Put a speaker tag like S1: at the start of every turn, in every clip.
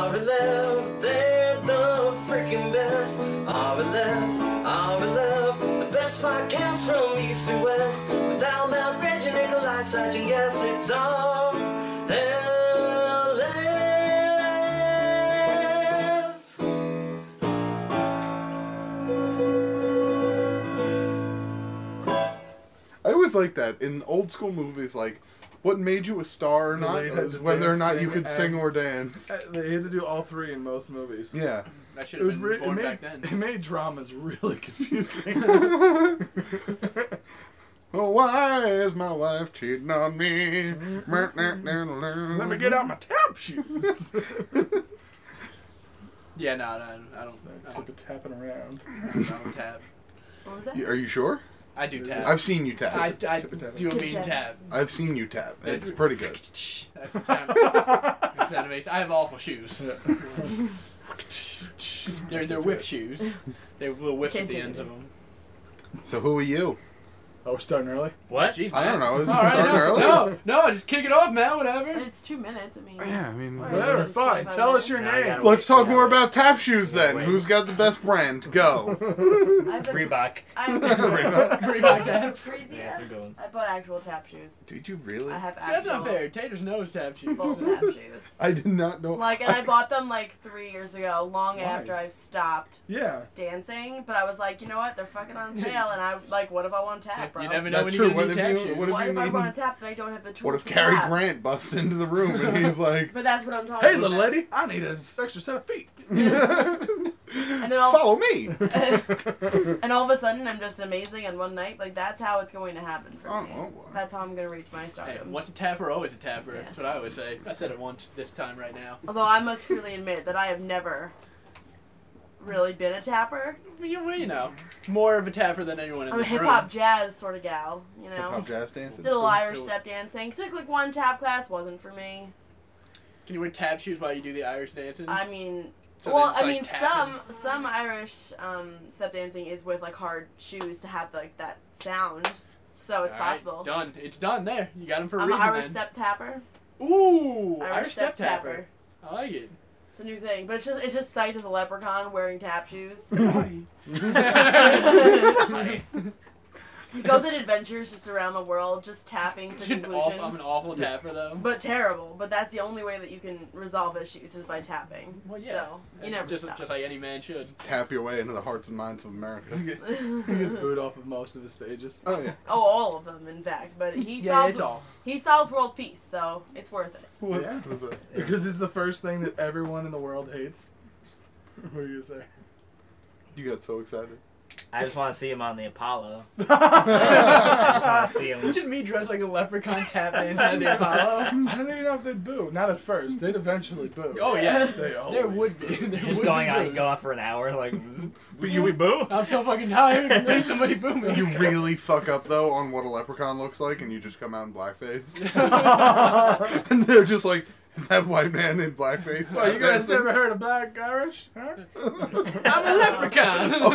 S1: love, they're the freaking best. RLF, RLF, the best podcast from east to west. With Al, Matt, Reggie, Nikolai, Sergeant, yes, it's RLF.
S2: I always like that in old school movies. Like, what made you a star or not
S3: they had
S2: is
S3: to
S2: whether or
S3: dance,
S2: not you
S3: sing,
S2: could sing
S3: act.
S2: or dance.
S3: Uh, They had to do all three in most movies.
S2: Yeah,
S4: That should
S3: It,
S4: have
S3: would
S4: been
S3: re- it
S4: born
S3: made,
S4: back then.
S3: it made dramas really confusing.
S2: Well, why is my wife cheating on me? Let
S3: Let me get out my tap shoes.
S4: Yeah, no, no, I don't. I
S3: Tip
S4: don't,
S3: it tapping around.
S4: I don't, I don't tab.
S5: What was that?
S2: Are you sure?
S4: I do tab.
S2: I've seen you tap.
S4: I, I
S3: Tip it down.
S4: do a mean
S5: Tip
S4: tab.
S5: tab.
S2: I've seen you tap. It's pretty good.
S4: That's the sound-
S3: Oh,
S4: that's the sound of it. I have awful shoes. They're they're whip shoes. They're little whips at the ends of them.
S2: So who are you?
S3: Oh, we're starting early.
S4: What? Jeez,
S2: I don't
S4: Matt.
S2: know. Is it
S4: All right,
S2: starting
S4: no,
S2: early?
S4: no, no, just kick it off, man.
S5: And
S4: Whatever.
S5: it's two minutes. I mean,
S2: Yeah, I mean.
S5: All right.
S3: Whatever, fine. Tell us your
S6: Now you
S3: name.
S6: gotta
S2: Let's talk more about tap shoes
S6: Yeah,
S2: then.
S6: wait.
S2: Who's got the best brand? Go.
S5: I've been,
S6: Reebok.
S5: I've
S2: Reebok.
S5: been
S4: Reebok tabs.
S5: crazy.
S6: Yeah, some good ones.
S5: I bought actual tap shoes.
S2: Did you really?
S5: I have
S4: That's
S5: actual
S4: not fair. Tater's nose tab shoes.
S5: full tap shoes.
S2: I did not know.
S5: Like, and I bought them like three years ago, long
S3: Why?
S5: after I've stopped
S3: Yeah.
S5: dancing. But I was like, you know what? They're fucking on sale, and I like, what if I want to tap, bro?
S4: You never know
S2: That's
S4: when
S2: true.
S4: you're
S2: What
S4: gonna need
S2: if
S4: tap
S2: you-
S4: shoes.
S2: what
S5: Why
S2: if
S5: if
S2: you
S5: I
S2: need-
S5: want to tap, but I don't have the tools
S2: What if
S5: to
S2: Cary
S5: tap?
S2: Grant busts into the room and he's like,
S5: But that's what I'm talking
S3: Hey,
S5: about.
S3: little lady, I need an extra set of feet.
S5: then I'll-
S2: follow me?
S5: and all of a sudden, I'm just amazing in one night. Like that's how it's going to happen for
S2: Oh,
S5: me.
S2: oh, wow.
S5: That's how I'm going to reach my stardom.
S4: Hey, once a tapper, always a tapper.
S5: Yeah.
S4: That's what I always say. I said it once this time right now.
S5: Although I must truly admit that I have never really been a tapper.
S4: Well, You, well, you know, more of a tapper than anyone in
S5: I'm a
S4: this
S5: hip
S4: room.
S5: hop jazz sort of gal, you know.
S2: Hip-hop jazz dancing.
S5: Did a lot of
S4: Cool.
S5: step dancing. Took like one tap class, wasn't for me.
S4: Can you wear tap shoes while you do the Irish dancing?
S5: I mean,
S4: Mm-hmm. So
S5: well,
S4: it's
S5: I
S4: like
S5: mean,
S4: tapping.
S5: some some Irish um, step dancing is with like hard shoes to have like that sound, so it's
S4: All right,
S5: possible.
S4: done. It's done. There. You got him for a
S5: I'm an
S4: reason.
S5: Irish
S4: then.
S5: step tapper.
S4: Ooh,
S5: Irish, step, tapper.
S4: I like it.
S5: It's a new thing, but it's just it's just psyched as a leprechaun wearing tap shoes. He goes on adventures just around the world, just tapping to
S4: An
S5: conclusions.
S4: awful, I'm an awful tapper though.
S5: But terrible. But that's the only way that you can resolve issues is by tapping.
S4: Well, yeah.
S5: So you
S4: And
S5: never
S4: just,
S5: stop.
S4: just like any man should.
S2: Just tap your way into the hearts and minds of America.
S3: He gets booed off of most of his stages.
S2: Oh yeah.
S5: oh, all of them, in fact. But he
S4: Yeah,
S5: solves
S4: it's all.
S5: he solves world peace, so it's worth it.
S2: What
S3: Yeah.
S2: was uh, that?
S3: Because it's the first thing that everyone in the world hates. What do you say?
S2: You got so excited.
S6: I just want to see him on the Apollo. I just
S3: I
S6: want to see him.
S4: Just me dressed like a leprechaun tap dancing at the Apollo.
S3: don't even know if they'd boo. Not at first. They'd eventually boo.
S4: Oh yeah.
S3: They always
S4: There would be.
S3: boo.
S4: There
S6: Just
S4: would
S6: going
S4: be
S6: on,
S4: booze.
S6: go on for an hour, like.
S3: But you- we
S6: boo?
S4: I'm so fucking tired. There's somebody boo me.
S2: You really fuck up though on what a leprechaun looks like, and you just come out in blackface. and they're just like, "Is that white man in blackface?"
S3: Oh, you guys never heard of Black Irish? Huh?
S4: I'm a leprechaun.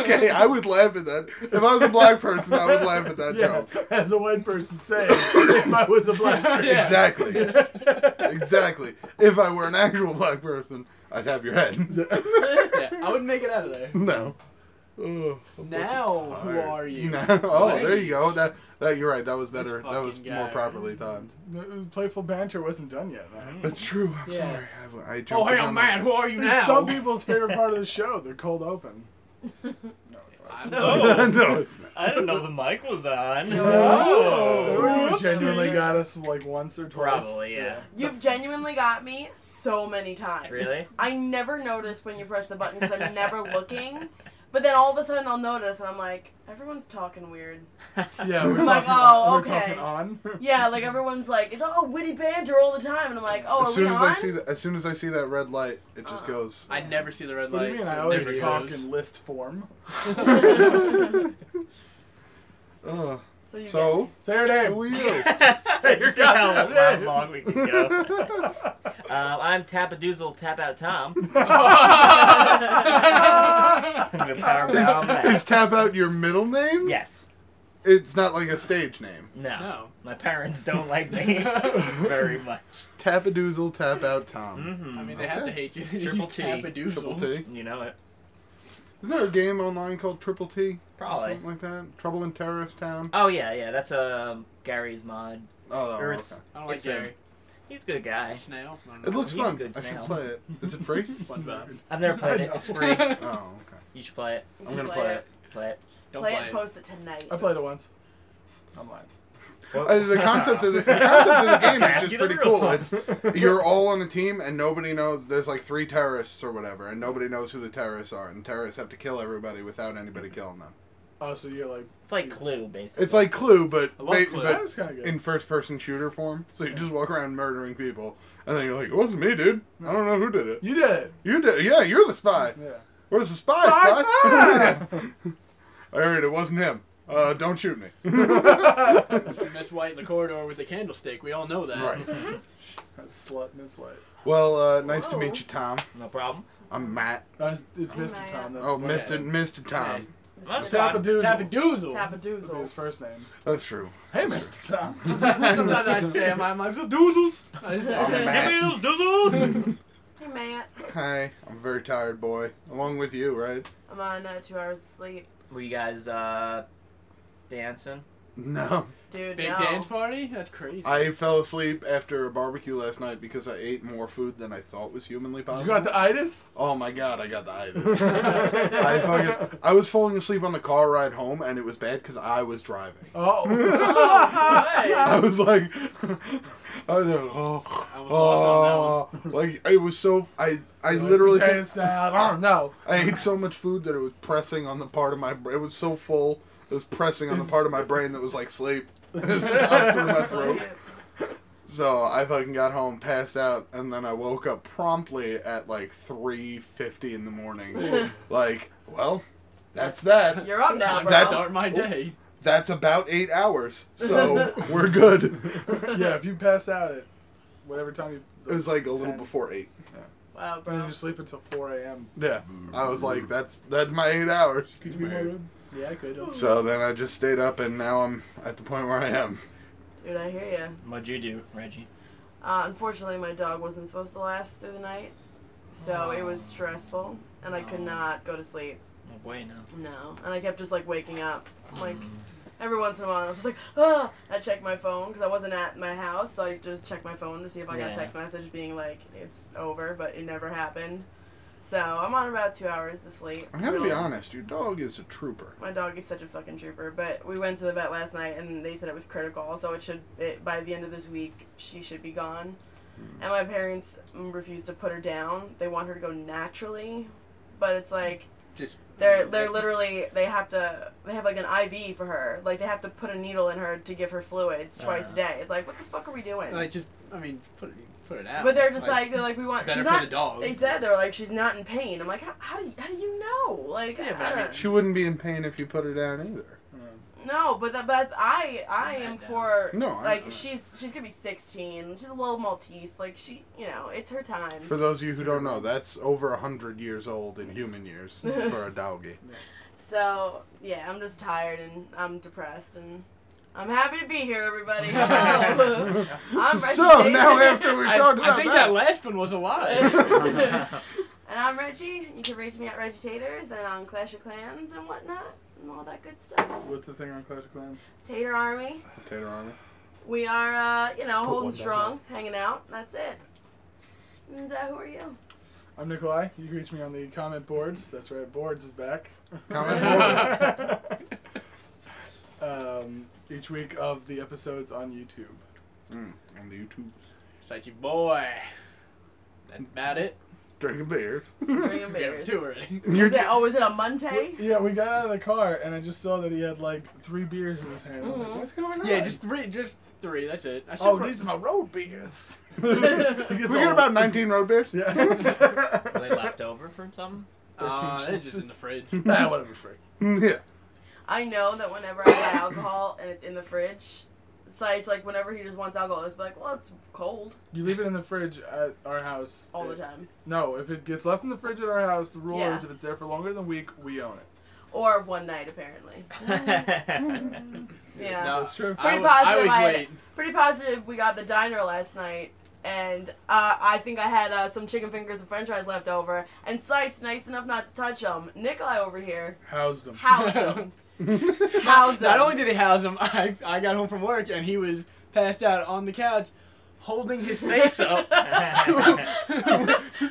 S2: okay, I would laugh at that. If I was a black person, I would laugh at that
S3: Yeah,
S2: joke.
S3: as a white person saying, if I was a black person.
S4: Yeah.
S2: Exactly. exactly. If I were an actual black person, I'd have your head.
S4: Yeah, I would make it out of there.
S2: no. Ugh.
S4: Now, who
S2: Tired.
S4: are you?
S2: No. Oh,
S4: Ladies.
S2: there you go. That that you're right. That was better. That was
S4: fucking
S2: more
S4: guy.
S2: properly timed.
S3: The Playful banter wasn't done yet, man.
S2: That's true. I'm
S4: Yeah.
S2: sorry. I, I jumped
S4: Oh,
S2: the
S4: hey,
S2: gun
S4: I'm
S2: on-
S4: mad. Who are Mm. you
S3: It's
S4: now?
S3: some people's favorite part of the show, the cold open.
S4: I'm-
S6: No.
S2: no, it's not.
S6: I didn't know the mic was on.
S3: Oh,
S6: Oh.
S3: you genuinely got us like once or twice.
S6: Probably, yeah.
S5: You've genuinely got me so many times.
S6: Really?
S5: I never notice when you press the button because I'm never looking. But then all of a sudden I'll notice and I'm like, everyone's talking weird.
S3: Yeah, we're
S5: I'm like,
S3: talking.
S5: oh,
S3: we're
S5: okay.
S3: talking on.
S5: Yeah, like everyone's like, it's all witty banter all the time, and I'm like, oh, are
S2: as soon
S5: we
S2: as
S5: on?
S2: I see that, as soon as I see that red light, it just
S5: Uh.
S2: goes.
S4: I never see the red
S3: What do
S4: light.
S3: you mean? I
S4: so
S3: always
S4: there it
S3: talk
S4: goes.
S3: in list form.
S2: Ugh.
S5: you
S2: so,
S3: Say your name.
S2: who are you?
S6: Just see how
S3: goddamn
S6: how
S3: name.
S6: long we can go. um, I'm Tapadoozle Tap Out Tom. I'm the power
S2: is,
S6: bomb.
S2: is tap out your middle name?
S6: Yes.
S2: It's not like a stage name.
S6: No.
S4: No.
S6: My parents don't like me very much.
S2: Tapadoozle Tap Out Tom.
S6: hmm
S4: I mean, they have to hate you.
S6: Triple
S4: you
S6: T.
S4: Tapadoozle.
S2: Triple T.
S6: you know it.
S2: Isn't there a game online called Triple T?
S6: Probably.
S2: Something like that. Trouble in Terrorist Town.
S6: Oh yeah, yeah. That's um, Gary's mod.
S2: Oh,
S6: Or
S2: okay.
S6: it's
S4: I don't like
S6: It's, um,
S4: Gary.
S6: he's a good guy.
S4: Snail. I don't
S2: It
S4: know.
S2: looks
S6: he's a
S2: fun.
S6: good
S2: I should
S6: snail.
S2: play it. Is it free?
S4: fun fact.
S6: I've never played it. It's free.
S2: oh, okay.
S6: You should play it.
S2: I'm gonna play it.
S6: Play it.
S4: Don't
S5: play
S4: play
S5: it and
S4: it.
S5: post it tonight.
S3: I played it once. I'm lying.
S2: Uh, the concept of the, the concept of the game is
S6: Ask
S2: just
S6: you the
S2: pretty
S6: real
S2: cool.
S6: ones.
S2: It's you're all on a team and nobody knows. There's like three terrorists or whatever, and nobody knows who the terrorists are, and terrorists have to kill everybody without anybody killing them.
S3: Oh, so you're like
S6: It's like Clue, basically.
S2: It's like Clue, but
S4: I love
S2: ba-
S4: Clue.
S3: that
S2: but
S3: was kind of good.
S2: in first person shooter form. So you just walk around murdering people, and then you're like, "It wasn't me, dude. I don't know who did it.
S3: you did it.
S2: You did. Yeah, you're the spy.
S3: Yeah.
S2: Where's the spy?
S3: Spy,
S2: I heard it wasn't him. Uh, don't shoot me.
S4: Miss White in the corridor with the candlestick. We all know that.
S2: right.
S3: That slut, Miss White.
S2: Well, uh, nice to
S5: Whoa.
S2: meet you, Tom.
S6: no problem.
S2: I'm Matt.
S3: That's, it's
S5: Oh,
S3: Mr.
S5: man.
S3: Tom. That's
S2: Oh,
S3: his
S2: Mr.
S3: name.
S2: Mr. Tom.
S6: That's fine.
S3: Tapadoozle.
S4: Tapadoozle.
S3: That would be his
S5: Tapadoozle.
S3: first name.
S2: That's true.
S3: Hey, Mr. Tom.
S4: Sometimes I'd say, I'm, I'm, I'm so doozles. I just-
S5: Oh,
S4: Give
S2: man.
S4: me those doozles.
S5: Hey, Matt.
S2: Hi. I'm a very tired, boy. Along with you, right?
S5: I'm on uh, two hours of sleep.
S6: Were you guys uh, dancing?
S2: No.
S5: Dude,
S4: Big
S5: no.
S4: dance party? That's crazy.
S2: I fell asleep after a barbecue last night because I ate more food than I thought was humanly
S3: you
S2: possible.
S3: got the itis?
S2: oh my god, I got the itis. I fucking I was falling asleep on the car ride home and it was bad because I was driving.
S5: Oh,
S2: I was like, I was like, oh,
S4: I was lost
S2: oh, like it was so. I I literally
S3: Potato salad. I don't know.
S2: I ate so much food that it was pressing on the part of my. bra- It was so full. It was pressing on the part of my brain that was like sleep. It was just out through my throat. So I fucking got home, passed out, and then I woke up promptly at like three fifty in the morning. like, well, that's that.
S5: You're up now, bro.
S2: That's-
S4: Start my day.
S2: That's about eight hours. So we're good.
S3: Yeah, if you pass out at whatever time you.
S2: It was like a little before eight.
S5: wow,
S3: And then
S5: bro.
S3: you sleep until 4 a.m.
S2: Yeah, I was like, that's that's my eight hours.
S3: Could you be more rude?
S4: Yeah, I could. have.
S2: So then I just stayed up, and now I'm at the point where I am.
S5: Dude, I hear you.
S6: What'd you do, Reggie?
S5: Uh, unfortunately, my dog wasn't supposed to last through the night, so it was stressful, and I could
S6: Oh.
S5: not go to sleep.
S4: Oh,
S6: No bueno.
S5: No, and I kept just like waking up,
S6: Hmm.
S5: like every once in a while. I was just like, ah. I checked my phone because I wasn't at my house, so I just checked my phone to see if I got
S6: Yeah.
S5: a text message being like, it's over, but it never happened. So I'm on about two hours of sleep.
S2: I'm gonna be
S5: Really.
S2: honest. Your dog is a trooper.
S5: My dog is such a fucking trooper, but we went to the vet last night and they said it was critical, so it should it, by the end of this week she should be gone.
S4: Hmm.
S5: And my parents mm, refuse to put her down. They want her to go naturally, but it's like
S4: Just-
S5: they're
S4: Hmm.
S5: they're literally they have to they have like an IV for her. Like they have to put a needle in her to give her fluids twice
S4: Ah.
S6: Uh.
S5: a day. It's like what the fuck are we doing?
S4: Like, just, I mean, put it, put it out.
S5: but they're just like, they're like we want
S4: better
S5: she's
S4: for
S5: not.
S4: the dog.
S5: They said they're like she's not in pain. I'm like how, how do you, how do you know? Like uh,
S4: Yeah, but
S5: I
S4: I mean,
S5: don't-
S2: She wouldn't be in pain if you put her down either.
S5: No, but that, but I I
S4: Yeah,
S5: am
S4: I
S5: for
S2: No, I-
S5: like
S2: I-
S5: she's she's gonna be sixteen. She's a little Maltese. Like she, you know, it's her time.
S2: For those of you who don't know, that's over hundred years old in human years for a doggy.
S5: so yeah, I'm just tired and I'm depressed and I'm happy to be here, everybody. Hello.
S3: Uh-huh.
S5: I'm Reggie
S2: So
S5: Davis.
S2: now after we
S4: I,
S2: talked
S4: I
S2: about
S4: think that.
S2: that,
S4: last one was a lie.
S5: and I'm Reggie. You can reach me at Reggie Taters and on Clash of Clans and whatnot and all that good stuff.
S3: What's the thing on Clash of Clans?
S5: Tater Army.
S2: Tater Army.
S5: We are uh, you know
S2: one
S5: holding
S2: down
S5: strong, hanging out. That's it. And uh, who are you?
S3: I'm Nikolai. You can reach me on the comment boards. That's right, boards is back.
S2: Comment
S3: um, each week of the episodes on YouTube.
S2: Mm, on the YouTube,
S4: It's like, you boy. That's about it.
S2: drinking beers.
S5: Bring 'em
S4: Get
S5: bears.
S4: two already.
S5: Is it, oh, is it a Monday?
S3: Yeah, we got out of the car and I just saw that he had like three beers in his hand. I was like,
S5: Mhm.
S3: what's going on?
S4: Yeah, just three. Just three. That's it. I
S3: Oh,
S4: should-
S3: these are my road beers.
S2: we got about nineteen road beers.
S3: Yeah.
S6: Were they left over from something?
S4: Uh,
S3: 13
S4: they're just in the
S3: slices.
S4: fridge.
S3: nah, whatever, free.
S2: yeah.
S5: I know that whenever I buy alcohol and it's in the fridge, so it's like whenever he just wants alcohol, it's like, well, it's cold
S3: You leave it in the fridge at our house
S5: all the time.
S3: No, if it gets left in the fridge at our house, the rule
S5: Yeah.
S3: is if it's there for longer than a week, we own it.
S5: Or one night, apparently. Yeah.
S4: No,
S3: That's true.
S4: I
S5: Pretty
S4: would, I
S5: positive
S4: would
S5: I-
S4: wait.
S5: Pretty positive we got the diner last night, and uh, I think I had uh, some chicken fingers and french fries left over, and Sykes, nice enough not to touch them. Nikolai over here,
S3: Housed them.
S5: house them. house
S4: Not
S5: them.
S4: only did he house him, I, I got home from work and he was passed out on the couch, holding his face up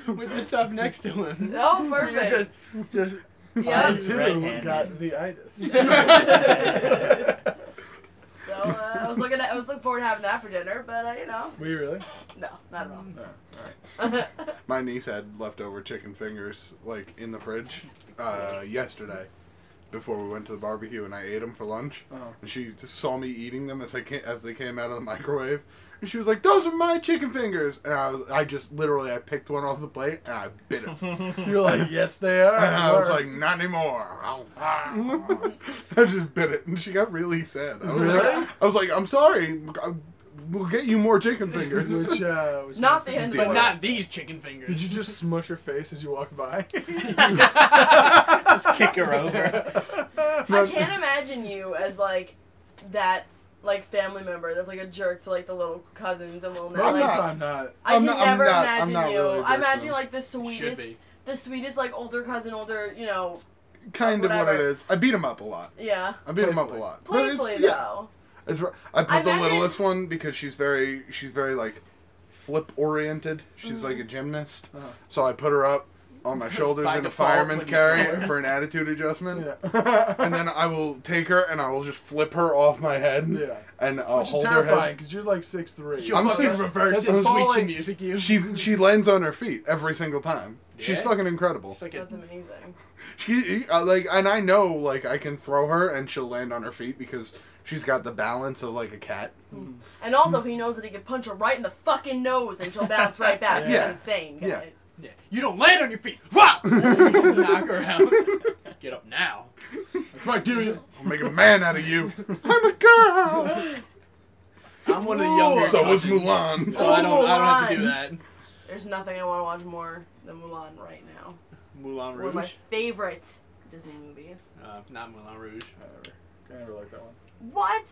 S4: with the stuff next to him.
S5: Oh,
S4: We were
S5: perfect.
S4: just, just
S5: Yeah.
S3: I too
S6: Right-handed.
S3: got the itis.
S5: So uh, I was looking at, I was looking forward to having that for dinner, but uh, you know,
S3: we really?
S5: no, not at all.
S4: Mm,
S2: My niece had leftover chicken fingers like in the fridge uh, yesterday before we went to the barbecue, and I ate them for lunch.
S3: Oh.
S2: And she just saw me eating them as I ca as they came out of the microwave, and she was like, "Those are my chicken fingers!" And I, was, I just literally I picked one off the plate and I bit it, and
S3: You're like, yes, they are.
S2: I was
S3: Or-
S2: like, "Not anymore."
S3: "Ah."
S2: I just bit it, and she got really sad. I was
S3: Really?
S2: like, "I was like, I'm sorry. I- We'll get you more chicken fingers."
S3: which, uh, which
S5: Not
S3: is-
S5: the end.
S4: but not these chicken fingers.
S3: Did you just smush her face as you walked by?
S6: Just kick her over.
S5: I can't imagine you as like that, like family member that's like a jerk to like the little cousins and little.
S3: Most
S5: like,
S3: of the time, not.
S5: I
S2: I'm
S5: can
S2: not- I'm
S5: never
S2: not- I'm
S5: imagine
S2: not
S5: you.
S2: really a
S5: I
S2: jerk,
S5: imagine
S2: though.
S5: like the
S4: Should be.
S5: sweetest, the sweetest like older cousin, older you know,
S2: kind of what it
S5: Whatever.
S2: is. I beat him up a lot.
S5: yeah,
S2: I beat him up a lot. But it's-
S5: playfully
S2: yeah.
S5: though.
S2: It's, r- I put the
S5: Imagine-
S2: littlest one because she's very she's very like flip oriented. She's like a gymnast,
S3: Uh-huh.
S2: so I put her up on my shoulders
S4: By
S2: in a
S4: default,
S2: fireman's
S4: when you throw
S2: carry
S4: her.
S2: for an attitude adjustment,
S3: Yeah.
S2: and then I will take her and I will just flip her off my head,
S3: Yeah.
S2: and I'll
S3: Which is
S2: hold her
S3: terrifying
S2: head.
S3: because you're like six three.
S4: She'll
S2: I'm
S4: fucking
S2: six-
S4: reverse
S2: that's
S4: and
S2: a
S4: switch
S2: falling-
S4: and music you.
S2: She she lands on her feet every single time. She's
S4: Yeah?
S2: fucking incredible.
S4: It's like a-
S5: That's amazing.
S2: She uh, like, and I know like I can throw her and she'll land on her feet because she's got the balance of like a cat.
S5: And also, he knows that he can punch her right in the fucking nose and she'll bounce right back.
S3: Yeah.
S5: It's insane, guys.
S2: Yeah.
S4: yeah. You don't land on your feet. Wah! Knock her out. Get up now.
S3: That's right, dude.
S2: I'll make a man out of you. I'm a girl.
S4: I'm one of the younger.
S2: So was
S4: cousins,
S2: Mulan.
S4: So I don't. I don't have to do that.
S5: There's nothing I want to watch more than Mulan right now.
S4: Moulin
S5: One of my
S4: Rouge.
S5: favorite Disney movies.
S4: Uh, not Moulin Rouge.
S3: I never, I never liked that one.
S5: What?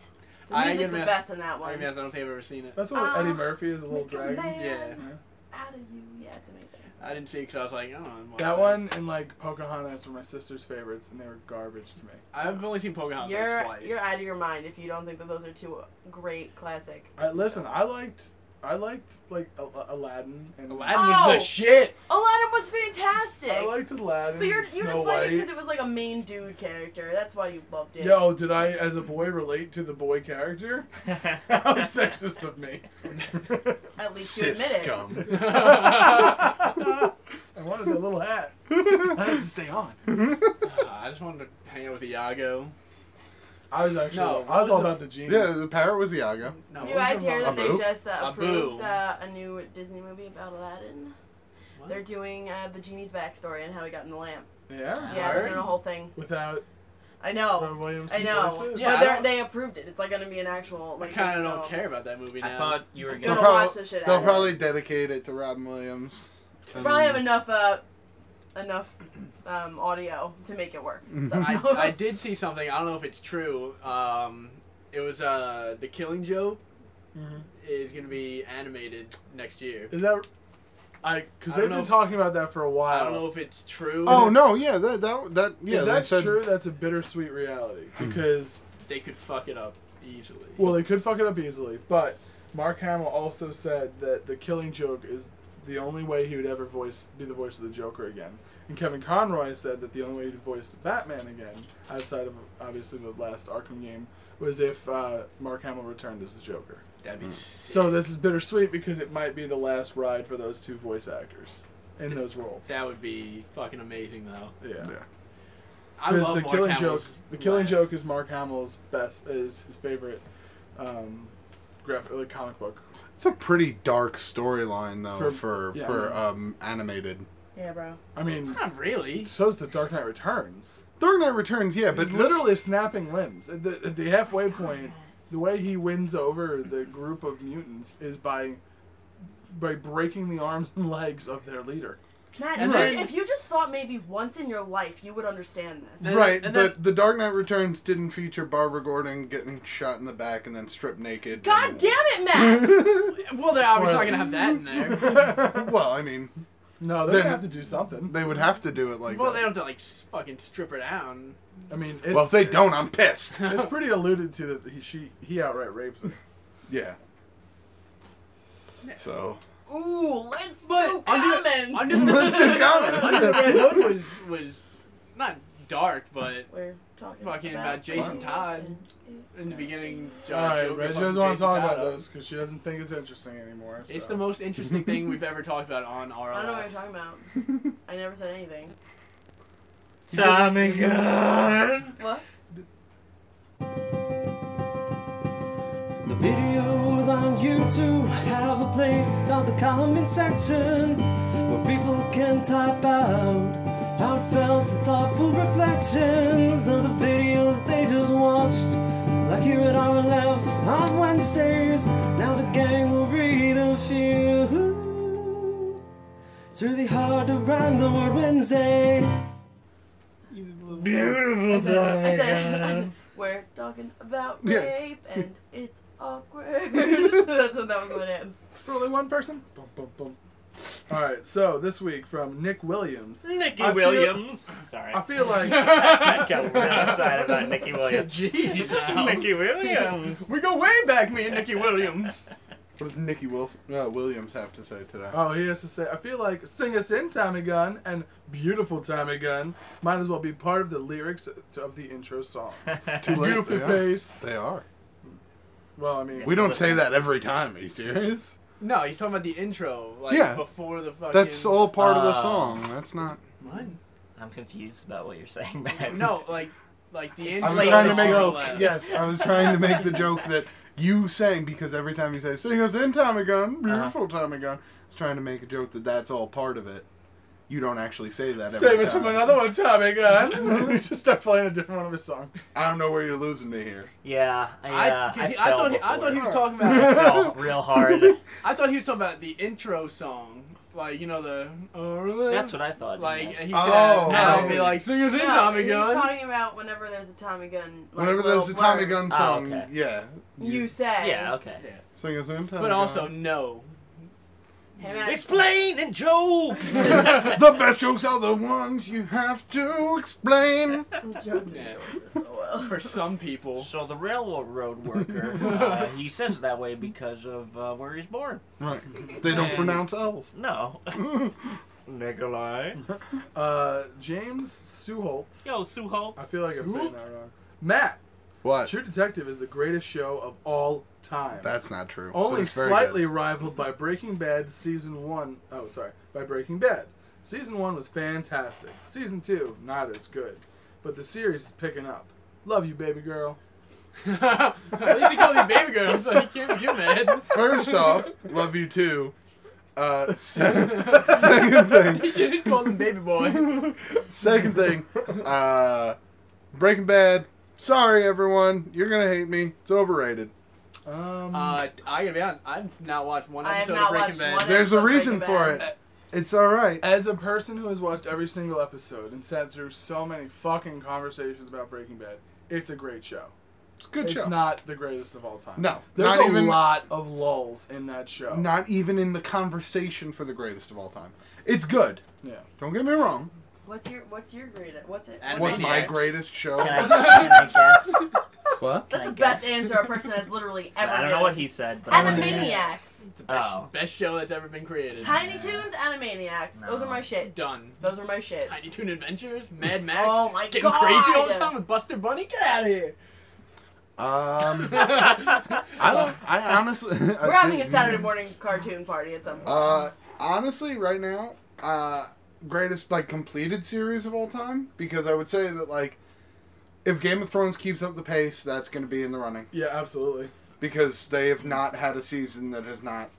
S5: The
S4: I
S5: music's
S4: give
S5: the
S4: it-
S5: best in that
S4: I
S5: one.
S4: guess I don't think I've ever seen it.
S3: That's what
S5: Ah.
S3: Eddie Murphy is a little
S5: Make a
S3: dragon.
S5: man
S4: Yeah.
S5: Out of you. Yeah, it's amazing.
S4: I didn't see it because I was like, oh. I'm watching
S3: That
S4: it.
S3: one and like Pocahontas were my sister's favorites, and they were garbage to me.
S4: I've only seen Pocahontas like,
S5: You're
S4: twice.
S5: you're out of your mind if you don't think that those are two great classic.
S3: I listen. I liked. I liked like Al- uh, Aladdin and
S4: Aladdin
S5: Oh!
S4: was the shit.
S5: Aladdin was fantastic.
S3: I liked Aladdin.
S5: but you're,
S3: and
S5: you're
S3: Snow
S5: just like
S3: White.
S5: because it was like a main dude character. That's why you loved it.
S3: Yo, did I, as a boy, relate to the boy character? How sexist of me.
S5: At least
S2: Sis
S5: you admit
S2: scum.
S3: I wanted that little hat. That has to stay on.
S4: Uh, I just wanted to hang out with Iago.
S3: I was actually,
S4: No,
S3: I was all
S4: what was
S3: about the genie.
S2: Yeah, the parrot was Iago.
S4: No,
S5: it.
S4: what
S5: Do you
S4: was
S5: guys
S4: the
S5: hear
S4: mom-
S5: that they
S2: Abu?
S5: just uh,
S4: Abu.
S5: approved uh, a new Disney movie about Aladdin?
S4: What?
S5: They're doing uh, the genie's backstory and how he got in the lamp.
S3: Yeah.
S5: Yeah, they're
S4: Alright.
S5: doing a whole thing.
S3: Without
S5: I
S3: Robert
S5: know,
S3: Williams.
S5: Oh, I know.
S3: voices?
S4: Yeah, I
S5: but they're,
S4: don't-
S5: they approved it. It's like gonna be an actual.
S4: I
S5: Like,
S4: kind of don't
S5: so-
S4: care about that movie now.
S6: I thought you were
S2: They'll,
S5: Gonna
S6: gonna.
S5: watch
S2: prob-
S5: the shit out
S2: they'll
S5: of
S2: probably dedicate it to Robin Williams.
S5: Probably have enough uh, enough um, audio to make it work. So.
S4: I, I did see something. I don't know if it's true. Um, it was uh, the Killing Joke
S3: Mhm.
S4: is gonna be animated next year.
S3: Is that? I because
S4: I don't
S3: they've been
S4: know.
S3: talking about that for a while.
S4: I don't know if it's true.
S2: Oh no, yeah, that that that yeah.
S3: if
S2: they
S3: that's
S2: said, Hmm.
S3: true, that's a bittersweet reality because
S4: They could fuck it up easily.
S3: well, they could fuck it up easily. But Mark Hamill also said that the Killing Joke is the only way he would ever voice be the voice of the Joker again. And Kevin Conroy said that the only way he'd voice the Batman again, outside of obviously the last Arkham game, was if uh, Mark Hamill returned as the Joker.
S4: That'd be sick.
S3: So this is bittersweet because it might be the last ride for those two voice actors in those roles.
S4: that would be fucking amazing though.
S3: yeah.
S2: Yeah.
S4: I
S3: Because
S4: love
S3: the
S4: Mark
S3: killing
S4: Hamill's
S3: joke. The killing
S4: laugh.
S3: joke is Mark Hamill's best. Is his favorite um, graphic, like comic book.
S2: It's a pretty dark storyline though
S3: For-
S2: for for,
S3: yeah,
S2: um animated.
S5: yeah, bro.
S3: I mean,
S4: Not really.
S3: so's the Dark Knight Returns.
S2: Dark Knight Returns, yeah,
S3: But
S2: but
S3: literally snapping limbs at the, at the halfway point. The way he wins over the group of mutants is by by breaking the arms and legs of their leader.
S5: Matt,
S4: And
S5: if,
S4: then-
S5: you, if you just thought maybe once in your life, you would understand this.
S4: And
S2: right,
S4: then- and
S2: but The Dark Knight Returns didn't feature Barbara Gordon getting shot in the back and then stripped naked.
S5: God
S2: and-
S5: damn it, Matt!
S4: Well, they're obviously not gonna have that in there.
S2: Well, I mean,
S3: no, they're
S2: Then-
S3: gonna have to do something.
S2: they would have to do it like
S4: Well, they
S2: that.
S4: don't have to like s- fucking strip her down.
S3: I mean, it's,
S2: well, if they
S3: it's-
S2: don't, I'm pissed.
S3: It's pretty alluded to that he she he outright rapes her.
S2: Yeah. So.
S5: Ooh, let's do
S4: But under,
S5: comments!
S4: under the
S2: Let's do comments.
S4: Under the Red Hood was was not dark, but
S5: We're talking
S4: Fucking
S5: about,
S4: about Jason
S5: Jason
S4: Todd. in the beginning,
S3: All
S4: John
S3: right,
S4: Joker
S3: Reg
S4: fucking
S3: doesn't want
S4: Jason
S3: to talk about
S4: Todd up.
S3: this because she doesn't think it's interesting anymore.
S4: It's
S3: so.
S4: the most interesting thing we've ever talked about on our.
S5: I don't know what you're talking about. I never said anything.
S6: Tommy Gun.
S5: What?
S1: The videos on YouTube have a place called the comment section where people can type out heartfelt and thoughtful reflections of the videos they just watched. Like here at our left on Wednesdays, now the gang will read a few. It's really hard to rhyme the word Wednesdays.
S6: Beautiful
S5: I
S6: Tommy
S5: said, I said,
S6: Gun.
S5: we're talking about
S2: Yeah.
S5: rape and it's awkward. That's what that was what it ends.
S3: For only one person? Bum, bum, bum. All right, so this week from Nick Williams.
S6: Nikki
S3: I feel-
S6: Williams. Sorry.
S3: I feel like
S6: I got real excited about Nikki Williams.
S4: Jeez, Al.
S6: Nikki Williams.
S4: we go way back, me and Nikki Williams.
S2: What does Nikki Wilson, uh, Williams have to say today?
S3: Oh, he has to say, I feel like Sing Us In Tommy Gun and Beautiful Tommy Gun might as well be part of the lyrics to- of the intro song.
S2: Too late.
S3: Goofy
S2: they are.
S3: face.
S2: They are.
S3: Well, I mean,
S2: We don't say that every time. Are you serious?
S4: No, he's talking about the intro, like
S2: Yeah.
S4: before the fucking.
S2: That's all part of the
S6: Uh,
S2: song. That's not.
S4: What?
S6: I'm confused about what you're saying, Matt.
S4: No, like, like the intro.
S2: I was trying to
S4: of
S2: make
S4: all
S2: a,
S4: that.
S2: yes, I was trying to make the joke that you sang because every time you say "sing us in Tommy Gun,
S4: Uh-huh.
S2: beautiful Tommy Gun," I was trying to make a joke that that's all part of it. You don't actually say that. Every
S3: save
S2: time.
S3: us from another one, Tommy Gun. we should start playing a different one of his songs.
S2: I don't know where you're losing me here.
S6: Yeah, I,
S4: I,
S6: uh, I,
S4: I,
S6: fell
S4: thought he, I
S6: before.
S4: thought he was talking
S6: I
S4: about.
S6: fell real hard.
S4: I thought he was talking about the intro song, like you know the.
S6: That's what I thought.
S4: Like and he
S2: Oh,
S4: said,
S2: right.
S4: now I'll be like, sing us in,
S5: No,
S4: Tommy
S5: he's
S4: Gun.
S5: talking about whenever there's a Tommy Gun. Like,
S2: Whenever there's a
S5: little
S2: Tommy
S5: word
S2: Gun
S6: Oh,
S2: song,
S6: okay.
S2: yeah,
S5: You say.
S6: yeah, okay.
S2: sing us in Tommy
S4: But
S2: Gun.
S4: also, no.
S5: Hey, Matt,
S6: Explain and jokes.
S2: the best jokes are the ones you have to explain.
S5: I'm joking.
S4: Yeah.
S5: So well.
S4: For some people.
S6: so the railroad worker, uh, he says it that way because of uh, where he's born.
S2: Right. They don't
S6: And-
S2: pronounce L's.
S6: No, Nikolai.
S3: Uh, James Suholtz.
S6: Yo, Sue Holtz.
S3: I feel like I'm saying that wrong. Matt,
S2: What?
S3: True Detective is the greatest show of all time.
S2: That's not true. but
S3: Only
S2: it's very
S3: slightly
S2: good.
S3: rivaled by Breaking Bad season one oh sorry, by Breaking Bad. Season one was fantastic. Season two, not as good. But the series is picking up. Love you, baby girl.
S4: At least he called me baby girl, so he can't be too mad.
S2: First off, love you too. Uh, second, second
S4: He
S2: thing,
S4: should have called him baby boy.
S2: second thing, uh, Breaking Bad. Sorry, everyone. You're gonna hate me. It's overrated.
S3: Um
S4: Uh, I gotta be honest, I've not watched one
S5: I have
S4: episode
S5: not
S4: of Breaking
S5: watched
S4: Bad.
S5: one
S2: There's a
S5: Breaking
S2: reason for
S5: Bad.
S2: it. It's all right.
S3: as a person who has watched every single episode and sat through so many fucking conversations about Breaking Bad, it's a great show.
S2: It's a good
S3: it's
S2: show.
S3: not the greatest of all time.
S2: No,
S3: There's
S2: not
S3: a
S2: even-
S3: lot of lulls in that show.
S2: not even in the conversation for the greatest of all time. It's good.
S3: yeah.
S2: Don't get me wrong.
S5: What's your What's your grade? at- What's it?
S4: And
S2: What's
S5: what's it-
S2: my
S4: Maniacs.
S2: greatest show?
S6: Can I, can I guess?
S2: What?
S5: That's
S6: I
S5: the best
S6: guess?
S5: answer a person has literally ever.
S6: I don't know
S5: given.
S6: what he said, but I
S2: wanna
S6: wanna
S2: do
S6: guess.
S5: Animaniacs,
S4: The best,
S6: Oh.
S4: best show that's ever been created.
S5: Tiny Toons, Animaniacs. Those are my shit.
S4: Done.
S5: Those are my shit.
S4: Tiny Toon Adventures, Mad Max,
S5: Oh my
S4: getting
S5: God.
S4: crazy all the time with Buster Bunny. Get out of here!
S2: Um, I don't. I honestly.
S5: We're having a Saturday morning cartoon party at some point.
S2: Uh, honestly, right now, uh, greatest like completed series of all time because I would say that like, if Game of Thrones keeps up the pace, that's going to be in the running
S3: Yeah, absolutely.
S2: because they have not had a season that has not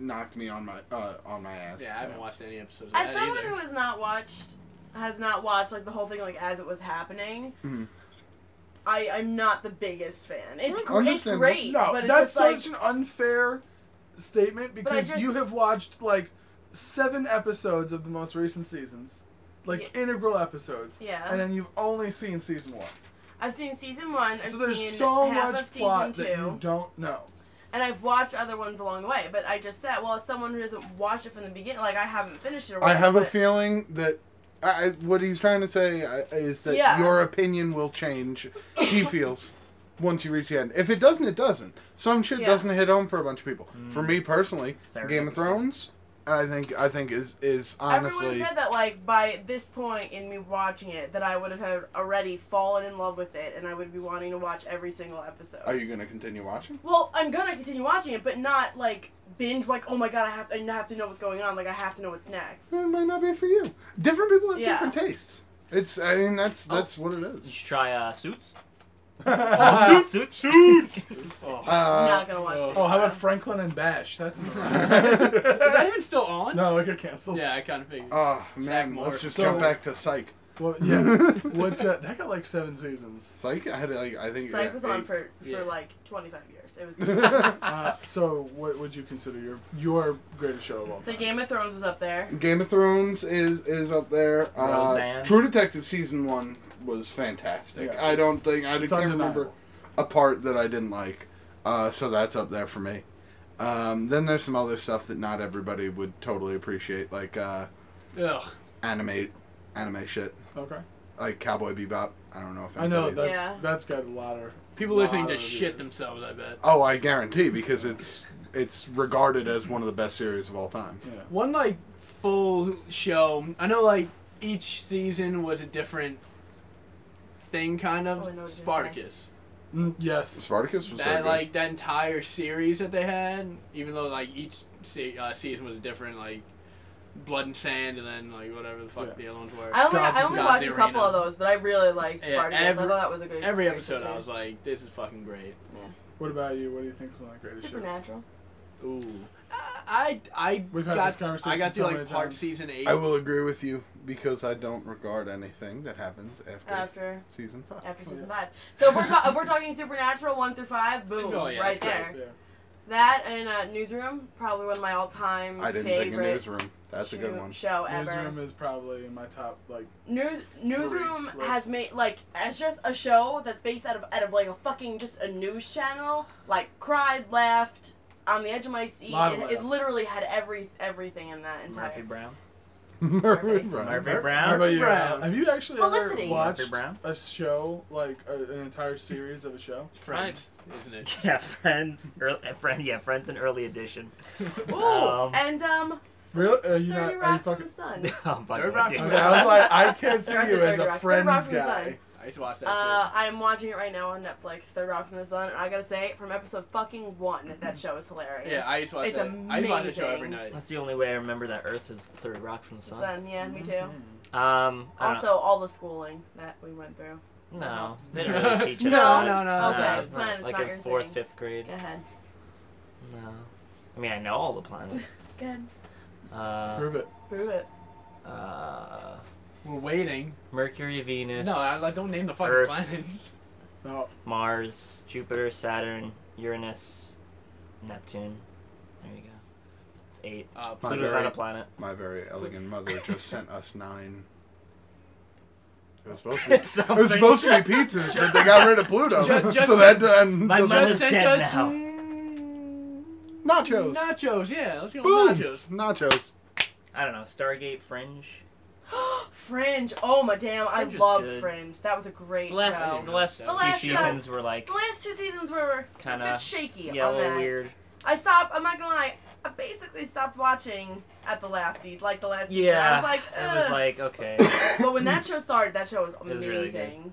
S2: knocked me on my uh, on my ass.
S4: Yeah, I haven't watched any episodes of
S5: As
S4: that
S5: someone
S4: either.
S5: who has not watched, has not watched like the whole thing like as it was happening,
S3: Mm-hmm.
S2: Mhm.
S5: I I'm not the biggest fan. It's, gr- it's
S2: Understandable.
S5: great,
S3: No,
S5: but it's
S3: that's
S5: just like
S3: such an unfair statement because
S5: just-
S3: you have watched like seven episodes of the most recent seasons, like integral episodes,
S5: Yeah.
S3: and then you've only seen season one.
S5: I've seen season one. I've
S3: so there's
S5: seen
S3: so
S5: half
S3: much
S5: of season
S3: plot
S5: two,
S3: that you don't know.
S5: and I've watched other ones along the way. But I just said, well, as someone who doesn't watch it from the beginning, like I haven't finished it. Or
S2: I
S5: whatever,
S2: have a
S5: but-
S2: feeling that I, I- what he's trying to say uh, is that
S5: Yeah.
S2: your opinion will change. He feels once you reach the end. If it doesn't, it doesn't. Some shit
S5: Yeah.
S2: doesn't hit home for a bunch of people. For me personally,
S6: Fair
S2: Game of
S6: episode.
S2: Thrones, I think I think is is honestly
S5: Everyone said that like by this point in me watching it, that I would have had already fallen in love with it, and I would be wanting to watch every single episode.
S2: Are you going to continue watching?
S5: well, I'm gonna continue watching it, but not like binge. Like, oh my god, I have I have to know what's going on. Like, I have to know what's next.
S2: It might not be for you. Different people have
S5: Yeah.
S2: different tastes. It's I mean that's that's what it
S6: You
S2: is.
S6: should try uh, Suits.
S3: oh,
S6: suits. Uh, Suits. oh.
S5: I'm
S2: Uh,
S5: not gonna watch.
S4: oh.
S5: it.
S3: how about Franklin and Bash? That's
S4: Is that even still on?
S3: no, Uh, it got canceled.
S4: Yeah, I kind of figured.
S2: oh man,
S4: Moore.
S2: let's just
S3: So-
S2: jump back to Psych.
S3: Well, yeah. what uh, that got like seven seasons.
S2: Psych, I had like I think
S5: Psych was on
S2: eight.
S5: for for
S4: Yeah.
S5: like 25 years. It was
S3: Uh, so, what would you consider your your greatest show of all
S5: so
S3: time?
S5: Game of Thrones was up there.
S2: Game of Thrones is is up there. Uh,
S6: Roseanne.
S2: True Detective season one was fantastic.
S3: Yeah,
S2: I don't
S3: it's-
S2: think I
S3: it's
S2: can't
S3: undeniable.
S2: remember a part that I didn't like. Uh, so that's up there for me. Um, then there's some other stuff that not everybody would totally appreciate, like uh,
S4: Ugh.
S2: anime, anime shit,
S3: Okay.
S2: like Cowboy Bebop. I don't know if
S3: I know
S2: anybody's-
S3: that's
S5: Yeah.
S3: that's got a lot of
S4: People listening
S3: lot of
S4: just shit
S3: reviews.
S4: themselves, I bet.
S2: Oh, I guarantee because it's it's regarded as one of the best series of all time.
S3: Yeah.
S4: One like full show. I know like each season was a different thing, kind
S5: Oh, I know
S4: of.
S5: what you're saying.
S4: Spartacus.
S3: Mm, yes.
S2: Spartacus was
S4: That
S2: so good.
S4: like that entire series that they had, even though like each se- uh, season was different, like Blood and Sand, and then like whatever the fuck
S3: Yeah.
S4: the other ones were.
S5: I only
S3: Gods
S5: I
S3: of
S5: only
S4: God's
S5: watched a couple
S4: Arena.
S5: of those, but I really liked
S4: Yeah,
S5: Spartacus. I
S4: every-
S5: thought that was a good
S4: Every
S5: good
S4: episode, I
S5: cartoon.
S4: was like, "This is fucking great."
S3: What about you? What do you think is one of the greatest shows?
S5: Supernatural.
S4: Ooh, I I
S3: We've had
S4: got
S3: this conversation
S4: I got to
S3: so
S4: like
S3: many
S4: part
S3: times.
S4: season eight.
S2: I will agree with you because I don't regard anything that happens after
S4: Uh,
S5: After
S2: season five.
S5: after
S3: Oh,
S5: season
S3: yeah.
S5: five. So if we're, ta- if we're talking Supernatural one through five, boom,
S4: Oh, yeah,
S5: right
S4: that's
S5: there.
S3: Yeah.
S5: That and uh, Newsroom, probably one of my all-time
S2: I didn't think of
S5: favorite
S2: Newsroom. That's a good
S5: shoe-
S2: one.
S5: show ever.
S3: Newsroom is probably in my top like
S5: News Newsroom
S3: Three
S5: has
S3: list.
S5: made like as just a show that's based out of out of like a fucking just a news channel. Like cried, laughed, on the edge of my seat.
S3: Lot of
S5: It, it
S3: laughs.
S5: literally had every everything in that entire.
S6: Murphy Brown.
S2: Mermaid
S5: Murphy.
S2: Brown.
S6: Murphy
S3: How
S6: Brown.
S3: about you?
S4: Brown.
S3: Have you actually
S5: Felicity.
S3: ever watched
S6: Jeffrey Brown.
S3: a show like a, an entire series of a show?
S4: Friends, isn't it?
S6: Yeah, Friends. Early, uh, friend, yeah, Friends in early edition.
S5: Ooh,
S6: Um,
S5: and um,
S3: Real? Are you not?
S5: Thirty
S3: Are you
S5: Rock from
S3: fucking?
S5: the Sun.
S6: oh, fuck,
S4: Third
S6: I
S4: rock
S6: did.
S4: from
S3: Okay, I was like, I can't see
S5: That's
S3: you
S5: the
S3: as
S5: Thirty
S3: a
S5: Rock. Thirty Rock
S3: friends
S5: from the
S3: guy.
S5: Sun.
S4: I just watched that.
S5: Uh,
S4: shit.
S5: I'm watching it right now on Netflix, Third Rock from the Sun, and I gotta say, from episode fucking one, that show is hilarious.
S4: Yeah, I used to watch
S5: It's
S4: that. I used to watch the show
S5: amazing.
S4: every night.
S6: That's the only way I remember that Earth is the third rock from the sun.
S5: Sun, yeah, me too.
S6: Um, I don't
S5: Also, all the schooling that we went through.
S6: know.
S5: that
S6: no,
S5: helps.
S6: they don't really teach us.
S4: No,
S6: that.
S4: no, no,
S5: okay,
S6: Nah,
S5: planets,
S6: Uh, like
S5: not
S6: in
S5: your
S6: fourth,
S5: thing.
S6: fifth grade.
S5: Go ahead.
S6: No, I mean I know all the planets.
S5: Go ahead.
S6: Uh,
S3: Mm-hmm. Prove it.
S5: Prove it.
S6: uh,
S4: We're waiting.
S6: Mercury, Venus,
S4: No, I, like, don't name the fucking
S6: Earth.
S4: planets.
S3: No.
S6: Mars, Jupiter, Saturn, Uranus, Neptune. There you go. It's eight.
S4: Uh,
S2: My
S6: Pluto's not
S2: very-
S6: a planet.
S2: My very elegant mother just sent us nine. It was supposed to be, it
S6: It's
S2: was supposed to be pizzas, but they got rid of Pluto.
S4: Ju- just-
S2: so that uh,
S6: My
S2: doesn't-
S4: just
S6: mother's
S4: sent
S6: dead
S4: us
S6: now.
S4: mm,
S2: nachos.
S4: Nachos, yeah. Let's go
S2: Boom.
S4: with nachos.
S2: Nachos.
S6: I don't know. Stargate, Fringe.
S5: Fringe. Oh my damn! I
S6: Fringe was
S5: loved
S6: good.
S5: Fringe. That was a great
S6: The last,
S5: show.
S6: the last
S4: The
S6: few
S5: last show.
S6: seasons were like
S5: The last two seasons were a
S6: Kinda
S5: bit shaky
S6: yeah, a
S5: on that.
S6: little weird.
S5: I stopped. I'm not gonna lie. I basically stopped watching at the last season, like the last. season. I
S6: Yeah,
S5: was like,
S6: it was
S5: "Ugh."
S6: like okay.
S5: but when that show started, that show was
S6: was
S5: amazing.
S6: really good.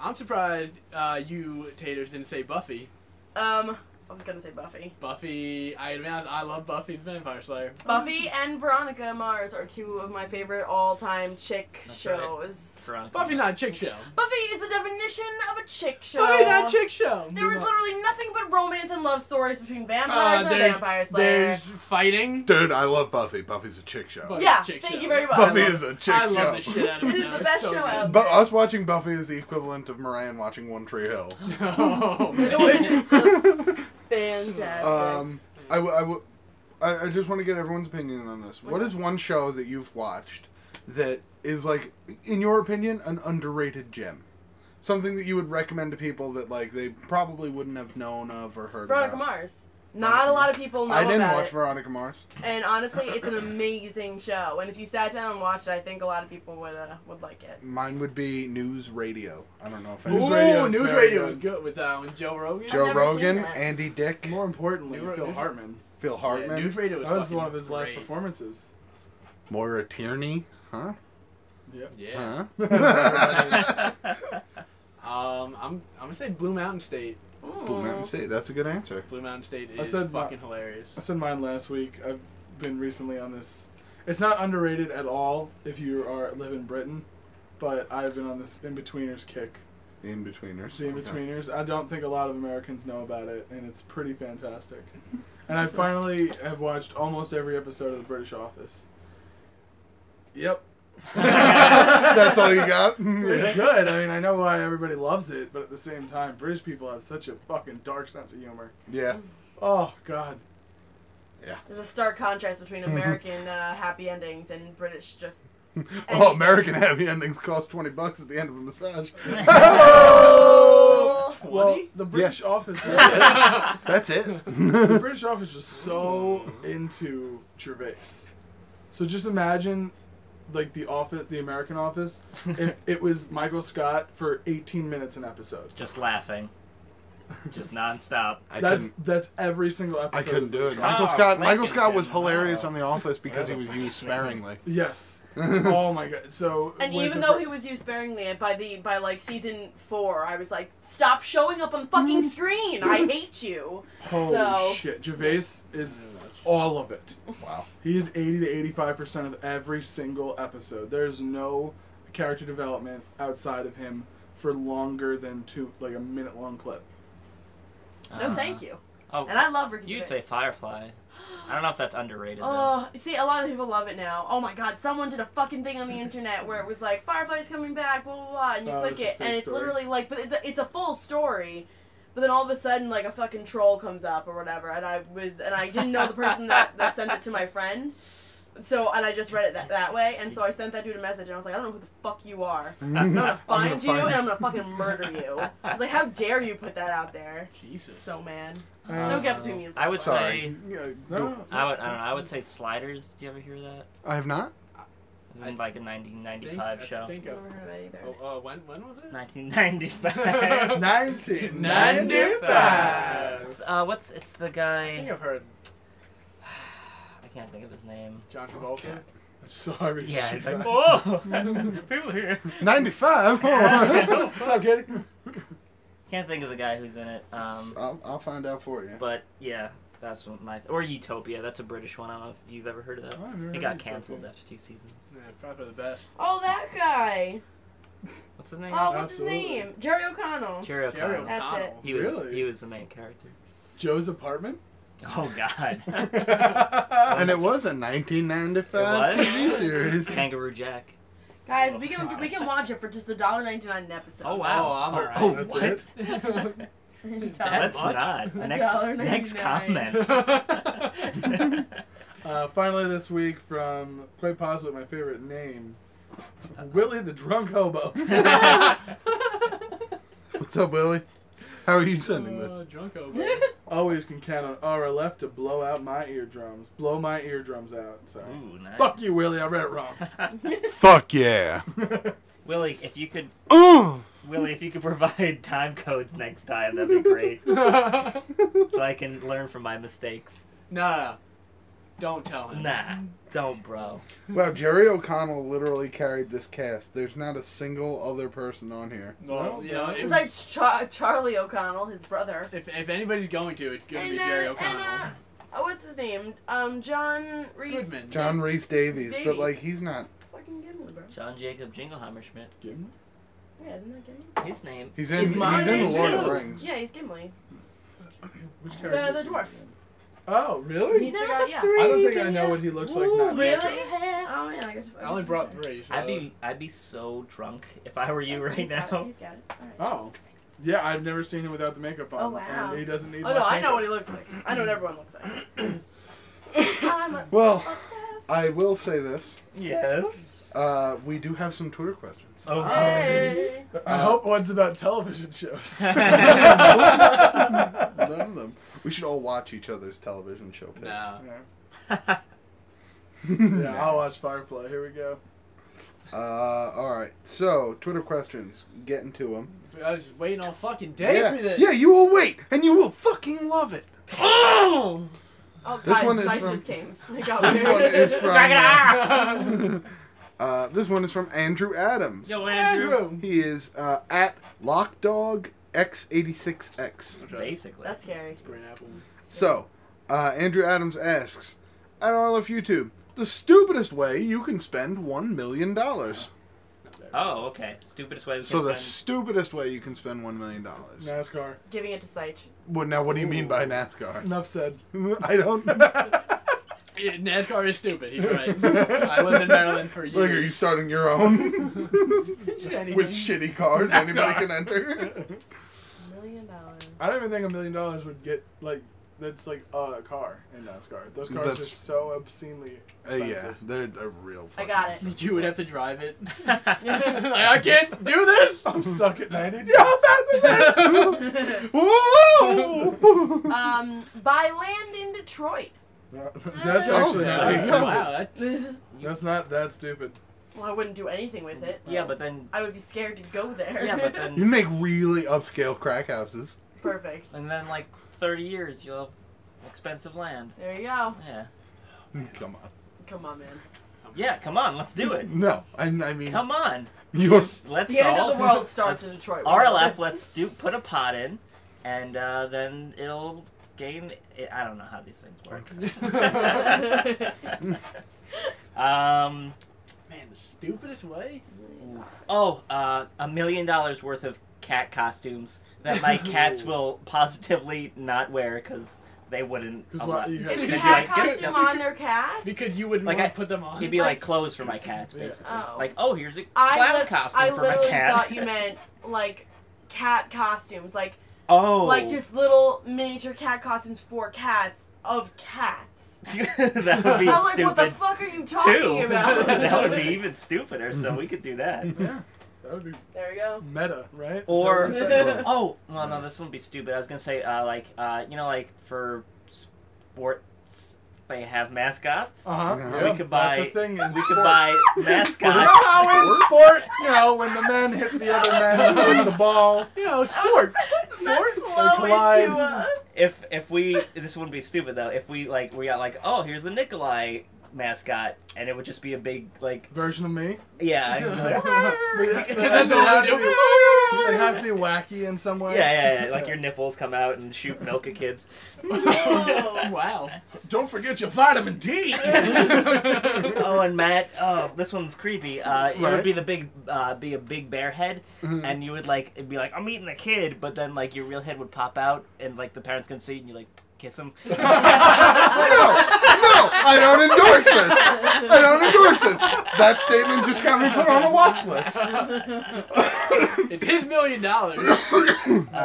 S4: I'm surprised uh, you taters didn't say Buffy.
S5: Um, I was gonna say Buffy.
S4: Buffy. I admit I love Buffy's Vampire Slayer.
S5: Buffy and Veronica Mars are two of my favorite all-time chick
S6: That's right.
S5: shows.
S6: Drunk.
S4: Buffy not a chick show.
S5: Buffy is the definition of a chick show.
S4: Buffy not a chick show.
S5: There was literally nothing but romance and love stories between
S4: Uh,
S5: vampires and
S4: there's,
S5: vampires. Slayer.
S4: there's fighting.
S2: Dude, I love Buffy. Buffy's a chick show.
S4: Buffy.
S5: Yeah,
S4: Chick
S5: thank
S4: show.
S5: you very much.
S2: Buffy is a chick
S4: I
S2: show.
S4: love the shit out of it.
S5: It is
S4: though.
S5: the
S4: It's
S5: best
S4: so
S5: show
S4: good.
S5: out
S2: But us watching Buffy is the equivalent of Marianne watching One Tree Hill.
S4: No.
S5: Which is just fantastic.
S2: Um, I, Um, w- I w- I, I just want to get everyone's opinion on this. What is one show that you've watched that is like, in your opinion, an underrated gem? Something that you would recommend to people that like they probably wouldn't have known of or heard
S5: Veronica
S2: about.
S5: Mars. Not a lot of people know
S2: I didn't
S5: about
S2: watch
S5: it.
S2: Veronica Mars.
S5: and honestly, it's an amazing show. And if you sat down and watched it, I think a lot of people would uh, would like it.
S2: Mine would be News Radio. I don't know if I
S3: News
S4: Ooh,
S3: Radio is
S4: news
S3: very
S4: radio
S3: good.
S4: was good with uh, with Joe Rogan.
S5: I've
S2: Joe
S5: never
S2: Rogan,
S5: seen that.
S2: Andy Dick,
S3: More importantly,
S4: You were-
S3: Phil
S4: you-
S3: Hartman.
S2: Phil
S4: Yeah,
S2: Hartman,
S4: news radio was
S3: That was
S4: fucking
S3: one of his last
S4: great.
S3: performances.
S2: Moira Tierney, huh?
S3: Yep.
S4: Yeah.
S2: Huh?
S4: Um, I'm I'm gonna say Blue Mountain State.
S2: Blue Mountain State. That's a good answer.
S4: Blue Mountain State
S3: I
S4: is
S3: said my-
S4: fucking hilarious.
S3: I said mine last week. I've been recently on this. It's not underrated at all if you are live in Britain, but I've been on this in betweeners kick.
S2: The in-betweeners.
S3: The in betweeners. I don't think a lot of Americans know about it, and it's pretty fantastic. And I finally have watched almost every episode of The British Office. Yep,
S2: That's all you got.
S3: it's good. I mean, I know why everybody loves it, but at the same time, British people have such a fucking dark sense of humor.
S2: Yeah.
S3: Oh God,
S5: There's a stark contrast between
S3: Mm-hmm.
S5: American uh, happy endings and British just.
S2: Oh, American happy endings cost twenty bucks at the end of a massage.
S3: Well,
S4: Twenty?
S3: the British Office, was,
S4: yeah,
S2: That's it.
S3: the British Office was so into Gervais. So just imagine, like the office, the American Office, if it was Michael Scott for 18 minutes an episode.
S6: Just laughing. Just nonstop.
S2: I
S3: that's
S2: couldn't.
S3: that's every single
S2: I
S3: episode.
S2: couldn't do it.
S6: Wow,
S2: Michael Scott. Michael
S6: Lincoln
S2: Scott was
S6: didn't know.
S2: hilarious on The Office because he was used sparingly.
S3: Yes. oh my god. So.
S5: And
S3: with
S5: even
S3: the
S5: though
S3: Brit-
S5: he was used sparingly, and by the by like season four, I was like, stop showing up on the fucking screen. I hate you.
S3: Holy
S5: so-
S3: shit, Gervais is all of it.
S2: Wow.
S3: He is 80 to 85 percent of every single episode. There's no character development outside of him for longer than two, like a minute long clip.
S5: No, thank you.
S6: Oh,
S5: And I love Ricky.
S6: you'd say
S5: Gervais.
S6: Firefly. I don't know if that's underrated.
S5: Oh, see, a lot of people love it now. Oh my God! Someone did a fucking thing on the internet where it was like Firefly's coming back, blah blah blah, and you
S3: Oh,
S5: click
S3: it's a
S5: it, and
S3: fake
S5: it's
S3: story.
S5: literally like, but it's a, it's a full story. But then all of a sudden, like a fucking troll comes up or whatever, and I was and I didn't know the person that that sent it to my friend. So and I just read it that, that way, and so I sent that dude a message, and I was like, I don't know who the fuck you are. I'm gonna
S2: I'm gonna
S5: find you,
S2: find
S5: and
S2: you.
S5: I'm gonna fucking murder you. Oh, I was like, how dare you put that out there?
S4: Jesus.
S5: So mad.
S3: Uh,
S5: Don't get between me. and
S6: I would
S5: Firefly.
S2: Sorry. Yeah,
S3: No,
S2: go-
S3: no,
S6: I would. I don't know. I would say Sliders. Do you ever hear that?
S2: I have not.
S6: This is like a 1995
S4: I
S6: show.
S4: think
S5: Never
S4: of-
S5: heard of it either.
S4: oh, uh, when when was it?
S6: 1995.
S4: 1995.
S6: it's, uh, what's it's the
S4: I think
S6: guy?
S4: I've heard
S6: I can't think of his name.
S4: John Travolta.
S3: Sorry.
S6: Yeah.
S3: shit. Oh!
S6: like, Whoa! People here.
S2: Ninety-five. I'll,
S3: What's up, Katie?
S6: Can't think of the guy who's in it. Um,
S2: I'll find out for you.
S6: but yeah, that's what my or Utopia. That's a British one. I don't know if you've ever heard of that.
S3: Oh, I've never
S6: It
S3: heard
S6: got
S3: of Utopia.
S6: canceled after two seasons.
S4: Yeah, probably the best.
S5: Oh, that guy.
S6: What's his name?
S5: Oh, what's his
S3: Absolutely.
S5: name? Jerry O'Connell.
S6: Jerry
S4: Jerry
S6: O'Connell.
S5: That's
S4: O'Connell.
S6: He was
S3: Really?
S6: he was the main character.
S3: Joe's apartment. Uh,
S6: Oh God.
S2: and it was a 1995
S6: It was?
S2: TV series.
S6: Kangaroo Jack.
S5: Guys, we can we can watch it for just a dollar ninety nine an episode.
S6: Oh wow.
S4: Oh, I'm
S6: oh,
S4: alright.
S6: oh,
S3: That's
S6: what?
S3: it?
S6: That's
S4: much?
S6: not.
S5: A dollar
S6: Next, next comment.
S3: Uh, finally, this week from quite possibly my favorite name, Willie the Drunk Hobo.
S2: What's up, Willie? How are you sending
S4: Uh,
S2: this?
S4: drunk over.
S3: Always can count on RLF to blow out my eardrums. Blow my eardrums out. Sorry.
S6: Ooh, nice.
S3: Fuck you, Willie. I read it wrong.
S2: Fuck yeah.
S6: Willie. If you could,
S2: Ooh.
S6: Willie, if you could provide time codes next time, that'd be great,
S4: no,
S6: so I can learn from my mistakes.
S4: no, no. Don't tell him.
S6: Nah, don't, bro.
S2: Wow, Jerry O'Connell literally carried this cast. There's not a single other person on here.
S4: Well,
S3: No,
S4: you know,
S3: no.
S5: It's
S4: if,
S5: like Char- Charlie O'Connell, his brother.
S4: if, if anybody's going to, it's going to be
S5: And, uh,
S4: Jerry
S5: and,
S4: O'Connell.
S5: Oh, what's his name? Um, John Reese.
S4: Goodman.
S2: John Reese Davies, but
S5: Davies.
S2: like he's not.
S5: Fucking Goodman, bro.
S6: John Jacob Jingleheimer Schmidt.
S3: Gimli?
S5: Yeah, isn't that Gimli?
S6: His name.
S2: He's in.
S6: He's
S2: He's,
S6: mine
S2: in the Lord of
S5: too.
S2: the Rings.
S5: Yeah, he's Gimli.
S3: Which
S5: The,
S3: character?
S5: the dwarf.
S3: Oh, really?
S5: He's the guy. Yeah.
S3: I don't think I know what he looks like now.
S5: Oh yeah, I guess.
S4: I only brought three. So
S6: I'd be I'd be so drunk if I were you right
S5: He's got it,
S6: now.
S5: He's got it. All right.
S3: Oh. Yeah, I've never seen him without the makeup on.
S5: Oh, wow.
S3: And he doesn't need
S5: Oh no,
S3: much
S5: I know what he
S3: makeup.
S5: looks like. I know what everyone looks like. I'm
S2: Well,
S5: obsessed.
S2: I will say this:
S7: Yes.
S2: uh, we do have some Twitter questions.
S7: Oh.
S5: Hey.
S3: I hope one's about television shows.
S2: None of them. We should all watch each other's television show picks.
S4: Nah.
S3: Yeah.
S7: That's
S3: Yeah, I'll watch Firefly. Here we go.
S2: Uh, all right. So Twitter questions. Get into them.
S4: I was waiting all fucking day
S2: yeah.
S4: for this.
S2: yeah. You will wait, and you will fucking love it.
S4: Oh!
S5: Oh,
S2: This
S5: God,
S2: one is
S5: Spike
S2: from-
S5: just came. They got
S2: This
S5: weird.
S2: one is from. uh,
S4: Yo,
S2: uh, this one is from Andrew Adams.
S4: Andrew.
S2: He is uh, at Lockdog X86X.
S7: Basically.
S5: That's scary.
S3: Green Apple.
S2: So, uh, Andrew Adams asks at RLF YouTube, the stupidest way you can spend one million dollars.
S7: Oh, okay. Stupidest way we
S2: So
S7: can
S2: the
S7: spend-
S2: stupidest way you can spend one million dollars.
S3: NASCAR.
S5: Giving it to Seich.
S2: Well, now what do you mean by NASCAR?
S3: Enough said.
S2: I don't.
S4: Yeah, NASCAR is stupid. He's right. I lived in Maryland for years.
S2: Like, are you starting your own
S4: Just anything.
S2: with shitty cars? Anybody can enter.
S5: Million dollars.
S3: I don't even think a million dollars would get like that's like a car in NASCAR. Those cars
S2: That's-
S3: are so obscenely
S2: Uh,
S3: expensive.
S2: yeah, they're they're real.
S5: I got it.
S4: You would have to drive it. like, I can't do this.
S3: I'm stuck at 90.
S2: Whoa!
S5: Um, by land in Detroit.
S3: that's actually
S2: Yeah.
S3: that's,
S2: Yeah.
S4: wow, that's
S3: that's not that stupid.
S5: Well, I wouldn't do anything with it.
S7: Yeah, but then.
S5: I would be scared to go there.
S7: Yeah, but then.
S2: You make really upscale crack houses.
S5: Perfect.
S7: And then, like, 30 years, you'll have expensive land.
S5: There you go.
S7: Yeah.
S2: Come on.
S5: Come on, man.
S7: Yeah, come on, let's do it.
S2: No, I, I mean
S7: Come on.
S2: you're
S7: Let's
S5: The end
S7: all.
S5: of the world starts in Detroit.
S7: RLF, let's do put a pot in, and uh, then it'll gain. I don't know how these things work. um,
S4: man, the stupidest way.
S7: oh, uh, a million dollars worth of cat costumes that my cats will positively not wear because they wouldn't.
S3: 'Cause
S7: allow-
S3: why- you
S5: Is
S3: It'd
S7: be
S5: the
S7: like,
S5: cat
S7: get-
S5: costume on their cat?
S4: Because you wouldn't
S7: Like,
S4: want
S7: I-
S4: to put them on.
S7: It'd be like clothes for my cats,
S3: Yeah.
S7: basically.
S5: Oh.
S7: Like, oh, here's a
S5: I,
S7: clown
S5: li-
S7: costume
S5: I
S7: for my
S5: literally
S7: cat.
S5: thought you meant like cat costumes, like
S7: oh,
S5: like just little miniature cat costumes for cats of cats.
S7: that would be
S5: I'm like,
S7: stupid
S5: what the fuck are you talking
S7: too.
S5: about?
S7: that would be even stupider. So we could do that.
S3: Yeah, that would be
S5: There you go.
S3: meta, right? Is that
S7: Or-
S3: what you're saying?
S7: Oh, well, no, this wouldn't be stupid. I was gonna say, uh, like, uh, you know, like for sports, they have mascots.
S5: Oh,
S3: uh-huh.
S2: We
S3: yeah,
S7: could buy-
S3: That's a thing in
S7: We could
S3: sport.
S7: buy
S3: You know
S7: mascots.
S3: how in sport, you know, when the men hit the other men with the ball.
S4: you know, sport.
S5: That's
S3: They collide.
S5: into a-
S7: if if we this wouldn't be stupid though. If we like we got like, oh, here's the Nikolai mascot, and it would just be a big like,
S3: Version of me.
S7: yeah, I'd be like,
S3: It'd
S4: That's all
S3: have
S4: I
S3: to
S4: do.
S3: be- it'd have to be wacky in some way.
S7: yeah, yeah, yeah, like your nipples come out and shoot milk at kids.
S4: Oh, wow.
S3: Don't forget your vitamin D.
S7: Oh, and Matt, oh, this one's creepy. Uh, It
S2: Right.
S7: would be the big, uh, be a big bear head, and you would like, it'd be like, I'm eating the kid, but then like your real head would pop out, and like the parents can see, it, and you like kiss him. Uh,
S2: No, I don't endorse this. I don't endorse this. That statement just got me put on a watch list.
S4: It's his million dollars.
S7: uh,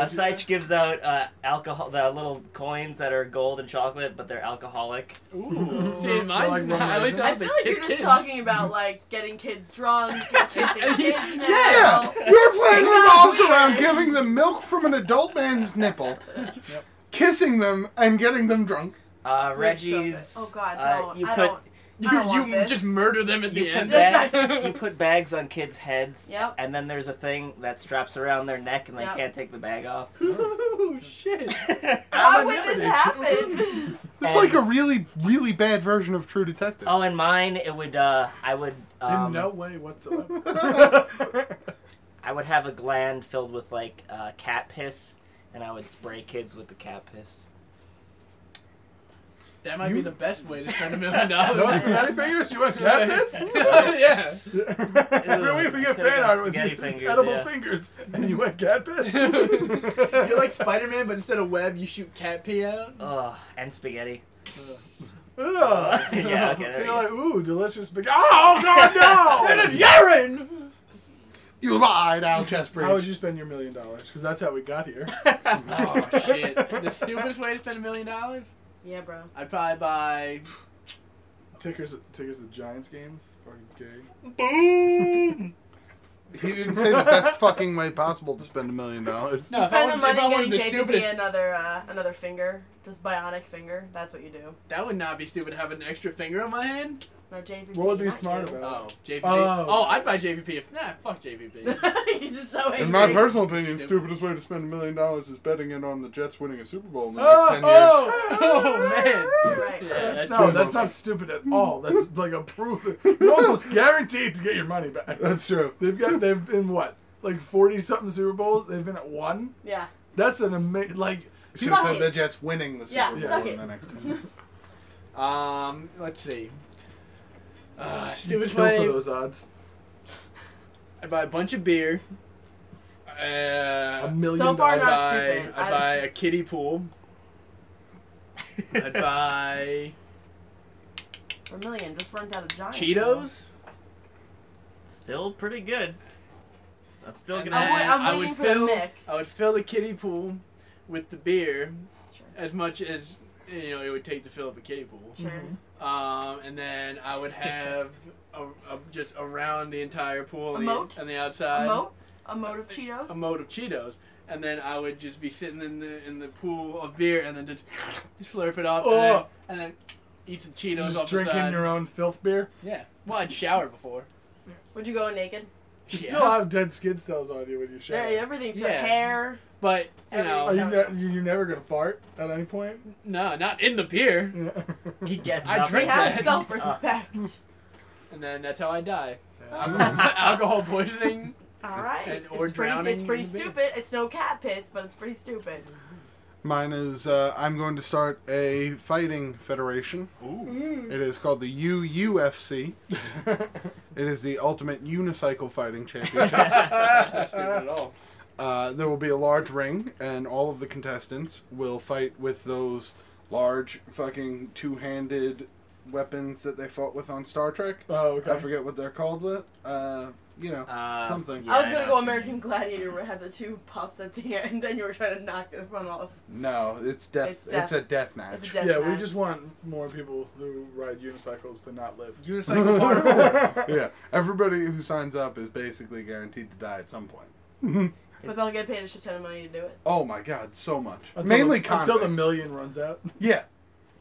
S7: Seich gives out uh, alcohol, the little coins that are gold and chocolate, but they're alcoholic.
S4: Ooh. See, mine's
S3: Like
S4: not. At least
S3: Roman
S4: I don't
S5: I feel
S4: think
S5: like
S4: kiss
S5: you're just
S4: kids.
S5: talking about like getting kids drunk, and kissing kids now.
S2: Yeah, your plan revolves around giving them milk from an adult man's nipple, kissing them, and getting them drunk.
S7: Uh,
S5: Rich chocolate.
S7: Reggie's.
S5: Oh, God,
S7: uh,
S5: don't.
S7: you
S5: I
S7: put
S5: don't.
S4: You,
S5: I don't want
S4: you
S5: this.
S4: just murder them at the
S7: you put,
S4: end.
S7: bag, you put bags on kids' heads,
S5: Yep.
S7: and then there's a thing that straps around their neck, and they
S5: Yep.
S7: can't take the bag off.
S4: oh, shit.
S5: Why
S3: I'm
S5: would
S3: a
S5: this
S3: never
S5: happen?
S2: It's
S7: And-
S2: like a really, really bad version of True Detective.
S7: Oh, and mine, it would. Uh, I would. Um,
S3: in no way whatsoever.
S7: I would have a gland filled with like uh, cat piss, and I would spray kids with the cat piss.
S4: That might be
S2: You-
S4: the best way to spend a million dollars.
S3: Those spaghetti fingers? You want this?
S4: yeah.
S3: Every week we get
S7: Could've
S3: fan
S7: done
S3: art with
S7: spaghetti
S3: you-
S7: fingers,
S3: edible
S7: yeah.
S3: fingers, and you went cat piss.
S4: You're like Spider Man, but instead of web, you shoot cat pee out.
S7: Ugh, and spaghetti.
S3: Ugh.
S7: Yeah, okay,
S3: so you're
S7: there you
S3: like, ooh, delicious spaghetti. Oh god, no!
S4: urine!
S2: You lied, Al Chessbridge.
S3: How would you spend your million dollars? Because that's how we got here.
S4: Oh, shit. The stupidest way to spend a million dollars?
S5: Yeah, bro.
S4: I'd probably buy
S3: Tickers, tickers to Giants games. Fucking gay.
S6: Boom!
S2: He didn't say the best fucking way possible to spend a million dollars.
S4: No, if I was,
S5: Spend the
S4: if I
S5: money
S4: wanted the
S5: getting Jake to be
S4: stupidest,
S5: another uh, another finger, just bionic finger. That's what you do.
S4: that would not be stupid to have an extra finger on my hand.
S5: No, JVP.
S3: What would be
S5: not
S3: smart
S5: you.
S3: about
S4: Oh, JVP.
S3: Oh.
S4: Oh, I'd buy JVP if nah, fuck JVP.
S5: He's just so angry.
S2: In my personal opinion,
S4: Stupid.
S2: stupidest way to spend a million dollars is betting it on the Jets winning a Super Bowl in the next
S4: oh,
S2: ten years.
S4: oh, oh, man.
S5: Right.
S4: Yeah,
S3: That's,
S4: that's
S3: no,
S2: true.
S3: that's not stupid at all. That's like a proof. You're almost guaranteed to get your money back.
S2: That's true.
S3: They've got they've been what like forty something Super Bowls. They've been at one.
S5: Yeah.
S3: That's an amazing like.
S2: Should have
S5: Fuck
S2: said
S5: it.
S2: the Jets winning the Super
S5: Yeah,
S2: Bowl
S5: suck
S2: in
S5: it.
S2: the next ten years.
S4: Um, let's see. Uh,
S3: Kill
S4: stupid
S3: for
S4: way.
S3: those odds.
S4: I buy a bunch of beer. Uh,
S3: A million
S5: So
S4: I
S5: far, not-
S3: dollars.
S4: buy
S5: stupid.
S4: I
S5: I-
S4: buy a kiddie pool. I'd buy
S5: A million just runs out of giant.
S4: Cheetos.
S6: Still pretty good. I'm still
S4: And
S6: gonna.
S5: I'm, wait-
S4: then
S5: I'm
S4: I
S5: waiting
S4: would
S5: for
S4: fill-
S5: the mix.
S4: I would fill the kiddie pool with the beer
S5: Sure.
S4: as much as you know it would take to fill up a kiddie pool.
S5: Sure.
S4: Um, and then I would have a, a, just around the entire pool
S5: A
S4: on,
S5: moat?
S4: The, on the
S5: A
S4: outside.
S5: moat? A moat of Cheetos?
S4: Uh, a moat of Cheetos, and then I would just be sitting in the in the pool of beer, and then just slurp it up,
S3: Oh.
S4: and, then, and then eat some Cheetos.
S3: Just
S4: off
S3: drinking
S4: the side.
S3: your own filth beer.
S4: yeah. Well, I'd shower before.
S5: Would you go naked?
S3: You
S4: Yeah.
S3: still have dead skin cells on you when you shower.
S5: Yeah, everything's your
S4: Yeah.
S5: hair.
S4: But you
S3: Are
S4: know,
S3: you ne- you- you're never gonna fart at any point?
S4: no, not in the beer.
S6: He gets
S4: I
S6: up
S4: drink
S6: and-
S4: that. Uh,
S5: Have self respect.
S4: And then that's how I die.
S3: Yeah.
S4: Alcohol poisoning.
S5: Alright.
S4: And-
S5: It's,
S4: or
S5: pretty, it's
S4: drowning
S5: pretty
S4: in the beer.
S5: stupid. It's no cat piss, but it's pretty stupid.
S2: Mine is uh, I'm going to start a fighting federation. It is called the UUFC. It is the Ultimate Unicycle Fighting Championship.
S4: That's not stupid at all.
S2: uh, there will be a large ring, and all of the contestants will fight with those large fucking two-handed weapons that they fought with on Star Trek.
S3: oh,
S2: I
S3: okay.
S2: forget what they're called, but uh, you know
S6: Uh,
S2: something.
S6: yeah.
S5: I was
S6: I
S5: gonna
S6: know
S5: go
S6: what you
S5: American
S6: mean.
S5: Gladiator where it had the two puffs at the end, and you were trying to knock the one off.
S2: No, it's death. It's,
S5: It's death.
S2: a death
S5: It's
S2: match.
S5: a death
S3: Yeah, we
S5: match.
S3: just want more people who ride unicycles to not live.
S4: Unicycle parkour.
S2: yeah, everybody who signs up is basically guaranteed to die at some point.
S5: But they'll get paid a shit ton of money to do it.
S2: Oh my god, so much.
S3: Until
S2: Mainly
S3: the, until the
S2: convicts.
S3: million runs out.
S2: Yeah,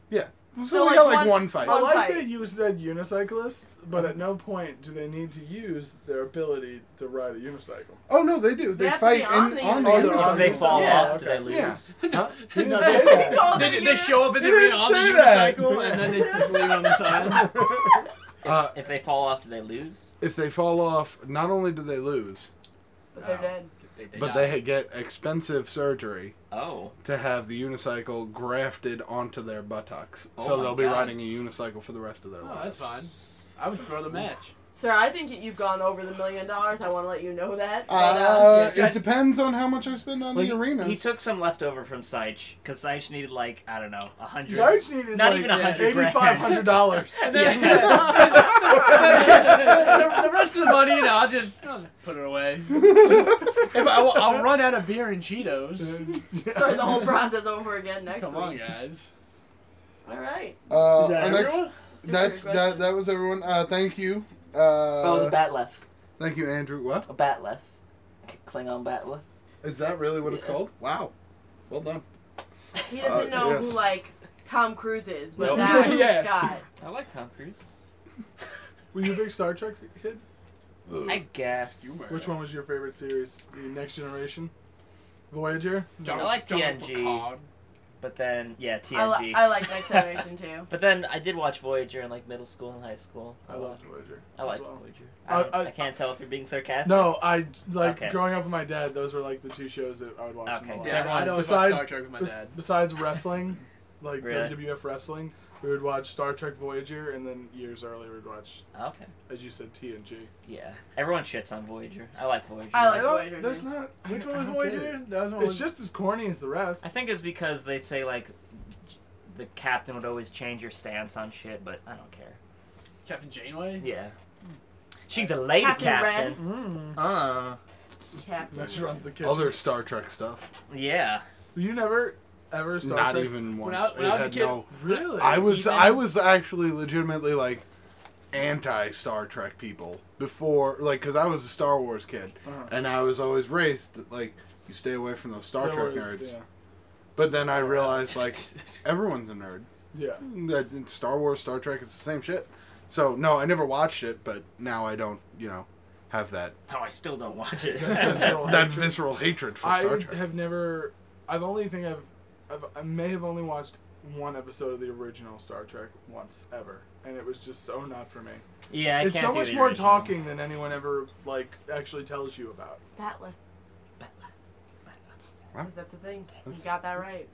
S2: yeah. So,
S5: So,
S2: we
S5: like,
S2: got like
S5: one- Oh.
S2: one, fight.
S3: I
S5: One
S3: like
S5: fight.
S3: that you said unicyclist, but at no point do they need to use their ability to ride a unicycle.
S2: oh no, they do. They,
S5: have to
S2: fight
S5: be on
S2: in,
S5: the
S2: on the
S3: unicycle.
S2: unicycle.
S6: Oh, they fall
S4: Yeah.
S6: off. Do they lose?
S2: Yeah.
S3: You didn't
S5: They
S3: say that.
S5: call
S4: they,
S5: it
S4: they
S5: a-
S4: show up in the
S3: You
S4: ring
S3: didn't
S4: on the
S3: say that.
S4: unicycle, and then they just leave it on the side.
S2: Uh,
S6: If they fall off, do they lose?
S2: if they fall off, not only do they lose,
S5: But they're
S6: Oh.
S5: dead.
S2: but
S6: die.
S2: they ha- get expensive surgery
S6: Oh.
S2: to have the unicycle grafted onto their buttocks,
S6: Oh
S2: so
S6: my
S2: they'll be
S6: God.
S2: riding a unicycle for the rest of their
S4: Oh,
S2: lives.
S4: that's fine. I would throw the match.
S5: Sir, I think that you've gone over the million dollars. I want to let you know that. But, uh,
S2: Uh,
S4: Yeah,
S2: it depends on how much I spend on the
S6: he-
S2: arenas.
S6: He, took some left over from Seich because Seich needed like I don't know a hundred.
S3: Sarge needed
S6: Not
S3: like
S6: even a hundred grand.
S3: eighty five hundred dollars.
S4: And then, the, the rest of the money, you know, I'll just, I'll just put it away. If I, will I'll run out of beer and Cheetos.
S5: uh, start the whole process over again next
S4: Come
S5: week.
S4: on, guys.
S5: All right.
S2: Uh,
S3: Is
S2: our next-
S3: that everyone?
S5: Super
S2: that's
S5: good
S2: that.
S5: question.
S2: That was everyone. Uh, thank you. Uh,
S6: Oh, the batleth,
S2: thank you, Andrew. What
S6: a batleth, K- Klingon batleth.
S2: is that really what it's
S5: Yeah.
S2: called? Wow. Well done.
S5: He doesn't
S2: Uh,
S5: know
S2: yes.
S5: who like Tom Cruise is, but
S6: Nope.
S5: that's who
S4: Yeah.
S5: he's got.
S6: I like Tom Cruise.
S3: Were you a big Star Trek kid?
S6: I guess.
S4: You were.
S3: Which one was your favorite series? The Next Generation, Voyager.
S6: I like
S4: Don't- don't
S6: TNG.
S4: recall.
S6: But then yeah, TNG.
S5: I, li- I like Next Generation too.
S6: but then I did watch Voyager in like middle school and high school. Uh,
S3: I loved Voyager.
S6: I
S3: as
S6: liked
S3: well.
S6: Voyager. I, don't-
S3: I- I-
S6: I can't tell if you're being sarcastic.
S3: No, I like
S6: Okay.
S3: growing up with my dad. Those were like the two shows that I would watch.
S6: Okay.
S3: in the
S4: Yeah,
S3: library.
S6: Everyone-
S4: I know
S3: Besides-
S4: about Star Trek with my
S3: Bes-
S4: dad.
S3: Besides wrestling, like
S6: Really?
S3: WWF wrestling, we would watch Star Trek Voyager, and then years earlier we'd watch,
S6: Oh, Okay.
S3: as you said, TNG.
S6: Yeah. Everyone shits on Voyager. I like Voyager.
S5: I like-
S3: I don't-
S5: Voyager,
S3: There's
S5: dude.
S3: not. I-
S4: Which
S3: I
S4: one was
S3: don't get it.
S4: Voyager? That was the one
S3: It's
S4: with-
S3: just as corny as the rest.
S6: I think it's because they say like the captain would always change your stance on shit, but I don't care.
S4: Captain Janeway.
S6: Yeah. She's a lady
S5: Captain
S6: captain.
S3: Mm.
S6: Uh.
S5: Captain.
S3: Now she runs the kitchen.
S2: Other Star Trek stuff.
S6: Yeah.
S3: You never. ever Star
S2: Not
S3: Trek?
S2: even
S4: When
S2: once.
S4: I, when
S2: it
S4: I was a
S2: had
S4: kid,
S2: no.
S3: Really?
S2: I was
S4: Even-
S2: I was actually legitimately like anti Star Trek people before, like, because I was a Star Wars kid,
S3: Uh-huh.
S2: and I was always raised that, like you stay away from those Star
S3: There
S2: Trek
S3: was-
S2: nerds. But then I realized like everyone's a nerd.
S3: Yeah. yeah.
S2: That it's Star Wars, Star Trek, it's the same shit. So no, I never watched it, but now I don't, you know, have that
S6: Oh, I still don't watch it.
S3: Visceral
S2: that
S3: hatred.
S2: visceral hatred for
S3: I
S2: Star Trek.
S3: have never. I've only think I've, I've. I may have only watched one episode of the original Star Trek once ever, and it was just so not for me.
S6: yeah, I
S3: it's
S6: can't
S3: so
S6: do
S3: much
S6: the
S3: more
S6: original.
S3: talking than anyone ever like actually tells you about.
S5: Batla.
S2: What?
S5: That's the thing.
S2: That's-
S5: You got that right.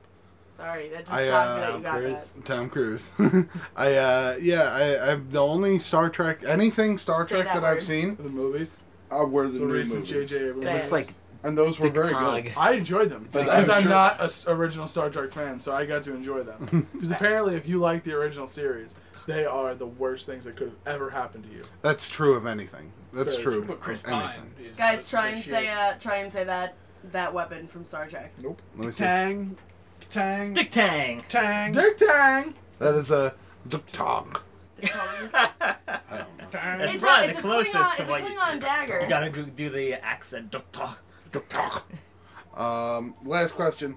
S5: Sorry, that just
S2: I,
S5: shocked me
S2: uh,
S5: that you got
S6: Chris.
S2: Tom Cruise. I uh yeah, I I'm the only Star Trek anything Star
S5: Say
S2: Trek
S5: that
S2: that, I've
S5: word.
S2: seen
S3: The movies,
S2: uh, were the,
S3: the,
S2: new
S3: recent
S2: movies.
S3: J.J.
S5: Say
S3: Abrams.
S5: it.
S7: Looks like
S2: And those were
S7: Dick
S2: very
S7: Tog.
S2: good.
S3: I enjoyed them
S2: But
S3: because
S2: I'm
S3: I'm
S2: sure-
S3: not an original Star Trek fan, so I got to enjoy them. Because apparently, if you like the original series, they are the worst things that could have ever happened to you.
S2: That's true of anything. That's
S3: Very
S2: true.
S3: true.
S4: But Chris
S2: of anything.
S4: Pine. is-
S5: Guys,
S4: is
S5: try
S4: the
S5: and
S4: shit.
S5: say uh, try and say that that weapon from Star Trek.
S2: Let me see.
S4: Tang, Tang,
S6: Dick Tang.
S4: Tang,
S3: Dick Tang.
S2: That is uh, a Dick Tog. I don't know.
S4: Tang.
S6: That's
S5: It's
S6: probably
S5: a-
S6: the
S5: it's a
S6: closest
S5: Klingon-
S6: to
S5: it's a
S6: what you,
S5: Klingon dagger.
S6: you gotta go do the accent. Duck, duck.
S2: Dick Tog. Um, last question.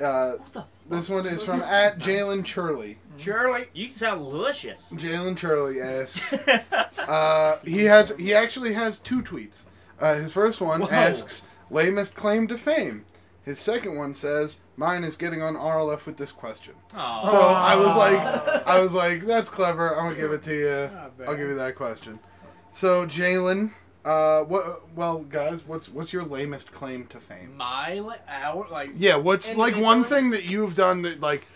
S2: Uh,
S6: the
S2: this one is from at Jalen Churley.
S3: Mm-hmm.
S6: Shirley, you sound delicious.
S2: Jalen Churley asks. Uh, he has he actually has two tweets. Uh, his first one
S6: Whoa.
S2: asks lamest claim to fame. His second one says mine is getting on RLF with this question.
S6: Aw.
S2: So I was
S3: Aw.
S2: like, I was like, that's clever. I'm gonna give it to
S4: Not
S2: you.
S4: bad.
S2: I'll give you that question. So Jalen, uh, what? Well, guys, what's what's your lamest claim to fame?
S4: My li- hour, like
S2: Yeah, what's like one
S5: Individually?
S2: thing that you've done that like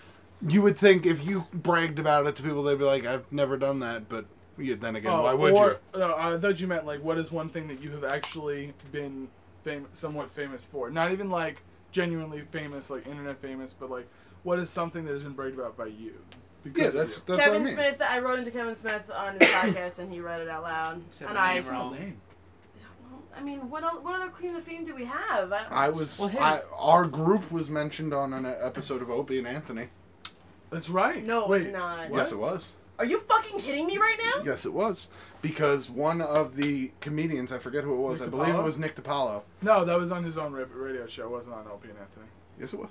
S2: you would think if you bragged about it to people, they'd be like, I've never done that. But yeah, then again,
S3: Oh,
S2: why would you?
S3: or, No, I thought you meant like what is one thing that you have actually been fam- somewhat famous for? Not even like genuinely famous, like internet famous, but like what is something that has been bragged about by you? Because
S2: Yeah,
S3: of
S2: that's
S3: you?
S2: that's
S5: Kevin
S2: what I mean.
S5: Smith. I wrote into Kevin Smith on his podcast, and he read it out loud.
S4: Said
S5: and
S4: my
S5: I,
S4: name wrong.
S3: name.
S5: I mean, what el what other Queen of Fame do we have? I,
S2: I was
S6: Well, hey.
S2: I, our group was mentioned on an episode of Opie and Anthony.
S3: That's right.
S5: no,
S3: Wait,
S5: it's not.
S3: What?
S2: Yes, it was.
S5: Are you fucking kidding me right now?
S2: Yes, it was because one of the comedians, I forget who it was,
S3: Nick
S2: I believe it
S3: DiPaolo?
S2: was Nick DiPaolo.
S3: No, that was on his own ra- radio show. It wasn't on LP and Anthony.
S2: Yes, it was.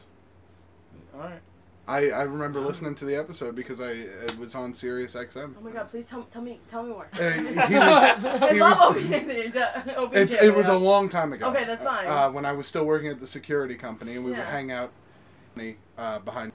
S3: All right.
S2: I, I remember listening to the episode because I it was on Sirius XM.
S5: Oh my god! Please tell, tell me tell me more.
S2: Uh, he was,
S5: I
S2: he
S5: love
S2: was-
S5: open, the, open
S2: it's,
S5: Channel,
S2: it was a
S5: yeah.
S2: long time ago.
S5: Okay, that's fine.
S2: Uh, when I was still working at the security company, and we would
S5: Yeah.
S2: hang out uh, behind.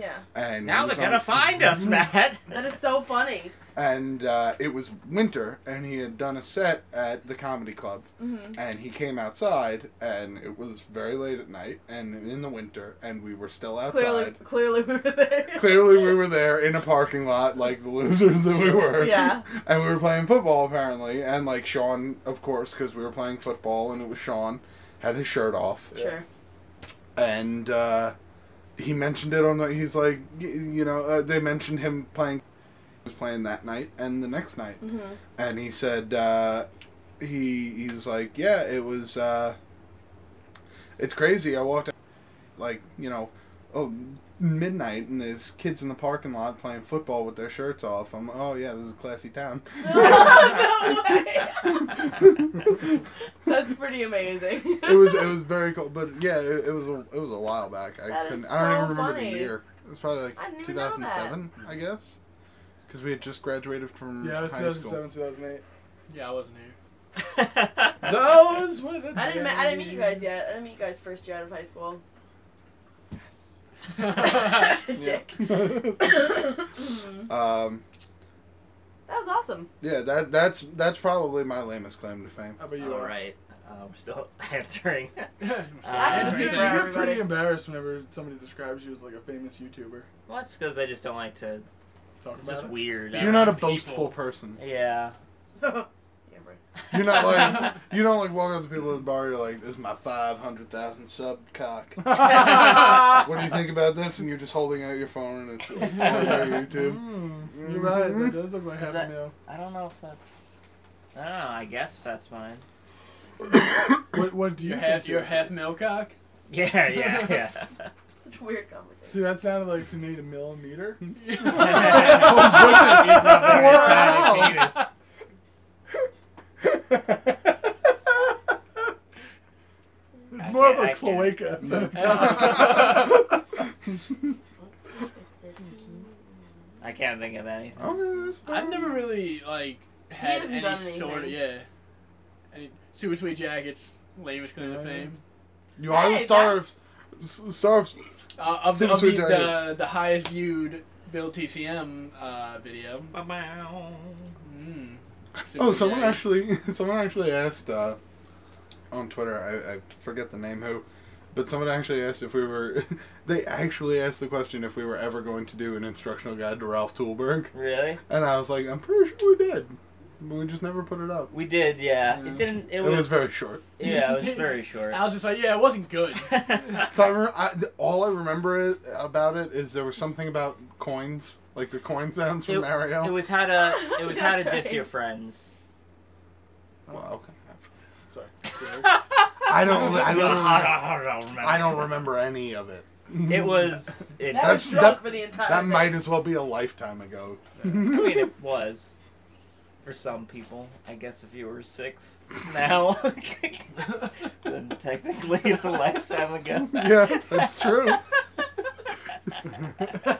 S5: yeah.
S2: And
S6: Now
S2: he
S6: they're
S2: was
S6: gonna
S2: on-
S6: find us, Matt.
S5: That is so funny.
S2: and uh, it was winter, and he had done a set at the comedy club,
S5: Mm-hmm.
S2: and he came outside, and it was very late at night, and in the winter, and we were still
S5: Clearly,
S2: outside.
S5: clearly we were there.
S2: Clearly, we were there in a parking lot, like the losers that we were.
S5: Yeah.
S2: And we were playing football apparently, and like Sean, of course, because we were playing football, and it was Sean had his shirt off,
S5: Sure.
S2: and uh, he mentioned it on the. He's like, y- you know, uh, they mentioned him playing. he Was playing that night and the next night,
S5: Mhm.
S2: and he said uh, he he was like, yeah, it was. Uh, it's crazy. I walked out, like you know, oh, midnight, and there's kids in the parking lot playing football with their shirts off. I'm oh yeah, this is a classy town.
S5: no way. That's pretty amazing.
S2: it was it was very cool, but yeah, it, it was a, it was a while back. I
S5: That is
S2: couldn't. I don't even
S5: so
S2: remember
S5: funny.
S2: the year. It was probably
S5: I didn't
S2: like
S5: even know that.
S2: 2007, I guess, because we had just graduated from
S3: Yeah, it was
S2: Mm, high school.
S3: 2007, 2008.
S4: yeah, I wasn't here.
S3: Those were the.
S5: I didn't. ma- I didn't meet you guys
S3: days.
S5: yet. I didn't meet you guys first year out of high school. Dick. Mhm.
S2: um,
S5: That was awesome.
S2: yeah, that that's that's probably my lamest claim to fame.
S3: How about you?
S6: All
S3: Art?
S6: right, uh, we're still answering. Uh,
S5: I
S3: You get- you
S5: That's for
S3: get
S5: everybody.
S3: pretty embarrassed whenever somebody describes you as like a famous YouTuber.
S6: Well, that's because I just don't like to.
S3: Talk
S6: It's
S3: about
S6: just
S3: it.
S6: weird.
S2: You're not a
S4: people.
S2: boastful person.
S6: Yeah.
S5: yeah, right.
S2: You're not like you don't like walk up to people at the bar. You're like, "This is my five hundred thousand sub cock." what do you think about this? And you're just holding out your phone, and it's on your YouTube.
S3: Mm, you're right. That does look like
S6: Is
S3: Happy
S6: that-
S3: Meal.
S6: I don't know if that's. I don't know. I guess if that's mine.
S3: What, what do you
S4: You're
S3: think
S4: half, you're
S3: yours
S4: half
S3: is?
S4: Milcock.
S6: Yeah, yeah, yeah.
S5: It's a Weird
S3: See,
S5: conversation.
S3: that sounded like to me the millimeter.
S2: Oh, goodness.
S3: It's
S7: I
S3: more of
S7: can't-
S3: a
S7: I can't.
S3: cloaca. than a
S7: I can't think of any.
S2: Okay, that's
S4: I've
S2: fine.
S4: never really like had
S5: hasn't
S4: any
S5: done
S4: sort of
S5: anything.
S4: yeah. Any Super Sweet Jackets, lamest claim to
S3: Yeah.
S4: fame.
S2: You are the
S5: Hey,
S2: star of s- star of
S4: Uh, of the,
S2: Super
S4: of the,
S2: Sweet
S4: the,
S2: Jackets.
S4: the highest viewed Bill TCM uh, video. Mm. Super
S2: Oh, someone
S4: Jackets.
S2: actually, someone actually asked uh, on Twitter. I, I forget the name who, but someone actually asked if we were. They actually asked the question if we were ever going to do an instructional guide to Ralph Toolberg,
S7: Really?
S2: and I was like, I'm pretty sure we did, but we just never put it up.
S7: We did, yeah.
S2: Yeah.
S7: It didn't. It,
S2: It, was, very short.
S7: Yeah, it was very short.
S4: I was just like, yeah, it wasn't good.
S2: So I remember, I, th- all I remember it, about it is there was something about coins, like the coin sounds from
S7: It-
S2: Mario.
S7: It was how to. It was how to
S5: That's
S7: diss
S5: right.
S7: your friends.
S2: Wow, okay.
S3: Sorry.
S2: I don't. I don't. I
S7: I
S2: don't remember any of it.
S7: It was. It,
S5: That
S2: That's-
S5: was drunk
S2: that-
S5: for the entire
S2: That
S5: thing.
S2: might as well be a lifetime ago.
S7: I mean, it was. For some people, I guess if you were six now, then technically it's a lifetime ago.
S2: yeah, that's true.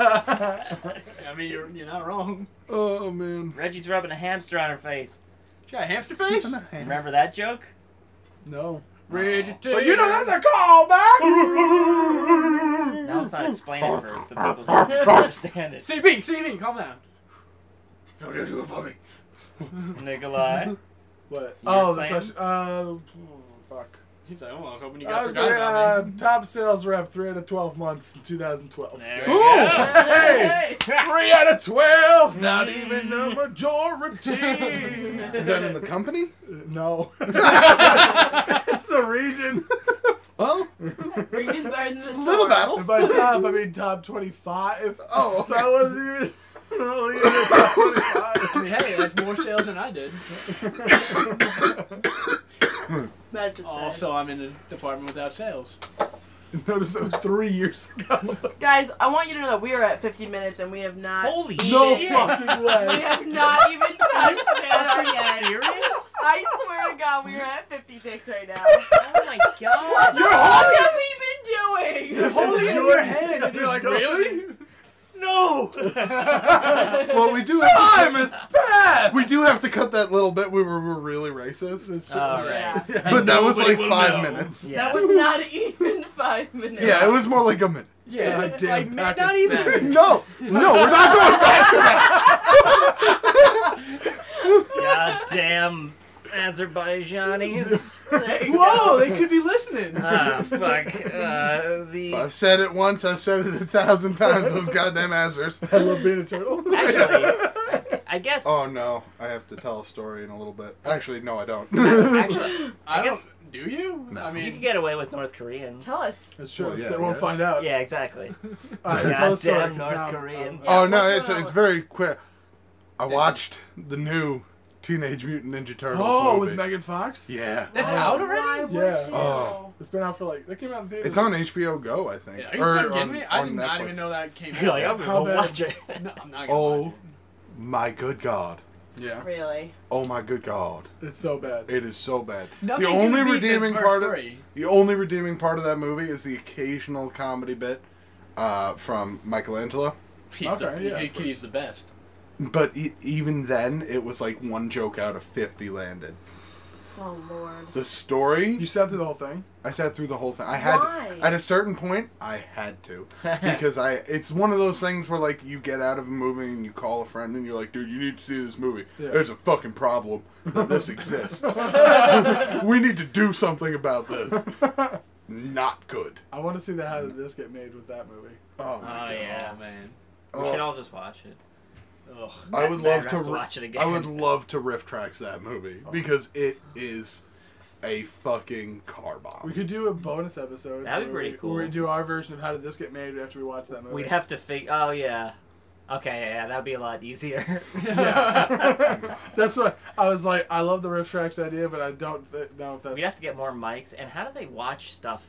S4: I mean, you're, you're not wrong.
S2: Oh man.
S7: Reggie's rubbing a hamster on her face.
S4: She got a hamster face?
S7: Remember that joke?
S3: No.
S4: Rigid.
S3: But you don't have to call back!
S7: Now let's not explain it for the people who don't understand it.
S4: CB, CB, calm down. Don't do it for me.
S7: Nikolai.
S3: what? Oh, the
S7: plan?
S3: question. Uh, fuck.
S4: He's like, oh, I was hoping you
S3: I
S4: guys
S3: was
S4: forgot
S3: the
S4: about
S3: uh,
S4: me.
S3: top sales rep, 3 out of 12 months in 2012.
S4: There
S3: Boom!
S4: we go.
S3: Hey! 3 out of 12! Not
S7: Mm.
S3: even the majority!
S2: Is that in the company?
S3: no. it's the region.
S2: Oh,
S5: Reading Barnes and
S2: Little
S5: Noble.
S2: Battles.
S3: And by top, I mean top 25.
S2: Oh, okay.
S3: So I wasn't even. really in the top 25.
S4: I mean, hey, that's more sales than I did.
S5: That's just bad.
S4: Also, I'm in a department without sales.
S3: Notice it was three years ago.
S5: Guys, I want you to know that we are at 50 minutes and we have not.
S7: Holy
S2: No
S7: shit!
S2: fucking
S5: We
S2: way.
S5: have not even touched
S7: Are
S5: Banner
S7: you
S5: yet.
S7: serious?
S5: I swear to God, we are at 56 right now.
S7: Oh my god!
S5: You're what have we been doing?
S3: holding
S2: in
S3: your
S2: hand
S4: And you're like, really?
S2: Well, we do.
S3: Time
S2: have
S3: is passed.
S2: we do have to cut that little bit. We were, we're really racist,
S3: This
S7: All
S5: Yeah.
S7: right.
S2: but that was
S4: Uh, nobody
S2: like
S4: will
S2: five
S4: know.
S2: minutes.
S7: Yeah.
S5: That was not even five minutes.
S2: Yeah, it was more like a minute.
S4: Yeah,
S3: God damn
S4: like, man, not
S3: Pakistan.
S4: even.
S2: No, no, we're not going back to that.
S7: Goddamn Azerbaijanis.
S5: There you
S4: Whoa, they could be listening.
S7: Ah, fuck. Uh, the
S2: I've said it once. I've said it a thousand times. Those goddamn answers.
S3: I love being a turtle.
S7: actually, I guess.
S2: Oh no, I have to tell a story in a little bit. Actually, no, I don't.
S7: Actually,
S4: I,
S7: I
S4: don't.
S7: guess-
S4: Do you? I
S7: you can
S4: mean,
S7: get away with North Koreans.
S5: go. Tell us.
S3: That's true.
S2: Well, yeah,
S3: they won't
S2: yes.
S3: find out.
S7: Yeah, exactly.
S3: All right, tell a story. 'cause
S7: Goddamn North
S3: now I'm-
S7: Koreans.
S2: Oh
S5: Yeah,
S2: no,
S5: what's
S2: it's
S5: going on
S2: it's
S4: uh,
S5: with-
S2: very quick. I watched the new Teenage Mutant Ninja Turtles
S3: Oh,
S2: movie.
S3: with Megan Fox?
S2: yeah,
S4: that's
S3: Oh.
S4: out already.
S5: Why would
S3: Yeah.
S5: you?
S2: Oh.
S3: It's been out for like. That came out in theaters.
S2: it's on HBO Go, I think.
S4: Yeah, are you
S2: Or
S4: fucking
S2: er,
S4: kidding
S2: on-
S4: me? I
S2: on
S4: did not
S2: Netflix.
S4: even know that came out.
S7: You're like, I'm gonna
S3: How
S7: go
S3: bad-
S7: watch it.
S4: No, I'm not gonna watch
S2: Oh
S4: it.
S2: my good god!
S3: Yeah.
S5: Really?
S2: Oh my good god!
S3: It's so bad.
S2: It is so bad.
S4: Nothing
S2: the
S4: can
S2: only
S4: beat the
S2: redeeming
S4: first
S2: part of
S4: three.
S2: the only redeeming part of that movie is the occasional comedy bit uh, from Michelangelo.
S4: He's,
S3: Okay,
S4: the,
S3: yeah,
S4: he-
S3: of course.
S4: he's the best.
S2: But e even then, it was like one joke out of fifty landed.
S5: Oh lord.
S2: The story
S3: You sat through the whole thing?
S2: I sat through the whole thing. I had
S5: Why?
S2: at a certain point I had to because I it's one of those things where like you get out of a movie and you call a friend and you're like, dude, you need to see this movie.
S3: Yeah.
S2: There's a fucking problem that this exists. we need to do something about this. Not good.
S3: I want to see the how did this get made with that movie.
S2: Oh, my
S7: Oh
S2: God.
S7: yeah.
S4: man.
S7: We should
S2: Oh,
S7: all just watch it.
S4: Ugh.
S2: I would love
S7: Matt
S2: to,
S7: has to
S2: ri-
S7: watch it again.
S2: I would love to riff tracks that movie because it is a fucking car bomb.
S3: We could do a bonus episode.
S7: That'd be
S3: where
S7: pretty
S3: we,
S7: cool.
S3: Where we do our version of how did this get made after we watch that movie.
S7: We'd have to fig. Oh yeah. Okay, yeah, yeah, that'd be a lot easier.
S3: Yeah. that's what I was like. I love the riff tracks idea, but I don't th- know if that's.
S7: We'd have to get more mics. And how do they watch stuff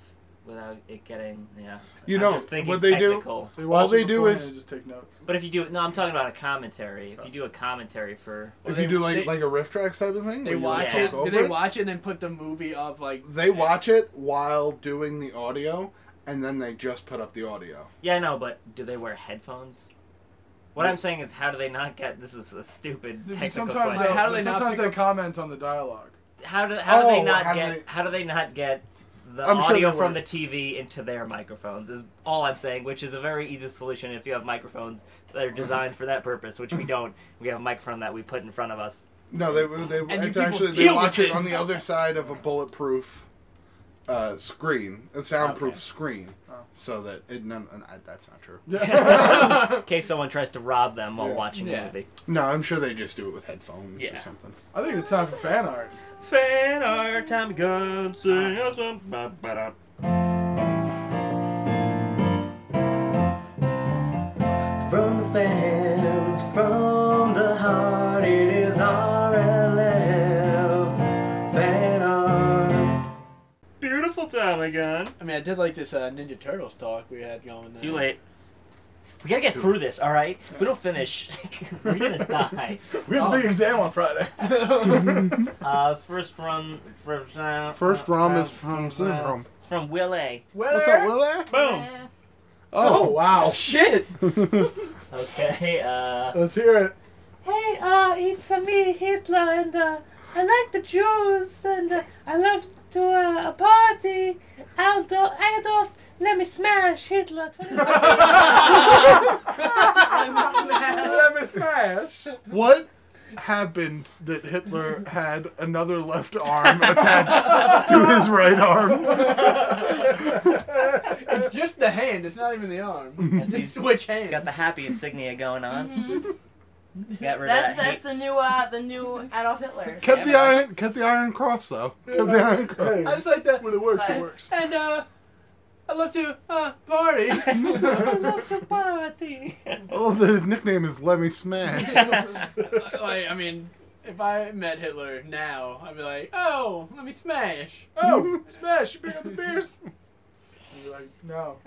S7: without it getting yeah.
S2: You
S7: I'm
S2: know,
S7: just thinking
S2: what they do-
S7: technical.
S3: They watch
S2: they
S3: it
S2: do
S3: beforehand
S2: is-
S3: and just take notes.
S7: But if you do no, I'm talking about a commentary. If you do a commentary for
S2: If
S4: They-
S2: you do like
S4: they-
S2: like a riff tracks type of thing,
S4: They
S2: where you, like,
S4: watch
S7: Yeah.
S4: it.
S2: talk over
S4: Do they watch it and then put the movie up like?
S2: They watch it while doing the audio, and then they just put up the audio.
S7: yeah, I know, but do they wear headphones? What I'm saying is, how do they not get this? Is a stupid
S3: Because
S7: technical
S3: Sometimes,
S7: question.
S3: they,
S4: How do they not
S3: sometimes
S4: pick
S3: they
S4: up-
S3: comment on the dialogue.
S7: How do how do they
S2: Oh,
S7: not
S2: how do
S7: get
S2: they-
S7: how do they not get the
S2: I'm sure
S7: audio
S2: they
S7: from the
S2: would.
S7: TV into their microphones? Is all I'm saying, which is a very easy solution if you have microphones that are designed for that purpose, which we don't. We have a microphone that we put in front of us.
S2: No, they they
S4: And you
S2: it's
S4: people
S2: actually they
S4: deal with
S2: watch it
S4: it.
S2: on the other side of a bulletproof uh, screen, a soundproof
S7: Okay.
S2: screen,
S3: Oh.
S2: so that it no, no, I- that's not true.
S7: In case someone tries to rob them while
S3: Yeah.
S7: watching
S4: Yeah.
S7: a movie.
S2: No, I'm sure they just do it with headphones or
S7: Yeah.
S2: something.
S3: I think it's time for fan art.
S7: Fan art time gun sing us a ba- ba- da.
S8: From the fans, from the heart, it is RLF fan art.
S7: Beautiful time again.
S4: I mean, I did like this uh, Ninja Turtles talk we had going. There.
S7: Too late. We gotta get through this, all right? If we don't finish, we're gonna die.
S3: We have a
S4: Oh.
S3: big exam on Friday.
S7: Uh, this first run, first round.
S2: First rum is from syndrome.
S7: It's from Will A.
S4: Well,
S2: What's up, Willie?
S7: Boom.
S5: Yeah.
S3: Oh,
S2: Oh,
S3: wow.
S4: Shit.
S7: Okay. Uh,
S3: Let's hear it.
S7: hey, uh, it's uh, me, Hitler, and uh, I like the Jews, and uh, I love to uh, party. Aldo, Adolf, let me smash Hitler. 25.
S3: Let me smash.
S2: what happened that Hitler had another left arm attached to his right arm?
S4: It's just the hand. It's not even the arm.
S7: Yes,
S4: It's
S7: he's-
S4: just switch hands.
S7: He's got the happy insignia going on. Got rid
S5: That's
S7: of that.
S5: that's the new uh the new Adolf Hitler.
S2: Kept the
S7: Yeah.
S2: iron, kept the iron cross though. Kept the iron cross.
S4: I just like that.
S3: When it works, it
S5: Nice.
S3: works.
S4: And uh, I love to uh party.
S7: I love to party.
S2: I love that his nickname is Lemmy Smash.
S4: like, I mean, if I met Hitler now, I'd be like, oh, let me smash.
S3: Oh, smash. You bring up the beers. And You're like, no.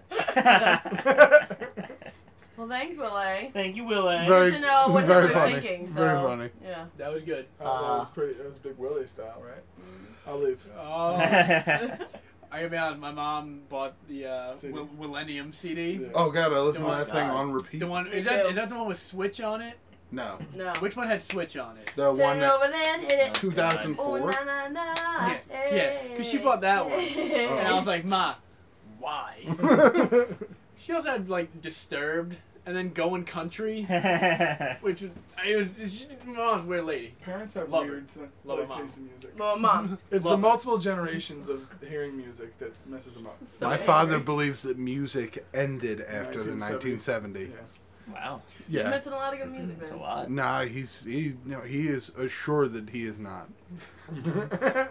S5: Well, thanks, Will A.
S7: Thank you, Will A.
S2: Very-
S5: Good to know what
S2: very
S5: Hitler's
S2: funny.
S5: thinking. So,
S2: Very funny.
S5: Yeah.
S4: That was good.
S3: Oh, that was pretty. That was Big Willie style, right? I'll leave.
S4: Oh. I gotta be honest, my mom bought the uh,
S3: CD.
S4: Wil- Millennium CD.
S3: Yeah.
S2: Oh god, I listen to
S4: Oh,
S2: that
S7: God.
S2: thing on repeat.
S4: The one
S5: Me
S4: is that
S5: too.
S4: is that the one with Switch on it?
S2: No,
S5: No.
S4: Which one had Switch on it?
S2: the
S5: Turn
S2: one
S5: it
S2: that,
S5: over then, hit it.
S7: Oh, God.
S5: Oh,
S2: 2004.
S5: na na na.
S4: Yeah, yeah, 'cause she bought that
S2: Oh.
S4: one. And I was like, Ma, why? she also had like Disturbed and then Going Country, which was it was she, my mom's a weird lady.
S3: Parents have
S4: Love
S3: weird sen-
S4: Love
S3: like,
S4: it, Mom.
S3: taste in music.
S5: well, mom.
S3: It's
S4: Love
S3: the
S4: it.
S3: multiple generations of hearing music that messes them up.
S5: so
S2: My
S5: angry.
S2: father believes that music ended after the
S3: 1970.
S2: 1970.
S3: Yes.
S7: wow,
S5: He's
S2: Yeah.
S5: missing a lot of good music.
S7: that's a
S5: then.
S7: lot.
S2: Nah, he's he no he is assured that he is not.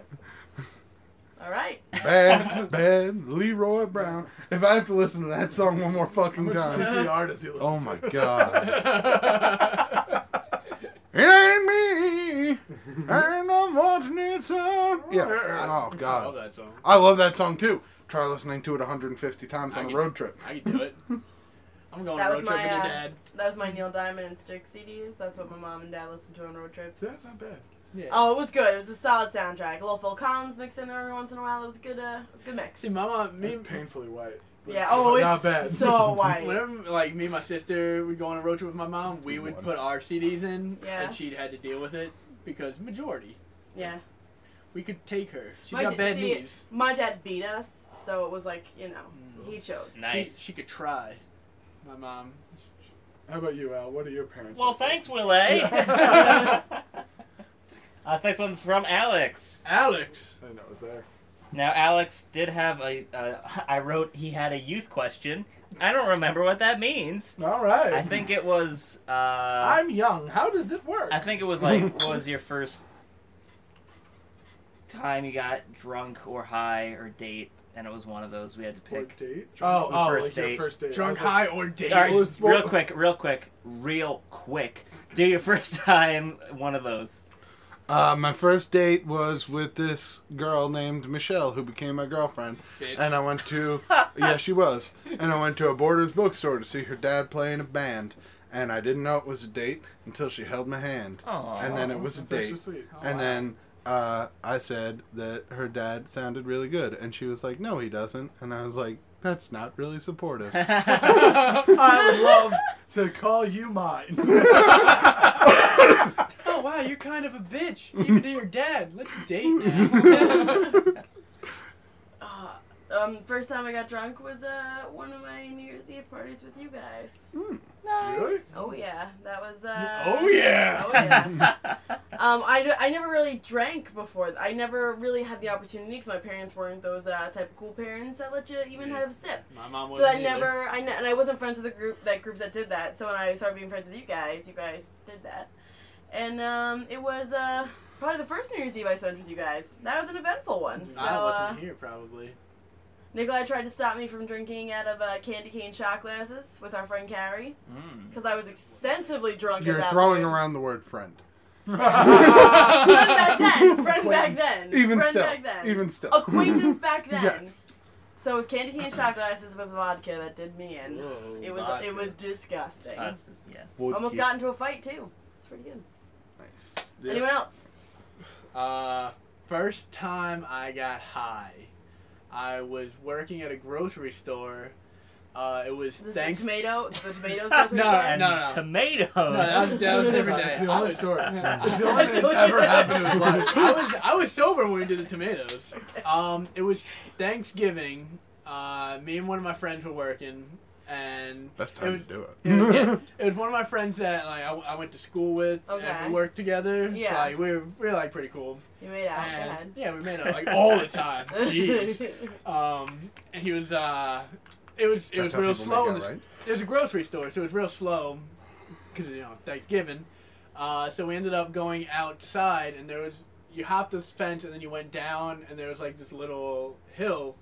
S5: All right.
S2: Bad, bad Leroy Brown. If I have to listen to that song one more fucking
S3: Which
S2: time.
S3: CCR does he listen
S2: Oh
S3: to?
S2: my god. it ain't me. Ain't no fortunate son. Yeah. Oh
S4: I love
S2: god.
S4: that song.
S2: I love that song too. Try listening to it 150 times
S4: I
S2: on a
S4: get-
S2: road trip.
S4: I can do it. I'm going on
S5: That
S4: a
S5: was
S4: road trip
S5: my,
S4: with your
S5: uh,
S4: dad.
S5: That was my Neil Diamond and Stick CDs. That's what my mom and dad listened to on road trips.
S3: That's not bad.
S4: Yeah.
S5: Oh, it was good. It was a solid soundtrack. A little Phil Collins mixed in there every once in a while. It was a good. Uh, it was a good mix.
S4: See, my mom, me,
S3: It's painfully white. but
S5: Yeah. Oh, it's
S3: not bad.
S5: so white.
S4: Whenever like me and my sister would go on a road trip with my mom, we would
S2: One.
S4: put our CDs in,
S5: Yeah.
S4: and she'd had to deal with it because majority
S5: yeah.
S4: we could take her. She
S5: My
S4: got
S5: d-
S4: bad
S5: see,
S4: knees.
S5: My dad beat us, so it was like you know he chose.
S7: Nice.
S4: She, she could try. My mom.
S3: How about you, Al? What are your parents?
S7: well,
S3: like
S7: thanks,
S3: listening
S7: Will A. uh, this next one's from Alex.
S4: Alex.
S3: to? I didn't know it was there.
S7: Now, Alex did have a. Uh, I wrote he had a youth question. I don't remember what that means.
S3: All right.
S7: I think it was. Uh,
S3: I'm young. How does it work?
S7: I think it was like, what was your first time you got drunk or high or date? And it was one of those we had to
S3: Or
S7: pick.
S3: date?
S7: Drunk.
S3: Oh, oh,
S7: First
S3: like
S7: date.
S3: your first date.
S4: Drunk,
S3: I was like,
S4: high, or dead.
S7: All right,
S3: It was-
S7: real
S3: well-
S7: quick, real quick, real quick. Do your first time one of those.
S2: Uh, my first date was with this girl named Michelle, who became my girlfriend.
S4: Bitch.
S2: And I went to, yeah, she was. And I went to a Borders bookstore to see her dad play in a band. And I didn't know it was a date until she held my hand.
S4: Aw,
S2: and then it was a
S3: That's extra
S2: date.
S3: sweet.
S5: Oh,
S2: and
S4: wow.
S2: then uh, I said that her dad sounded really good. And she was like, no, he doesn't. And I was like, that's not really supportive.
S3: I would love to call you mine.
S4: Oh wow, you're kind of a bitch. Even to your dad. Let's date now.
S5: Ah, um, first time I got drunk was uh one of my New Year's Eve parties with you guys.
S6: Nice.
S3: Really?
S5: Oh yeah, that was. Uh,
S4: oh yeah.
S5: Oh yeah. um, I, d- I never really drank before. I never really had the opportunity because my parents weren't those uh, type of cool parents that let you even have a sip.
S4: My mom
S5: So
S4: wasn't
S5: I never, I ne- and I wasn't friends with the group that groups that did that. So when I started being friends with you guys, you guys did that, and um, it was uh, probably the first New Year's Eve I spent with you guys. That was an eventful one. So
S4: I wasn't
S5: uh,
S4: here probably.
S5: Nikolai tried to stop me from drinking out of uh, candy cane shot glasses with our friend Carrie
S4: Mm.
S5: because I was extensively drunk. at
S2: You're
S5: that
S2: throwing
S5: point.
S2: around the word friend.
S5: friend back then. Friend back then.
S2: Even
S5: friend
S2: still.
S5: back then.
S2: Even still.
S5: acquaintance back then.
S2: Yes.
S5: So it was candy cane shot glasses with vodka that did me in.
S4: Whoa,
S5: it was
S7: vodka.
S5: it was disgusting.
S7: That's just, yeah.
S2: Would
S5: Almost
S2: you-
S5: got into a fight too. It's pretty good.
S2: Nice.
S3: Yeah.
S5: Anyone else?
S4: Uh, first time I got high, I was working at a grocery store. Uh, it was
S5: This is
S4: thanks.
S5: the tomato. The tomatoes. grocery
S4: No,
S5: store?
S7: And
S4: no, no.
S7: tomatoes.
S4: No, that was, that was every
S3: It's the
S4: day. I
S3: only
S4: was,
S3: story. It's the
S4: I-
S3: only thing that's ever happened in his life.
S4: I was I was sober when we did the tomatoes. Um, it was Thanksgiving. Uh, me and one of my friends were working, and
S2: Best
S4: it
S2: time
S4: was-
S2: to do it.
S4: It was, yeah, it was one of my friends that like I, I went to school with, and
S5: Okay.
S4: we worked together. So,
S5: Yeah.
S4: like we were, we were like pretty cool.
S5: You made out. Go
S4: And-
S5: ahead.
S4: yeah, we made out like all the time. Jeez. Um, and he was uh, it was it
S2: That's
S4: was
S2: how
S4: real
S2: people
S4: slow.
S2: make out,
S4: In this,
S2: right?
S4: It was a grocery store, so it was real slow, because you know Thanksgiving. Uh, so we ended up going outside, and there was you hopped this fence, and then you went down, and there was like this little hill,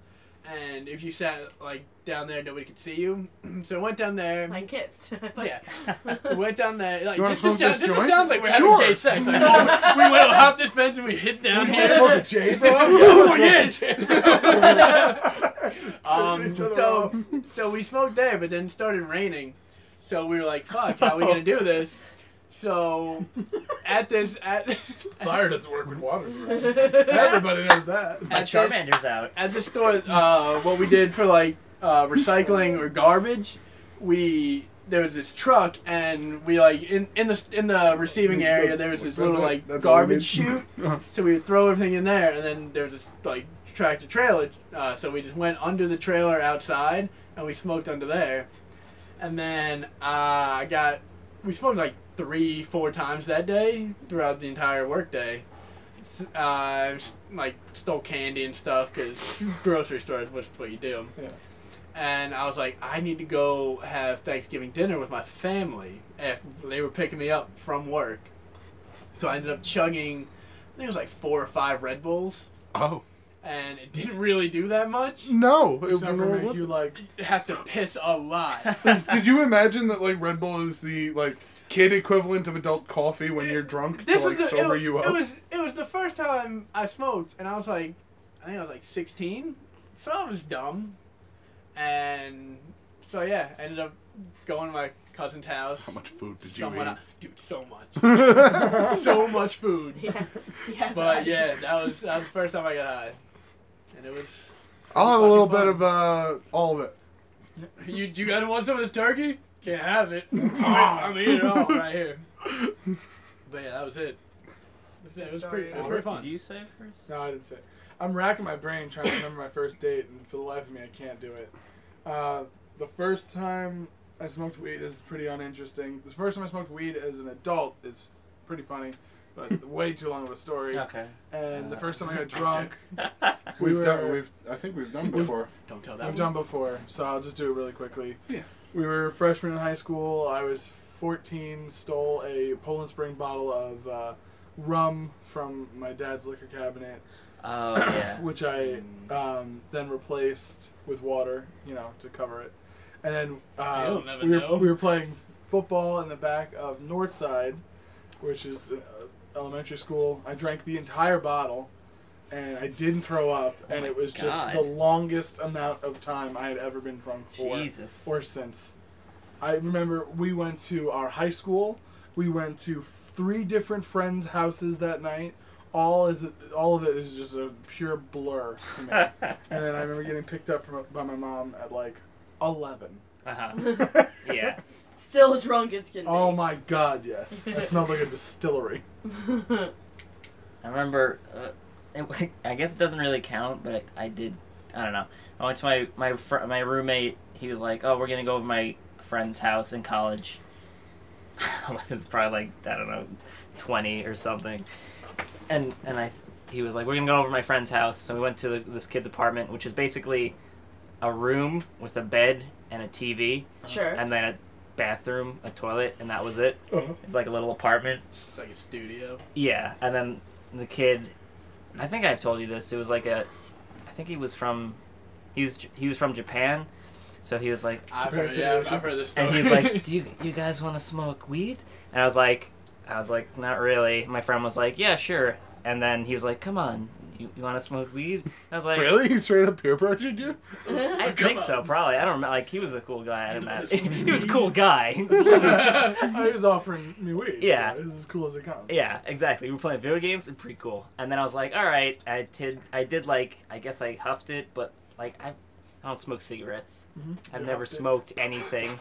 S4: and if you sat like down there, nobody could see you. so I went down there.
S5: I kissed.
S4: yeah, we went down there. Like,
S2: You wanna smoke
S4: just, just, sound,
S2: this
S4: just
S2: joint?
S4: sounds like we're
S2: Sure.
S4: having gay sex. Like, oh, we went up this bench and we hit down here.
S2: Jay,
S4: Oh yeah. um,
S2: Each other
S4: so, so we smoked there, but then it started raining. So we were like, "Fuck, how are we gonna do this?" So, at this at
S3: Fire doesn't work when water's around.
S5: Everybody.
S3: Everybody knows that.
S7: My
S4: At this-
S7: Charmander's out.
S4: at the store, uh, what we did for like uh, recycling or garbage, we there was this truck, and we like in in the in the receiving area there was this little like
S2: That's all we
S4: garbage
S2: need.
S4: chute. So we would throw everything in there, and then there was this like tractor trailer. Uh, so we just went under the trailer outside, and we smoked under there. And then uh, I got we smoked like three, four times that day throughout the entire workday. S- Uh, s- like stole candy and stuff because grocery stores was what you do.
S3: Yeah.
S4: And I was like, I need to go have Thanksgiving dinner with my family. After they were picking me up from work, so I ended up chugging. I think it was like four or five Red Bulls,
S2: Oh
S4: and it didn't really do that much.
S2: no! It
S3: Except for make
S2: would-
S3: you like
S4: You have to piss a lot.
S2: Did you imagine that like Red Bull is the like kid equivalent of adult coffee when you're drunk to like
S4: was the- it
S2: sober
S4: was-
S2: you
S4: It
S2: up?
S4: was it was the first time I smoked, and I was like, I think I was like 16, so I was dumb, and so yeah, I ended up going to my cousin's house.
S2: How much food did you
S4: Someone,
S2: eat?
S4: I, dude, so much, so much food.
S5: Yeah. Yeah.
S4: But yeah, that was that was the first time I got high, and it was.
S2: I'll have a little bit
S4: Fucking
S2: of uh all of it.
S4: You do you guys want some of this turkey? Can't have it. I'm eating it all right here. But yeah, that was it. It was, it was pretty, it was pretty
S7: Albert,
S4: fun.
S7: did you say first?
S3: No, I didn't say. it. I'm racking my brain trying to remember my first date, and for the life of me, I can't do it. Uh, the first time I smoked weed is pretty uninteresting. The first time I smoked weed as an adult is pretty funny, but way too long of a story.
S7: Okay.
S3: And the first time I got drunk, We
S2: We've
S3: were-
S2: done. We've. I think we've done before.
S4: Don't tell that.
S3: I've
S4: one.
S3: done before, so I'll just do it really quickly.
S2: Yeah.
S3: We were freshmen in high school. I was 14, stole a Poland Spring bottle of uh, rum from my dad's liquor cabinet.
S7: Oh yeah.
S3: which I um, then replaced with water, you know, to cover it. And then uh,
S4: You'll never
S3: we, were,
S4: know.
S3: we were playing football in the back of Northside, which is uh, elementary school. I drank the entire bottle, and I didn't throw up, and
S7: Oh my
S3: it was just
S7: God.
S3: the longest amount of time I had ever been drunk for
S7: Jesus.
S3: or since. I remember we went to our high school. We went to f- three different friends' houses that night. All is all of it is just a pure blur to me. and then I remember getting picked up from, by my mom at like eleven.
S7: Uh-huh. Yeah.
S5: Still drunk as can be.
S3: oh my god, yes! It smelled like a distillery.
S7: I remember. Uh, it, I guess it doesn't really count, but I, I did. I don't know. I went to my my fr- my roommate. He was like, "Oh, we're gonna go over my friend's house in college." I was probably like I don't know, twenty or something, and and I he was like, "We're gonna go over to my friend's house." So we went to the, this kid's apartment, which is basically a room with a bed and a TV,
S5: sure.
S7: and then a bathroom, a toilet, and that was it. It's like a little apartment.
S4: It's like a studio.
S7: Yeah, and then the kid, I think I've told you this. It was like a, I think he was from, he was he was from Japan, so he was like,
S4: I've
S7: "Ah,"
S3: Japan
S4: heard, yeah, I've-
S3: Studio.
S4: I've heard this story.
S7: and he's like, do you you guys want to smoke weed? And I was like, I was like, not really. My friend was like, yeah, sure. And then he was like, come on, you, you want to smoke weed? I was like,
S2: Really? He straight up peer pressured you?
S7: I think
S4: on.
S7: so, probably. I don't remember. Like he was a cool guy. I
S4: You want
S7: met.
S4: to smoke
S7: he was a cool guy.
S3: I was offering me weed. so
S7: Yeah.
S3: this is as cool as it comes.
S7: Yeah, exactly. We were playing video games and pretty cool. And then I was like, all right, I did, I did like, I guess I huffed it, but like I, I don't smoke cigarettes. I've
S3: You
S7: never
S3: huffed it.
S7: smoked anything.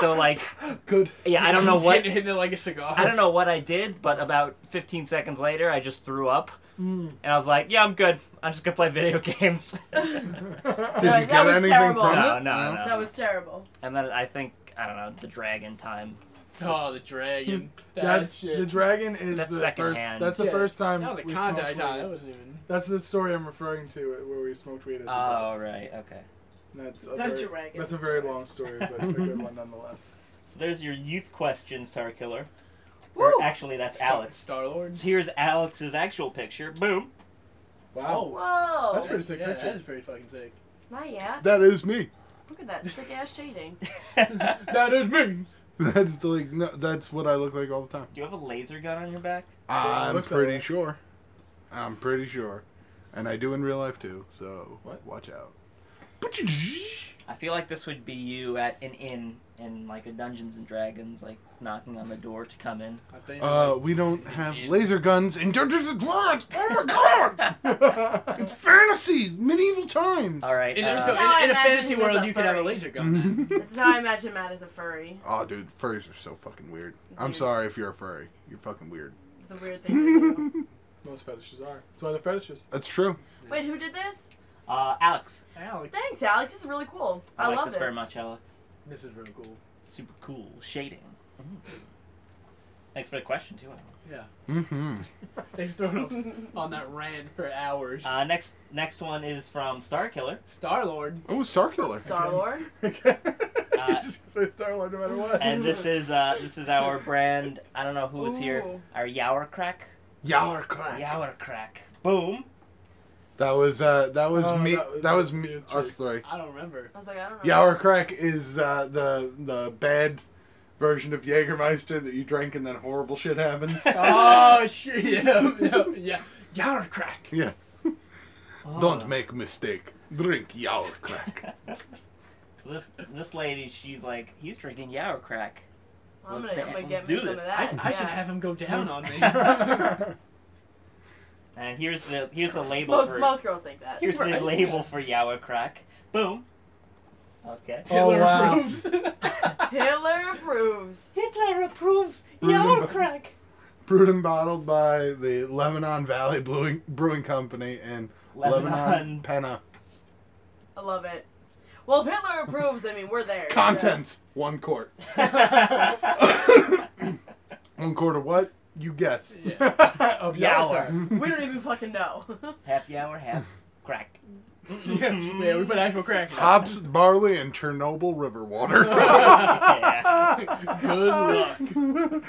S7: so like,
S2: Good.
S7: yeah, I don't know what,
S4: hitting, hitting it like a cigar.
S7: I don't know what I did, but about 15 seconds later, I just threw up,
S3: Mm.
S7: and I was like, yeah, I'm good. I'm just gonna play video games.
S2: Did
S5: That-
S2: you
S5: that
S2: get
S5: was
S2: anything
S5: terrible.
S2: from
S7: No,
S2: it?
S7: no, no.
S5: that was terrible.
S7: And then I think I don't know the dragon time.
S4: Oh, the dragon.
S3: That's
S4: shit.
S3: the dragon is
S7: That's
S3: the
S7: secondhand.
S3: first. That's the
S4: Yeah. Oh,
S3: first time.
S4: That was a
S3: we
S4: contact
S3: smoked
S4: high.
S3: weed.
S4: That wasn't even.
S3: That's the story I'm referring to where we smoked weed as adults.
S7: right, okay.
S3: That's a,
S5: The
S3: very,
S5: dragon.
S3: that's a very long story, but a good one nonetheless.
S7: So there's your youth question, Star Killer.
S5: Woo!
S7: Or actually, that's Alex.
S4: Star Lord.
S7: Here's Alex's actual picture. Boom.
S3: Wow.
S4: Oh.
S5: Whoa.
S3: That's pretty sick
S4: yeah,
S3: picture.
S4: That is pretty fucking sick.
S5: My yeah.
S2: That is me.
S5: Look at that sick ass shading.
S7: Do
S4: That is me.
S2: That's the, like no, that's what I look like all the time.
S7: you have a laser gun on your back?
S2: I'm
S3: looks that
S2: pretty
S3: way.
S2: sure. I'm pretty sure. And I do in real life too, so
S3: What?
S2: watch out.
S7: I feel like this would be you at an inn in like a Dungeons and Dragons, like knocking on the door to come in.
S4: I think
S2: Uh, we don't have laser guns in Dungeons and Dragons. Oh my god! it's fantasy, medieval times.
S7: All right.
S4: in,
S7: uh,
S4: so in,
S5: Now I
S4: in a
S5: imagine
S4: fantasy
S5: him as
S4: world,
S5: a
S4: you could have a
S5: furry.
S4: laser gun. Then.
S5: this is how I imagine Matt as a furry.
S2: Oh, dude, furries are so fucking weird. I'm
S5: Dude.
S2: sorry if you're a furry. You're fucking weird.
S5: It's a weird thing. to do.
S3: Most fetishes are. That's why they're fetishes.
S2: That's true.
S5: Wait, who did this?
S7: uh, Alex.
S4: Alex,
S5: Thanks, Alex. This is really cool. I,
S7: like
S5: love
S7: this, very much, Alex.
S4: this is real cool.
S7: Super cool shading. Mm. Thanks for the question too. Alex.
S2: Mm-hmm.
S4: They've thrown up on that rant for hours.
S7: Uh, next, next one is from Star Killer.
S4: Star Lord.
S2: Oh, Star Killer.
S5: Star Lord.
S3: Okay.
S7: Uh,
S3: just say Star Lord no matter what.
S7: And this is uh, this is our brand. I don't know who was here.
S5: Ooh.
S7: Our Yower Crack.
S2: Yower crack.
S7: Yower Crack. Boom.
S2: That was uh, that was
S3: Oh,
S2: me.
S3: that was
S2: That was
S3: me
S2: me.
S3: and
S2: Us three.
S4: I don't remember.
S5: I was like, I don't know.
S2: Yower crack is uh, the the bad version of Jägermeister that you drink and then horrible shit happens.
S4: Oh shit! Yeah, yeah, yeah. Yar crack.
S2: yeah.
S7: Oh.
S2: Don't make mistake. Drink Yower crack.
S7: So this this lady, she's like, he's drinking Yower Crack.
S5: I'm
S7: Let's
S5: gonna, I'm gonna
S7: dance.
S5: get
S7: Let's do
S5: me some of
S7: this.
S5: that.
S4: I
S5: yeah.
S4: should have him go down on me.
S7: And here's the here's the label
S5: Most
S7: for
S5: most girls think that.
S7: here's the
S4: Right.
S7: label for Yawa Crack. Boom. Okay.
S3: Oh,
S4: Hitler
S3: wow.
S4: approves.
S5: Hitler approves.
S6: Hitler approves
S2: Remember-
S6: your crack.
S2: Brewed and bottled by the Lebanon Valley Brewing, Brewing Company in Lebanon,
S7: Lebanon.
S2: Penna.
S5: I love it. Well, if Hitler approves, I mean, we're there. so-
S2: Contents one quart. One quart of what? You guess.
S4: yeah.
S3: of
S7: Yower.
S5: We don't even fucking know.
S7: half Yower, half Crack.
S4: yeah, we put actual crack. in it.
S2: Hops, barley, and Chernobyl river water. Oh,
S7: Yeah.
S4: Good luck.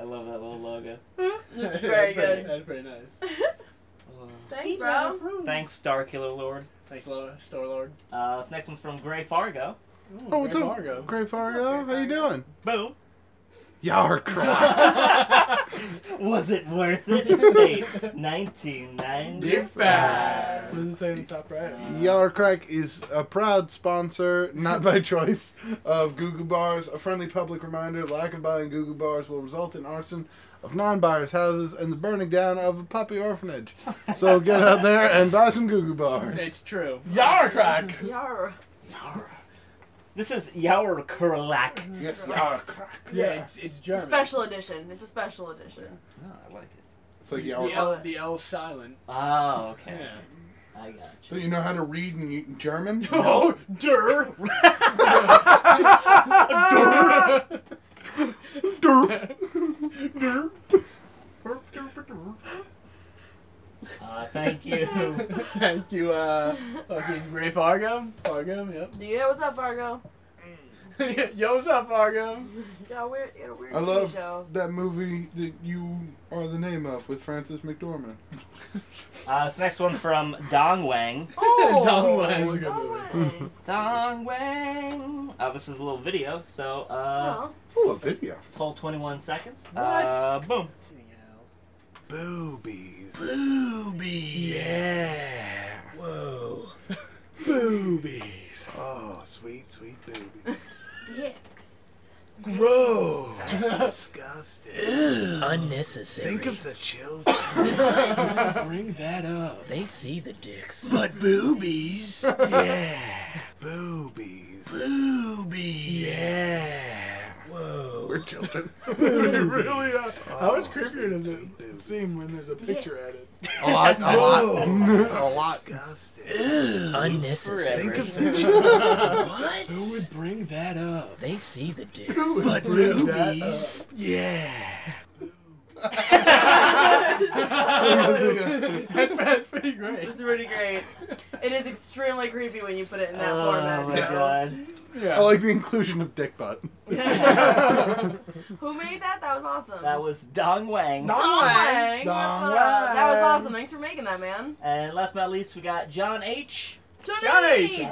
S7: I love that little logo.
S5: It's very
S4: That's pretty-
S5: good.
S4: That's pretty nice.
S5: Thanks, bro.
S7: Thanks, Star Killer Lord.
S4: Thanks, Lo- Star Lord.
S7: Uh, this next one's from Gray Fargo.
S4: Ooh,
S2: oh, what's
S4: Grey
S2: up,
S4: Fargo.
S2: Gray Fargo? How you doing?
S7: Boom.
S2: Yower crack.
S7: Was it worth it? It's date 1995.
S3: What does it say in the top right?
S2: Yellow Crack is a proud sponsor, not by choice, of Goo Goo Bars. A friendly public reminder lack of buying Goo Goo Bars will result in arson of non buyers' houses and the burning down of a puppy orphanage. So get out there and buy some Goo Goo Bars.
S4: It's true.
S3: Yar crack.
S5: Yar.
S7: This is Yaur Kurlak.
S2: Yes, Yellow Crack.
S4: Yeah,
S3: Yeah.
S4: it's, it's
S5: It's
S4: German.
S5: a special edition. It's a special edition.
S7: Oh, I liked it.
S2: It's like Yellow
S4: The
S2: Crack.
S4: L, the L silent.
S7: Oh, okay.
S4: Yeah.
S7: I got
S2: So
S7: you.
S2: you know how to read in U- German?
S4: Oh, der. der.
S7: Uh, thank you.
S4: Thank you, uh, fucking Gray Fargo. Fargo,
S5: Yeah, what's up, Fargo?
S4: yep. Yo, what's up, Fargo?
S5: Yeah, we're in a weird
S2: I
S5: TV
S2: love
S5: show.
S2: that movie that you are the name of with Francis McDormand.
S7: Uh, this next one's from Dong Wang.
S5: Oh,
S4: Dumb Lang.
S3: good
S5: Dumb
S3: movie.
S5: Lang.
S7: Dong Wang. Uh, this is a little video, so uh,
S5: Oh.
S2: Oh, a video.
S7: this whole 21 seconds.
S4: What?
S7: Uh, boom.
S2: Boobies.
S4: Yeah. Whoa. Boobies.
S2: Oh, sweet, sweet boobies.
S5: Dicks.
S4: Gross.
S2: Disgusting.
S7: Unnecessary.
S2: the children.
S4: Bring that up.
S7: They see the dicks.
S4: But boobies. yeah.
S2: Boobies.
S4: Boobies. Yeah. Whoa.
S2: We're children.
S3: really uh, how much creepier does it
S2: sweet boobies.
S3: seem when there's a picture added?
S2: A lot. A lot.
S1: Oh.
S2: a lot.
S7: Unnecessary.
S2: Think of the children.
S4: Who would bring that up?
S7: They see the dicks.
S4: But
S3: Bring that
S4: boobies. Yeah. That's pretty great.
S5: It's really great. It is extremely creepy when you put it in that
S7: Oh
S5: format.
S7: my
S5: though.
S7: god.
S2: I
S4: Yeah.
S2: like the inclusion of dick butt.
S5: Who made that? That was awesome.
S7: That was Dong Wang.
S5: Dong Lang.
S3: Dong
S5: What's up? That was
S3: Lang.
S5: awesome. Thanks for making that, man.
S7: And last but not least, we got John H.
S5: Johnny.
S4: Johnny.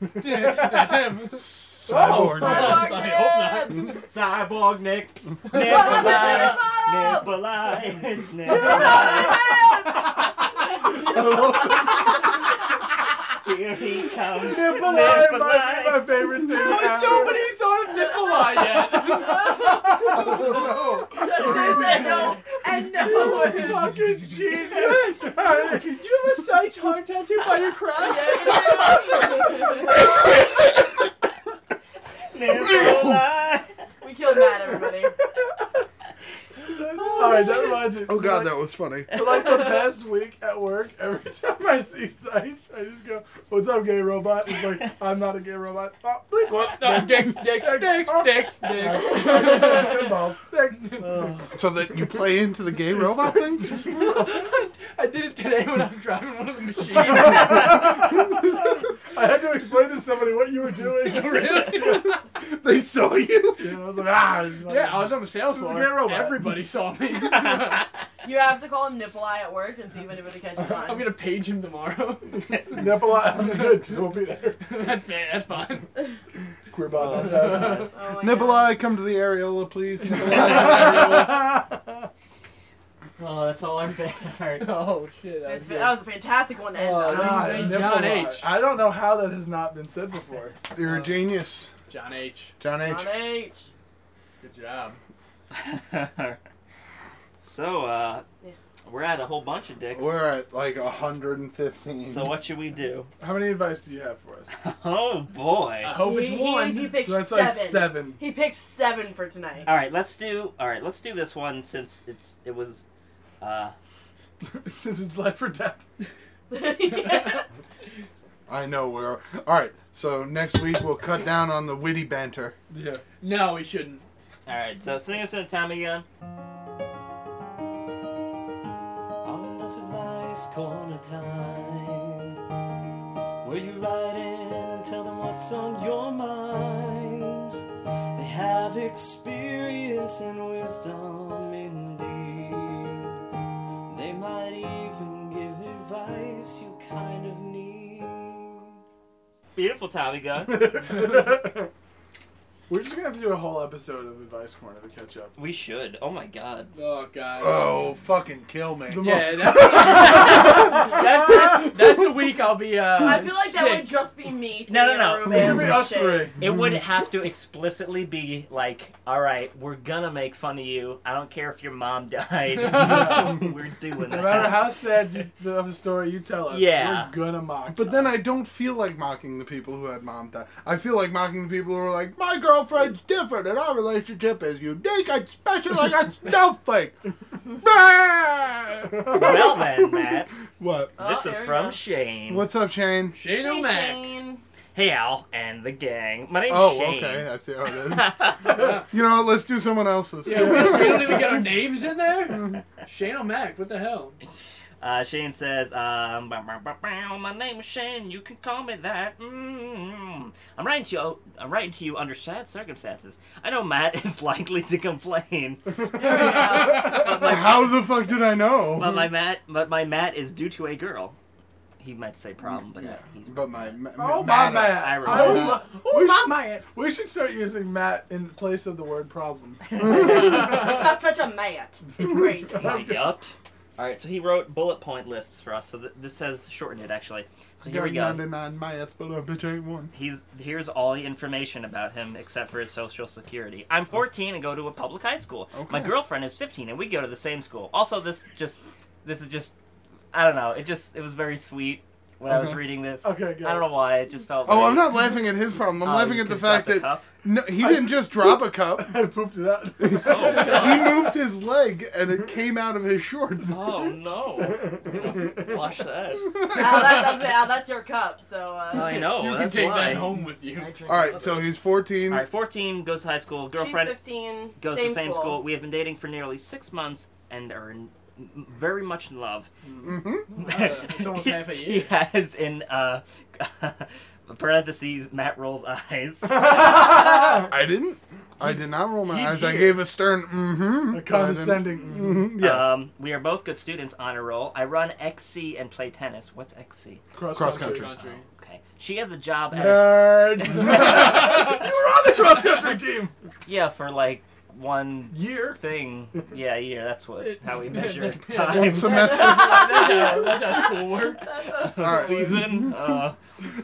S4: That's him.
S2: Cyborg.
S5: Cyborg
S4: I hope
S5: Nips.
S7: Cyborg Nips.
S5: happened
S7: Nikolai.
S5: to
S7: Nikolai. It's Nikolai. Here he comes.
S3: Nipolai might be
S7: Nikolai.
S3: my favorite thing. ever.
S4: Nobody thought of Nikolai yet.
S2: Oh, no.
S5: And no, and no.
S4: Fucking genius. Did you have a side heart tattoo by your crack?
S7: Nikolai.
S5: We killed Matt, everybody.
S3: All right, that reminds me.
S2: Oh, God,
S3: like,
S2: that was funny.
S3: for like the past week at work, every time I see Sight, I just go, "What's up, gay robot?" It's like I'm not a gay robot. Oh, bleep, what?
S4: No,
S3: Next. Oh.
S4: dicks, dicks, dicks, dicks, dicks.
S3: Ten balls. Next.
S2: So that you play into the gay robot thing?
S4: I did it today when I was driving one of the machines.
S3: I had to explain to somebody what you were doing.
S4: really?
S2: They saw you?
S3: Yeah, I was like, ah, this is
S4: Yeah, I was on the sales
S3: This is a
S4: floor.
S3: great robot.
S4: Everybody saw me.
S5: You have to call him Nipple Eye at work and see if anybody catches on.
S4: I'm gonna page him tomorrow.
S3: nipple out on the good, just won't be there.
S4: that's fine. That's fine.
S3: Queer bot. that's-
S5: Oh my God.
S2: Nikolai, come to the areola, please. Nikolai.
S3: Ah,
S7: Oh, that's all our fan art.
S4: Oh shit.
S5: It's-
S4: good.
S5: That was a fantastic one to end
S4: Oh,
S5: on.
S4: yeah.
S3: Ah,
S4: John
S3: Nipolai.
S4: H.
S3: I don't know how that has not been said before.
S2: You're
S7: Uh,
S2: a genius.
S4: John H.
S2: John H.
S5: John H.
S4: Good job.
S7: so, uh,
S5: Yeah.
S7: we're at a whole bunch of dicks.
S2: We're at like 115.
S7: so what should we do?
S3: How many advice do you have for us?
S7: Oh boy.
S4: I hope
S5: he,
S4: it's
S5: he-
S4: one.
S5: He, picked
S3: So that's
S5: seven.
S3: like seven.
S5: He picked seven for tonight.
S7: All right, let's do. All right, let's do this one since it's it was. Uh,
S3: this is life or death.
S2: I know we're. Alright, so next week we'll cut down on the witty banter.
S3: Yeah.
S4: no, we shouldn't.
S7: all right, so sing us in a time again.
S1: I'm in love with Ice Corner Time. Where you write in and tell them what's on your mind. They have experience and wisdom indeed. They might even give advice you kind of need.
S7: Beautiful, Tommy gun.
S3: We're just gonna have to do a whole episode of Advice Corner to catch up.
S7: We should. Oh my god.
S4: Oh god.
S2: Oh, fucking kill me.
S3: The
S4: Yeah, that's, that's, that's, that's the week I'll be. Uh,
S5: I feel like that
S4: sick.
S5: would just be me.
S7: No,
S5: sitting in a
S7: no, no.
S5: room
S3: It'd
S5: and
S3: be us
S5: watching.
S3: three.
S7: It would have to explicitly be like, all right, we're gonna make fun of you. I don't care if your mom died. we're doing
S3: No matter
S7: that.
S3: how sad you, the, of a story you tell us,
S7: Yeah.
S3: we're gonna mock.
S2: But then I don't feel like mocking the people who had mom die. I feel like mocking the people who are like, my girlfriend's different and our relationship is unique and special like a snowflake.
S7: Well
S2: well
S7: then, Matt.
S2: What?
S5: Oh,
S7: This is
S5: there we
S7: from
S5: go.
S7: Shane.
S2: What's up, Shane?
S4: Shane
S5: Hey,
S4: O'Mac.
S5: Shane.
S7: Hey Al and the gang. My name's
S2: Oh,
S7: Shane.
S2: okay. I see how it is. You know what? Let's do someone else's.
S4: Yeah, we, we don't even get our names in there. Shane O'Mac, what the hell?
S7: uh, Shane says, um, bow, bow, bow, bow, "My name is Shane. You can call me that." Mm. I'm writing to you. I'm writing to you under sad circumstances. I know Matt is likely to complain,
S2: Like, how the fuck did I know?
S7: but my Matt, but my Matt is due to a girl. He meant to say problem, but uh,
S2: Yeah,
S7: he's
S2: but my ma- ma-
S3: Oh my
S2: matter.
S3: Matt!
S7: I remember.
S3: I would lo- we, should,
S5: man.
S3: we should start using Matt in place of the word problem.
S5: That's not such a Matt. It's crazy.
S7: Yup. All right, so he wrote bullet point lists for us. So th- this has shortened it actually. So here we go.
S2: 99 Matts, but a bitch ain't one.
S7: He's here's all the information about him except for his social security. I'm 14 and go to a public high school. My
S2: Okay.
S7: girlfriend is 15 and we go to the same school. Also, this just this is just I don't know. It just it was very sweet when I was
S2: Okay.
S7: reading this.
S3: Okay, good.
S7: I don't know why it just felt.
S2: Oh,
S7: very-
S2: I'm not laughing at his problem. I'm
S7: Oh,
S2: laughing
S7: you
S2: at the
S7: can drop
S2: fact that
S7: cup.
S2: no, he didn't just drop a cup.
S3: I pooped it out.
S7: Oh,
S2: He
S7: God.
S2: moved his leg and it came out of his shorts.
S7: oh no! Wash that.
S5: Al, that, that's, Al, that's your cup, so. Uh,
S7: I know.
S4: you can
S7: Oh, that's
S4: take
S7: why.
S4: that home with you.
S7: I drink
S2: All
S7: another.
S2: right, so he's 14.
S7: all right. 14 goes to high school. Girlfriend.
S5: She's 15.
S7: goes to
S5: same
S7: the same school. We have been dating for nearly six months and are in, m- very much in love.
S2: Mm-hmm.
S4: Uh, it's almost half a
S7: he
S4: year.
S7: has in uh, parentheses Matt rolls eyes.
S2: I didn't. I did not roll my
S4: He's
S2: eyes. I
S4: here.
S2: gave a stern mm-hmm.
S3: A condescending. mm,
S2: Mm-hmm. Yeah.
S7: Um, we are both good students on a roll. I run XC and play tennis. What's XC?
S3: Cross,
S2: cross
S3: country.
S2: country.
S4: Country.
S7: Okay. She has a job at a,
S3: Nerd. you were on the cross country team.
S7: yeah for like one
S4: Year.
S7: thing. Yeah, a year. That's what how we measure
S4: Yeah,
S7: time.
S2: One semester.
S4: that's, how, that's how school works.
S2: All right.
S7: Season. Uh,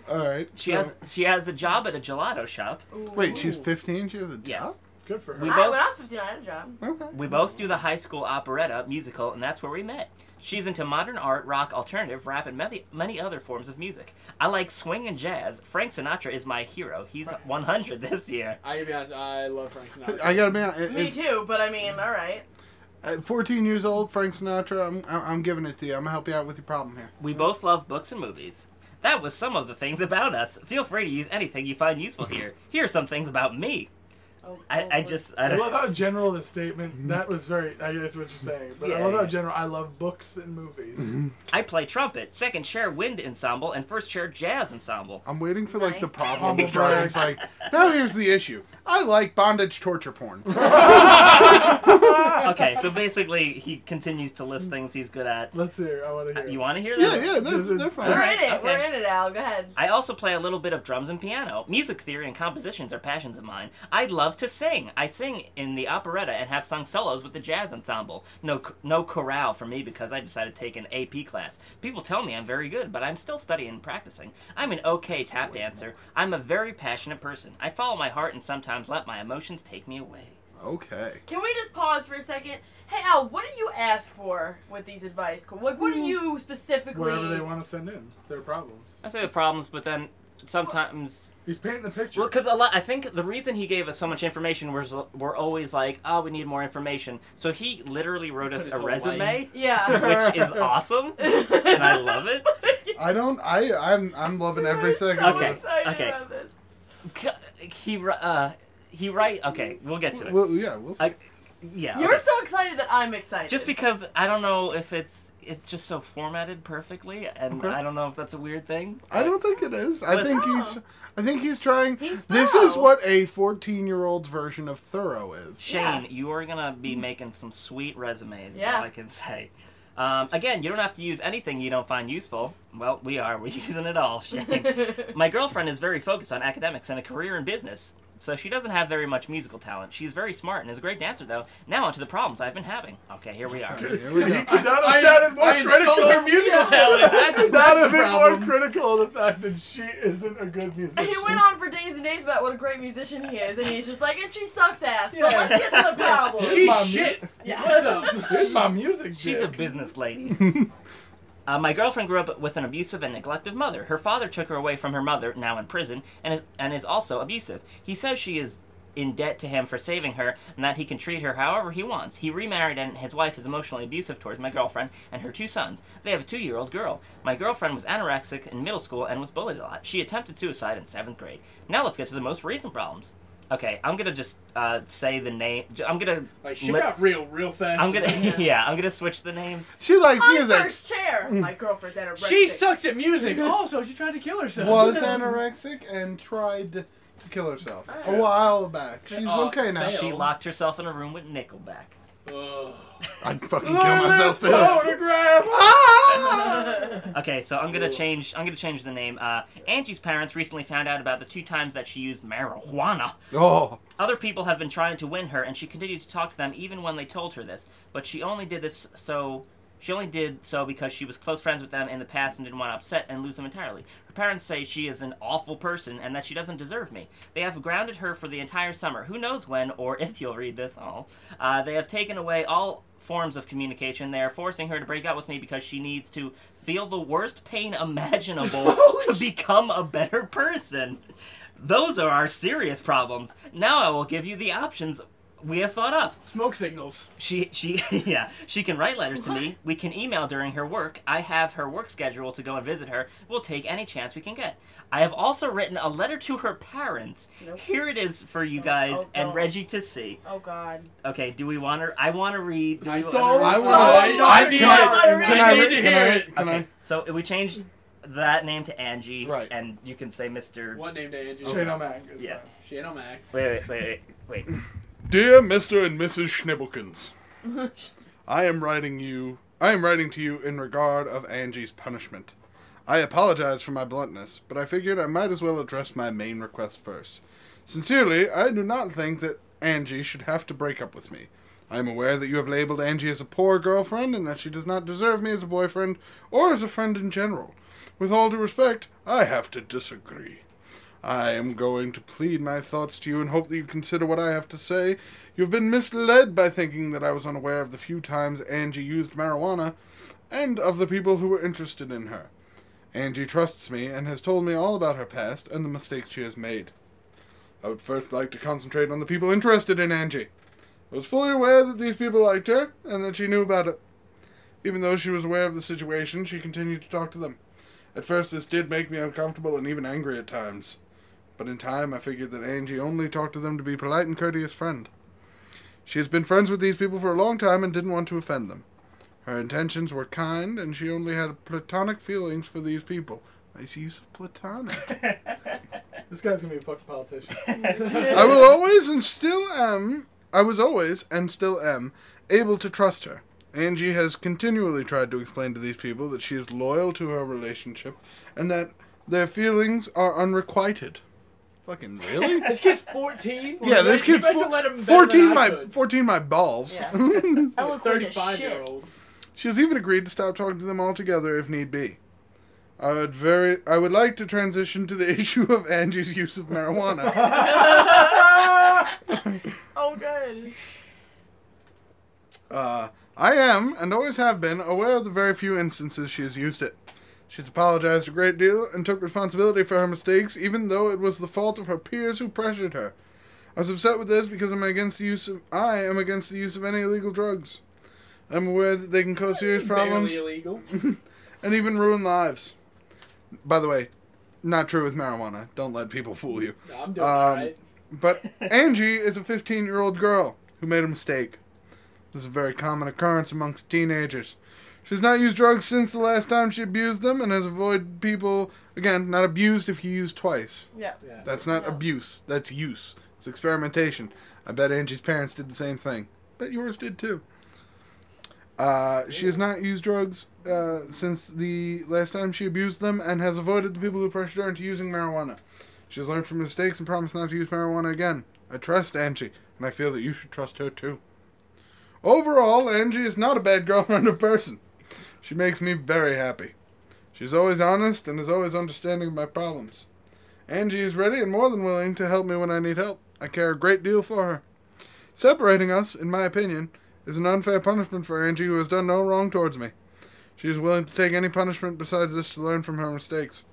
S2: All right.
S7: she
S2: so-
S7: has she has a job at a gelato shop.
S2: Wait, she's 15. She has a job.
S7: Yes.
S3: Good for her.
S7: We
S5: I,
S7: both-
S5: when I was 15, I had a job.
S2: Okay.
S7: We both do the high school operetta musical, and that's where we met. She's into modern art, rock, alternative, rap, and many, many other forms of music. I like swing and jazz. Frank Sinatra is my hero. He's 100 this year.
S4: I gotta be honest, I love Frank Sinatra.
S2: I gotta be honest. it-
S5: Me
S2: it-
S5: too, but I mean, alright.
S2: At 14 years old, Frank Sinatra. I'm, I'm I'm giving it to you. I'm gonna help you out with your problem here.
S7: We both love books and movies. That was some of the things about us. Feel free to use anything you find useful here. Here are some things about me.
S5: Oh, oh,
S7: I, I
S5: Lord.
S7: just.
S3: I
S7: I
S3: love
S7: don't,
S3: how general the statement. That was very. I guess what you're saying, but I
S7: Mm-hmm. Yeah,
S3: love how
S7: yeah. Mm-hmm.
S3: general. I love books and movies.
S7: I play trumpet, second chair wind ensemble, and first chair jazz ensemble.
S2: I'm waiting for like the
S5: Nice.
S2: problem
S3: Humble
S2: to start. It's like now here's the issue. I like bondage torture porn.
S7: Okay, so basically, he continues to list things he's good at.
S3: Let's hear. I want to hear.
S7: Uh, You want to hear
S2: Yeah,
S7: that?
S2: yeah, they're, they're
S5: We're
S2: fine.
S5: in it. We're
S7: Okay.
S5: in it, Al. Go ahead.
S7: I also play a little bit of drums and piano. Music theory and compositions are passions of mine. I love to sing. I sing in the operetta and have sung solos with the jazz ensemble. No, no chorale for me because I decided to take an AP class. People tell me I'm very good, but I'm still studying and practicing. I'm an okay tap dancer. I'm a very passionate person. I follow my heart and sometimes let my emotions take me away.
S2: Okay.
S5: Can we just pause for a second? Hey, Al, what do you ask for with these advice? co- What, what do you specifically.
S3: Whatever they want to send in, their problems.
S7: I say the problems, but then sometimes
S3: He's painting the picture.
S7: Well, because a lot, I think the reason he gave us so much information was we're always like, oh, we need more information. So he literally wrote us
S4: Put
S7: a
S4: his whole
S7: resume,
S4: life.
S5: Yeah.
S7: which is awesome, and I love it.
S2: I don't. I I'm I'm loving every second. of
S5: I'm so
S7: Okay,
S2: this.
S5: excited
S7: okay.
S5: about this.
S7: C- He wri- uh, he write. Okay, we'll get to it.
S2: Well, yeah, we'll see.
S7: I- Yeah.
S5: You're
S7: okay.
S5: so excited that I'm excited.
S7: Just because I don't know if it's it's just so formatted perfectly, and
S2: Okay.
S7: I don't know if that's a weird thing.
S2: I don't think it is. I
S7: Listen.
S2: think he's. I think he's trying.
S5: He's
S2: this is
S5: thorough.
S2: what a 14 year old's version of thorough is.
S7: Shane,
S5: Yeah.
S7: you are gonna be making some sweet resumes. is
S5: Yeah.
S7: all I can say. Um, again, you don't have to use anything you don't find useful. Well, we are. We're using it all, Shane. My girlfriend is very focused on academics and a career in business. So she doesn't have very much musical talent. She's very smart and is a great dancer, though. Now onto the problems I've been having. Okay, here we are.
S2: Here we go.
S3: Could not
S4: I-
S3: have sounded more
S4: I
S3: critical.
S4: insulted her musical talent. That-
S3: Could not
S4: that's
S3: have
S4: the
S3: been more
S4: problem.
S3: critical of the fact that she isn't a good musician.
S5: He went on for days and days about what a great musician he is, and he's just like, and she sucks ass. But
S3: Yeah.
S5: let's get to the problem.
S3: She's
S4: She's shit.
S5: Yeah.
S4: What's up?
S3: Here's my music.
S7: She's a
S3: dick.
S7: business lady. Uh, my girlfriend grew up with an abusive and neglective mother. Her father took her away from her mother, now in prison, and is, and is also abusive. He says she is in debt to him for saving her and that he can treat her however he wants. He remarried, and his wife is emotionally abusive towards my girlfriend and her two sons. They have a two year old girl. My girlfriend was anorexic in middle school and was bullied a lot. She attempted suicide in seventh grade. Now let's get to the most recent problems. Okay, I'm gonna just uh, say the name. I'm gonna.
S4: Like she
S7: let-
S4: got real, real fast.
S7: I'm gonna. Yeah, I'm gonna switch the names.
S2: She likes
S5: On
S2: music.
S5: first chair. My girlfriend's anorexic.
S4: She sucks at music. Also, she tried to kill herself.
S2: Was anorexic and tried to kill herself a while back. She's
S4: Oh,
S2: okay now.
S7: She locked herself in a room with Nickelback.
S4: Ugh.
S2: I'd
S4: Oh,
S2: fucking kill
S3: Look at
S2: myself
S3: this
S2: too.
S3: photograph. Ah!
S5: Oh,
S7: Okay, so I'm gonna
S4: Ooh.
S7: change. I'm gonna change the name. Uh, Angie's parents recently found out about the two times that she used marijuana.
S2: Oh,
S7: Other people have been trying to win her, and she continued to talk to them even when they told her this. But she only did this so. She only did so because she was close friends with them in the past and didn't want to upset and lose them entirely. Her parents say she is an awful person and that she doesn't deserve me. They have grounded her for the entire summer. Who knows when or if you'll read this all. Uh, they have taken away all forms of communication. They are forcing her to break up with me because she needs to feel the worst pain imaginable to become a better person. Those are our serious problems. Now I will give you the options we have thought up.
S4: Smoke signals.
S7: She she yeah, she can write letters to me. We can email during her work. I have her work schedule to go and visit her. We'll take any chance we can get. I have also written a letter to her parents.
S5: Nope.
S7: Here it is for you guys
S5: oh,
S7: and
S5: God.
S7: Reggie to see.
S5: Oh God.
S7: Okay, do we want to I want to read
S4: I
S7: do-
S2: I
S4: saw- Oh, I
S2: want.
S4: know,
S2: I
S4: I
S2: can
S4: need
S5: it.
S2: I- Can
S4: I
S2: I
S4: need
S2: re-
S4: to
S2: can I-
S4: hear it.
S2: can I-
S7: Okay. So we changed that name to Angie
S2: Right.
S7: and you can say Mr.
S4: What name day, Angie?
S3: Shane O'Mac. is
S7: Yeah.
S3: fine.
S4: Shane O'Mac.
S7: Wait, wait, wait, wait. wait.
S2: Dear Mr. and Mrs. Schnibbelkins, I am writing you. I am writing to you in regard of Angie's punishment. I apologize for my bluntness, but I figured I might as well address my main request first. Sincerely, I do not think that Angie should have to break up with me. I am aware that you have labeled Angie as a poor girlfriend and that she does not deserve me as a boyfriend or as a friend in general. With all due respect, I have to disagree. I am going to plead my thoughts to you and hope that you consider what I have to say. You've been misled by thinking that I was unaware of the few times Angie used marijuana and of the people who were interested in her. Angie trusts me and has told me all about her past and the mistakes she has made. I would first like to concentrate on the people interested in Angie. I was fully aware that these people liked her and that she knew about it. Even though she was aware of the situation, she continued to talk to them. At first, this did make me uncomfortable and even angry at times but in time I figured that Angie only talked to them to be polite and courteous friend. She has been friends with these people for a long time and didn't want to offend them. Her intentions were kind, and she only had platonic feelings for these people. Nice use of platonic.
S3: This guy's gonna be a fucking politician.
S2: I will always and still am. I was always and still am able to trust her. Angie has continually tried to explain to these people that she is loyal to her relationship and that their feelings are unrequited. Fucking really?
S4: This kid's 14.
S2: Yeah, this
S4: You
S2: kid's
S4: better
S2: four-
S4: let him better than I
S2: fourteen. My
S4: could.
S2: fourteen. My balls.
S5: Yeah.
S4: Like a
S5: Eloquent as
S4: 35
S5: shit.
S4: year old.
S2: she has even agreed to stop talking to them altogether if need be. I would very. I would like to transition to the issue of Angie's use of marijuana.
S5: Oh good.
S2: uh, I am and always have been aware of the very few instances she has used it. She's apologized a great deal and took responsibility for her mistakes, even though it was the fault of her peers who pressured her. I was upset with this because I'm against the use of. I am against the use of any illegal drugs. I'm aware that they can cause serious problems.
S4: Barely illegal.
S2: and even ruin lives. By the way, not true with marijuana. Don't let people fool you.
S4: No, I'm doing
S2: Um,
S4: alright.
S2: But Angie is a 15 year old girl who made a mistake. This is a very common occurrence amongst teenagers. She's not used drugs since the last time she abused them and has avoided people, again, not abused if you use twice.
S5: Yeah.
S3: Yeah.
S2: That's not abuse, that's use. It's experimentation. I bet Angie's parents did the same thing. Bet yours did too. Uh, she has not used drugs uh, since the last time she abused them and has avoided the people who pressured her into using marijuana. She's learned from mistakes and promised not to use marijuana again. I trust Angie, and I feel that you should trust her too. Overall, Angie is not a bad girlfriend or person. She makes me very happy. She's always honest and is always understanding of my problems. Angie is ready and more than willing to help me when I need help. I care a great deal for her. Separating us, in my opinion, is an unfair punishment for Angie who has done no wrong towards me. She is willing to take any punishment besides this to learn from her mistakes.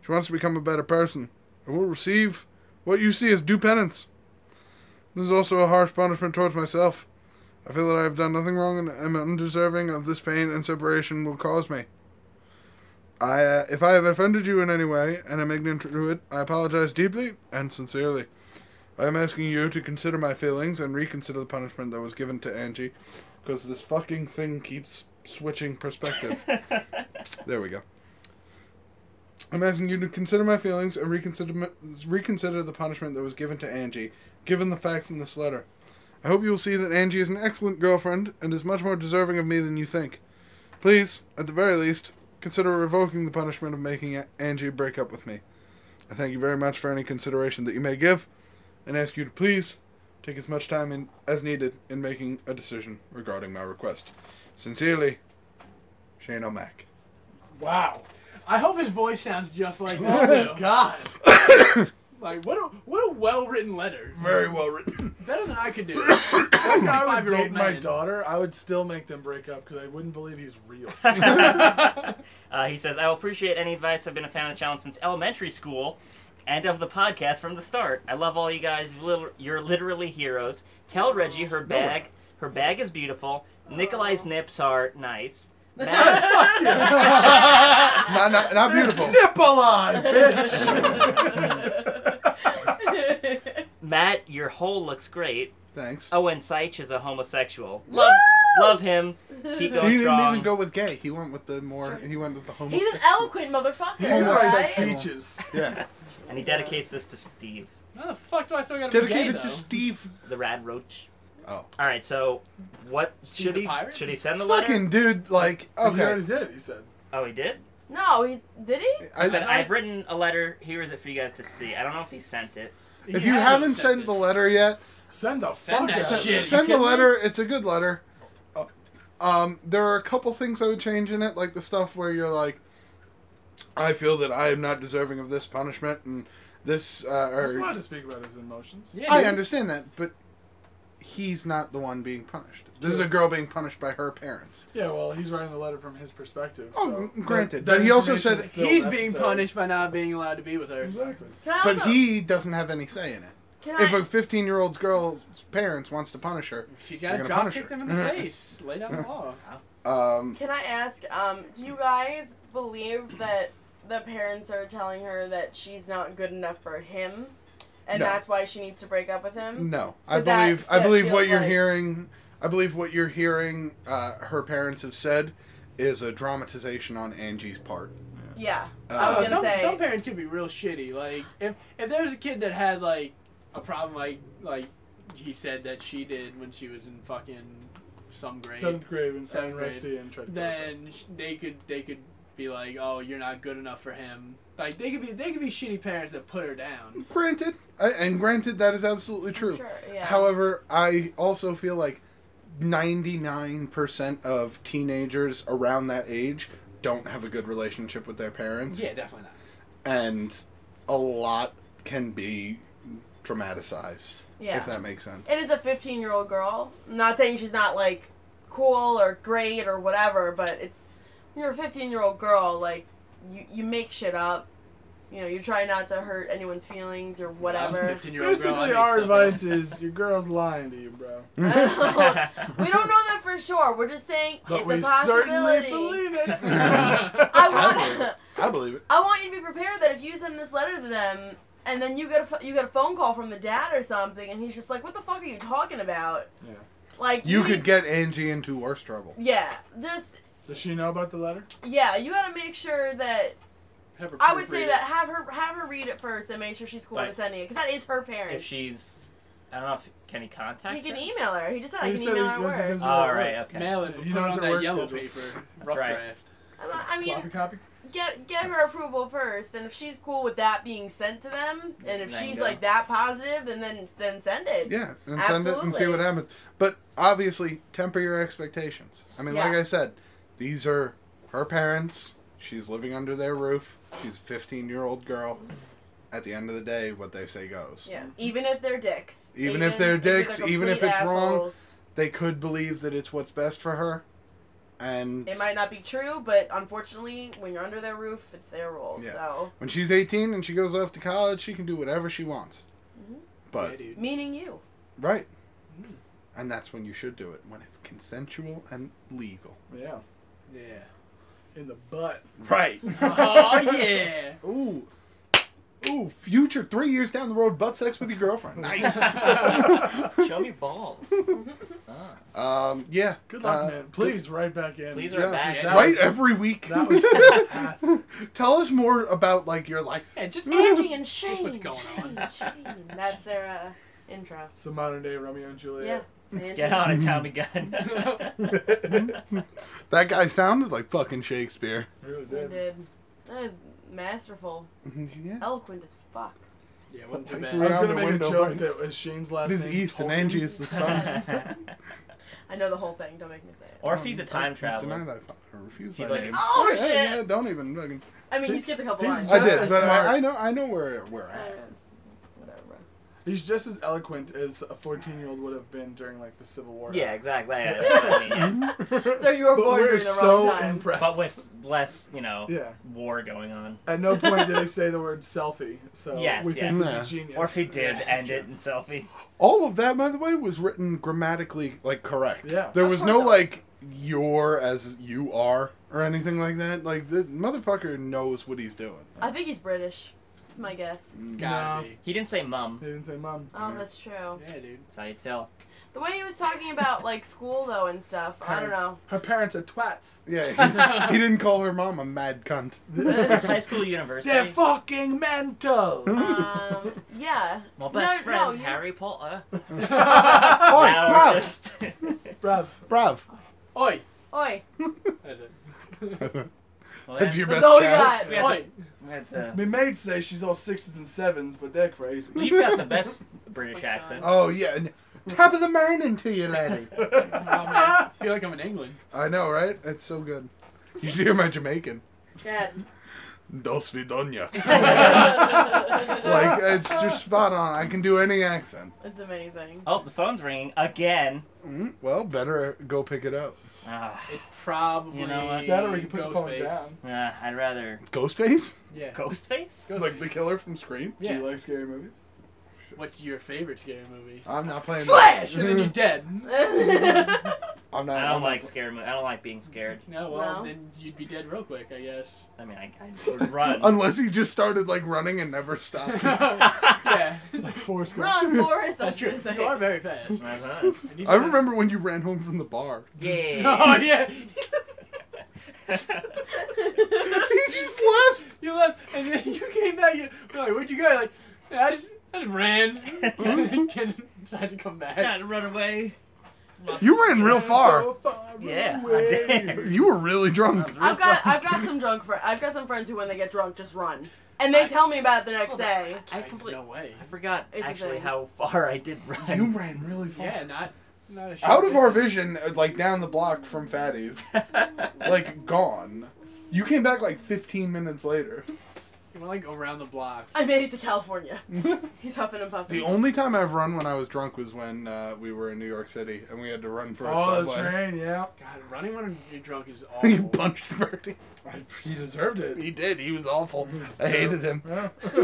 S2: She wants to become a better person and will receive what you see as due penance. This is also a harsh punishment towards myself. I feel that I have done nothing wrong and am undeserving of this pain and separation will cause me. I, uh, if I have offended you in any way and am ignorant to it, I apologize deeply and sincerely. I am asking you to consider my feelings and reconsider the punishment that was given to Angie, because this fucking thing keeps switching perspective. There we go. I'm asking you to consider my feelings and reconsider my- reconsider the punishment that was given to Angie, given the facts in this letter. I hope you will see that Angie is an excellent girlfriend and is much more deserving of me than you think. Please, at the very least, consider revoking the punishment of making A- Angie break up with me. I thank you very much for any consideration that you may give, and ask you to please take as much time in, as needed in making a decision regarding my request. Sincerely, Shane O'Mac.
S4: Wow. I hope his voice sounds just like that. too.
S3: God.
S4: like what a what a well written letter.
S2: Very well written.
S4: Better than I could do.
S3: If I was
S4: Five-year-old
S3: dating my
S4: man.
S3: daughter, I would still make them break up because I wouldn't believe he's real.
S7: Uh, he says, I will appreciate any advice. I've been a fan of the channel since elementary school and of the podcast from the start. I love all you guys. Lit- You're literally heroes. Tell Reggie her bag. Her bag is beautiful. Nikolai's nips are nice. Matt,
S2: not, not, not beautiful.
S3: Nipple on,
S7: Matt, your hole looks great.
S2: Thanks.
S7: Owen Seich is a homosexual. Love, love him. Keep going
S2: he didn't
S7: strong.
S2: even go with gay. He went with the more. He went with the
S5: He's
S2: homosexual.
S5: an eloquent motherfucker.
S2: He's
S3: He writes
S2: Homosexual.
S5: right?
S3: speeches.
S2: yeah,
S7: and he dedicates this to Steve,
S4: How the fuck do I still gotta be
S2: dedicated
S4: gay,
S2: to Steve.
S7: the Rad Roach.
S2: Oh.
S7: All right. So, what
S4: Steve
S7: should
S4: the
S7: he
S4: pirate?
S7: should he send the letter?
S2: Fucking dude, like
S3: He
S2: okay.
S3: already did. He said.
S7: Oh, he did.
S5: No, he did he?
S2: I,
S7: He said,
S4: I-
S7: I've written a letter. Here is it for you guys to see. I don't know if he sent it.
S4: though?
S2: if
S4: He
S2: you
S4: hasn't
S2: haven't sent
S4: accepted.
S2: the letter yet,
S3: Send the
S4: Send
S3: fuck
S4: that
S3: out.
S2: send,
S4: shit. you
S2: send the
S4: kidding me?
S2: letter. It's a good letter. Uh, Um, there are a couple things I would change in it, like the stuff where you're like, I feel that I am not deserving of this punishment and this. Uh,
S3: He's allowed
S2: or,
S3: to speak about his emotions.
S4: Yeah,
S2: I
S4: dude.
S2: understand that, but he's not the one being punished. This is a girl being punished by her parents.
S3: Yeah, well, he's writing the letter from his perspective.
S2: Oh,
S3: so
S2: gr- granted,
S3: that-
S2: but he
S3: that
S2: also
S3: information
S2: said-
S3: is still
S4: He's being
S2: uh,
S3: necessary.
S4: punished by not being allowed to be with her.
S3: Exactly.
S5: Can I
S2: But
S5: also-
S2: he doesn't have any say in it.
S5: Can
S2: If
S5: I,
S2: a 15 year old's girl's parents wants to punish her,
S4: She's
S2: You're
S4: gotta
S2: gonna
S4: drop
S2: punish her.
S4: kick them in the face. Lay down the law.
S2: um,
S5: Can I ask, um, do you guys believe that the parents are telling her that she's not good enough for him? And
S2: No.
S5: that's why she needs to break up with him?
S2: no, I
S5: Mm-hmm. But that-
S2: believe I
S5: that
S2: believe what
S5: feels
S2: you're
S5: like-
S2: hearing. I believe what you're hearing. Uh, her parents have said is a dramatization on Angie's part.
S5: Yeah. I
S2: Uh,
S5: was
S4: some,
S5: gonna say-
S4: some parents could be real shitty. Like if if there was a kid that had like a problem like like he said that she did when she was in fucking some grade,
S3: Seventh grade and
S4: Seventh grade.
S3: anorexia and tried to kill herself.
S4: then sh- they could they could be like, oh, you're not good enough for him. Like they could be they could be shitty parents that put her down.
S2: granted, I, and granted, that is absolutely true.
S5: Sure, yeah.
S2: However, I also feel like 99% of teenagers around that age don't have a good relationship with their parents.
S4: Yeah, definitely not.
S2: And a lot can be dramatized,
S5: yeah.
S2: if that makes sense.
S5: It is a 15 year old girl. I'm not saying she's not like cool or great or whatever, but it's when you're a 15 year old girl, like you, you make shit up. You know, you try not to hurt anyone's feelings or whatever.
S3: Basically, our advice is your girl's lying to you, bro.
S5: we don't know that for sure. We're just saying
S3: But
S5: it's
S3: we
S5: a possibility.
S3: certainly believe it.
S5: I
S2: I believe
S5: want,
S2: it. I believe it.
S5: I want you to be prepared that if you send this letter to them, and then you get a ph- you get a phone call from the dad or something, and he's just like, "What the fuck are you talking about?"
S3: Yeah.
S5: Like
S2: You
S5: need-
S2: could get Angie into worse trouble.
S5: Yeah, just
S3: Does she know about the letter?
S5: yeah. You got to make sure that
S4: Have her
S5: I would
S4: proofread
S5: say
S4: it.
S5: that have her have her read it first and make sure she's cool
S7: Right.
S5: with sending it because that is her parent.
S7: If she's, I don't know if can he contact.
S5: he can
S7: her?
S5: email her. He just said
S3: He
S5: I can
S3: said
S5: email
S3: he
S5: her
S3: goes
S5: at
S3: to
S5: work.
S3: visit-
S7: All right. Okay.
S4: Mail it,
S3: He
S4: but put it
S3: knows
S4: on
S3: her
S4: that
S3: work
S4: yellow
S3: schedule.
S4: paper.
S7: That's
S4: Rough
S7: right.
S4: draft.
S5: I mean,
S3: Sloppy copy.
S5: get get her approval first, and if she's cool with that being sent to them, and if
S7: Then
S5: she's
S7: go.
S5: like that positive, then then then send it.
S2: Yeah, and send it and see
S5: Absolutely.
S2: what happens. But obviously, temper your expectations. I mean, like
S5: Yeah.
S2: I said, these are her parents. She's living under their roof. She's a 15 year old girl. At the end of the day, what they say goes.
S5: Yeah. Even if they're dicks.
S2: Even if they're dicks, even if
S5: complete
S2: it's wrong,
S5: assholes.
S2: They could believe that it's what's best for her. And
S5: It might not be true, but unfortunately, when you're under their roof, it's their rule.
S2: Yeah.
S5: So,
S2: when she's 18 and she goes off to college, she can do whatever she wants.
S5: Mhm.
S2: But,
S4: Yeah, dude.
S5: meaning you.
S2: right.
S4: Mm.
S2: And that's when you should do it, when it's consensual and legal.
S3: Yeah.
S4: Yeah.
S3: In the butt.
S2: Right.
S4: Oh yeah.
S2: Ooh. Ooh, future three years down the road, butt sex with your girlfriend. Nice.
S7: Show me balls. Ah.
S2: um, yeah.
S3: Good luck,
S2: uh,
S3: man. Please write back in.
S7: Please
S2: Yeah,
S7: are back.
S3: that
S2: Right
S3: was-
S2: every week.
S3: That was fantastic.
S2: Tell us more about like your life.
S4: Yeah, just
S5: Angie and Shane.
S4: what's going
S5: Shane,
S4: on.
S5: Shane. That's their uh, intro.
S3: It's the modern day Romeo and
S5: Yeah.
S3: Juliet.
S5: Angie.
S7: Get on it, Tommy Gun.
S2: That guy sounded like fucking Shakespeare.
S3: Really
S5: They
S3: did.
S5: did. That is masterful.
S2: Mm-hmm, yeah.
S5: Eloquent as fuck.
S4: Yeah, wasn't too
S2: Like
S3: I was
S4: bad.
S2: around
S3: gonna
S2: the
S3: make a
S2: window
S3: joke
S2: breaks.
S3: that was Shane's last
S2: This is
S3: name.
S2: East and
S3: Tolkien.
S2: Angie is the sun.
S5: I know the whole thing. Don't make me say it.
S7: or if he's a time
S2: I don't
S7: traveler.
S2: Deny that. fuck- I refuse
S7: He's
S2: that
S7: like,
S2: name.
S5: "Oh,
S2: Yeah,
S5: shit."
S2: yeah, don't even. Fucking...
S5: I mean, he skipped a couple
S3: He's
S5: lines.
S2: I
S3: Just
S2: did,
S3: as
S2: but
S3: smart.
S2: I, I know. I know where we're
S5: Uh,
S2: at.
S5: whatever. bro.
S3: He's just as eloquent as a 14 year old would have been during like the Civil War.
S7: Yeah, exactly. Yeah, that's what I mean.
S5: So you were
S3: But
S5: born
S3: we're
S5: during the
S3: so
S5: wrong time.
S3: impressed.
S7: But with less, you know,
S3: yeah.
S7: war going on.
S3: At no point did he say the word selfie. So
S7: Yes,
S3: we think
S2: yes.
S3: he's a genius.
S7: Or if he did
S3: Yeah.
S7: end it in selfie.
S2: All of that, by the way, was written grammatically like correct.
S3: Yeah.
S2: There
S5: Of
S2: was
S5: course
S2: no
S5: not.
S2: like your as you are or anything like that. Like the motherfucker knows what he's doing.
S5: I think he's British. That's my guess.
S4: Gotta
S3: No.
S4: be.
S7: He didn't say mum.
S3: He didn't say mom.
S5: Oh,
S2: Yeah.
S5: that's true.
S4: Yeah, dude.
S7: That's how you tell.
S5: The way he was talking about like school though and stuff, I don't know.
S3: Her parents are twats.
S2: Yeah, he, he didn't call her mom a mad cunt.
S7: It's high school university.
S3: They're fucking mental.
S5: Um, yeah.
S7: My best
S5: No, no,
S7: friend,
S5: you-
S7: Harry Potter.
S2: Oi,
S7: Now we're
S2: bruv,
S7: just-
S3: Bruv.
S2: bruv.
S4: Oi.
S5: Oi,
S4: That's it.
S7: Well,
S2: That's your best
S5: that's all we
S2: chat.
S5: got.
S7: Yeah.
S4: Oi.
S7: that's, uh,
S3: My maids say she's all sixes and sevens, but they're crazy.
S7: You've got the best British accent.
S2: Oh yeah, and top of the morning to you, laddie.
S4: Oh, man. I feel like I'm in England.
S2: I know, right? It's so good. You should hear my Jamaican.
S5: God.
S2: Dos vidania. like it's just spot on. I can do any accent.
S5: It's amazing.
S7: Oh, the phone's ringing again.
S2: Mm, well, better go pick it up.
S7: Ah,
S4: It probably.
S7: You know what?
S3: Better we can put the phone
S4: Ghostface.
S3: down.
S7: ah, I'd rather
S2: Ghostface,
S4: Yeah.
S7: Ghostface.
S4: Ghostface.
S2: like the killer from Scream.
S4: Yeah.
S3: Do you like scary movies?
S4: What's your favorite scary movie?
S2: I'm not playing.
S5: Flash!
S4: and then you're dead.
S2: I'm not.
S7: I
S2: I'm
S7: don't
S2: not-
S7: like scary. mo- I don't like being scared.
S4: No, well,
S5: No.
S4: then you'd be dead real quick, I guess.
S7: I mean, I, I would run.
S2: Unless he just started like running and never stopped.
S4: yeah.
S3: Forrest Gump.
S5: Run, Forrest.
S4: That's true. You are very fast. And you
S2: I
S4: just-
S2: remember when you ran home from the bar.
S4: Oh,
S7: Yeah.
S4: yeah.
S2: He just left.
S4: You left, and then you came back. And, we're like, where'd you go? You're Like, I just, I just ran. and then didn't decide to come back.
S7: Gotta run away.
S2: You ran real
S4: So
S2: far.
S4: far
S7: Yeah, I
S4: away.
S7: did.
S2: You were really drunk.
S5: I've got I've got some drunk friends. I've got some friends who when they get drunk just run, and they tell me about it the next
S7: Hold
S5: day.
S7: I
S4: There's
S7: completely.
S4: no way.
S7: I forgot
S5: It's a
S7: actually
S5: thing.
S7: how far I did run.
S2: You ran really far.
S4: Yeah, not, not a short
S2: Out of our
S4: distance.
S2: vision, uh, like down the block from Fatty's, like gone. You came back like 15 minutes later.
S4: You want like around the block.
S5: I made it to California. He's huffing and puffing.
S2: The only time I've run when I was drunk was when uh, we were in New York City and we had to run for a
S3: Oh, the
S2: subway.
S3: train, yeah.
S4: God, running when you're drunk is awful.
S2: He punched Bertie.
S3: I, he deserved it.
S2: He did. He was awful.
S3: was
S2: I hated him.
S3: Yeah.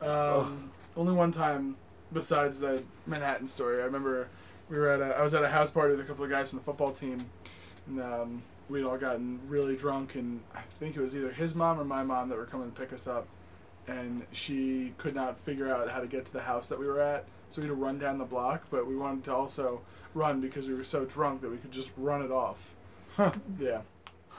S3: um, only one time, besides the Manhattan story, I remember we were at a, I was at a house party with a couple of guys from the football team, and um, we'd all gotten really drunk, and I think it was either his mom or my mom that were coming to pick us up, and she could not figure out how to get to the house that we were at, so we had to run down the block, but we wanted to also run because we were so drunk that we could just run it off.
S2: Huh.
S3: Yeah.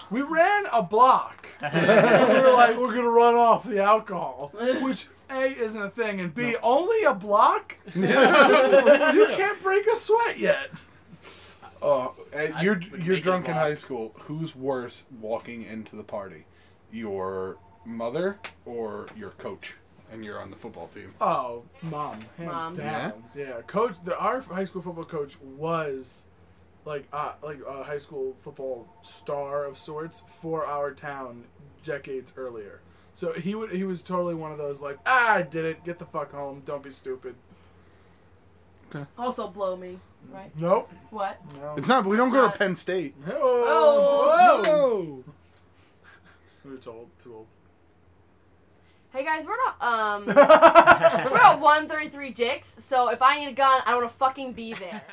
S3: We ran a block. And we were like, we're gonna run off the alcohol, which A isn't a thing, and B only a block. you can't break a sweat yet.
S2: Uh, and
S4: I
S2: you're
S4: would
S2: you're
S4: make it
S2: drunk in
S4: wrong.
S2: high school. Who's worse walking into the party, your mother or your coach? And you're on the football team.
S3: Oh, mom, hands
S5: Mom.
S3: down. Yeah? coach. The, our high school football coach was like uh, like a high school football star of sorts for our town decades earlier. So he would he was totally one of those like ah, I did it. Get the fuck home. Don't be stupid.
S5: Also, blow me. Right?
S3: Nope.
S5: What?
S3: No.
S2: It's not. But we don't go to Penn State.
S3: Whoa.
S5: Oh.
S3: Whoa. We were told too old.
S5: Hey guys, we're not
S3: Um,
S5: um we're at 133 dicks, so if I need a gun, I want to fucking be there.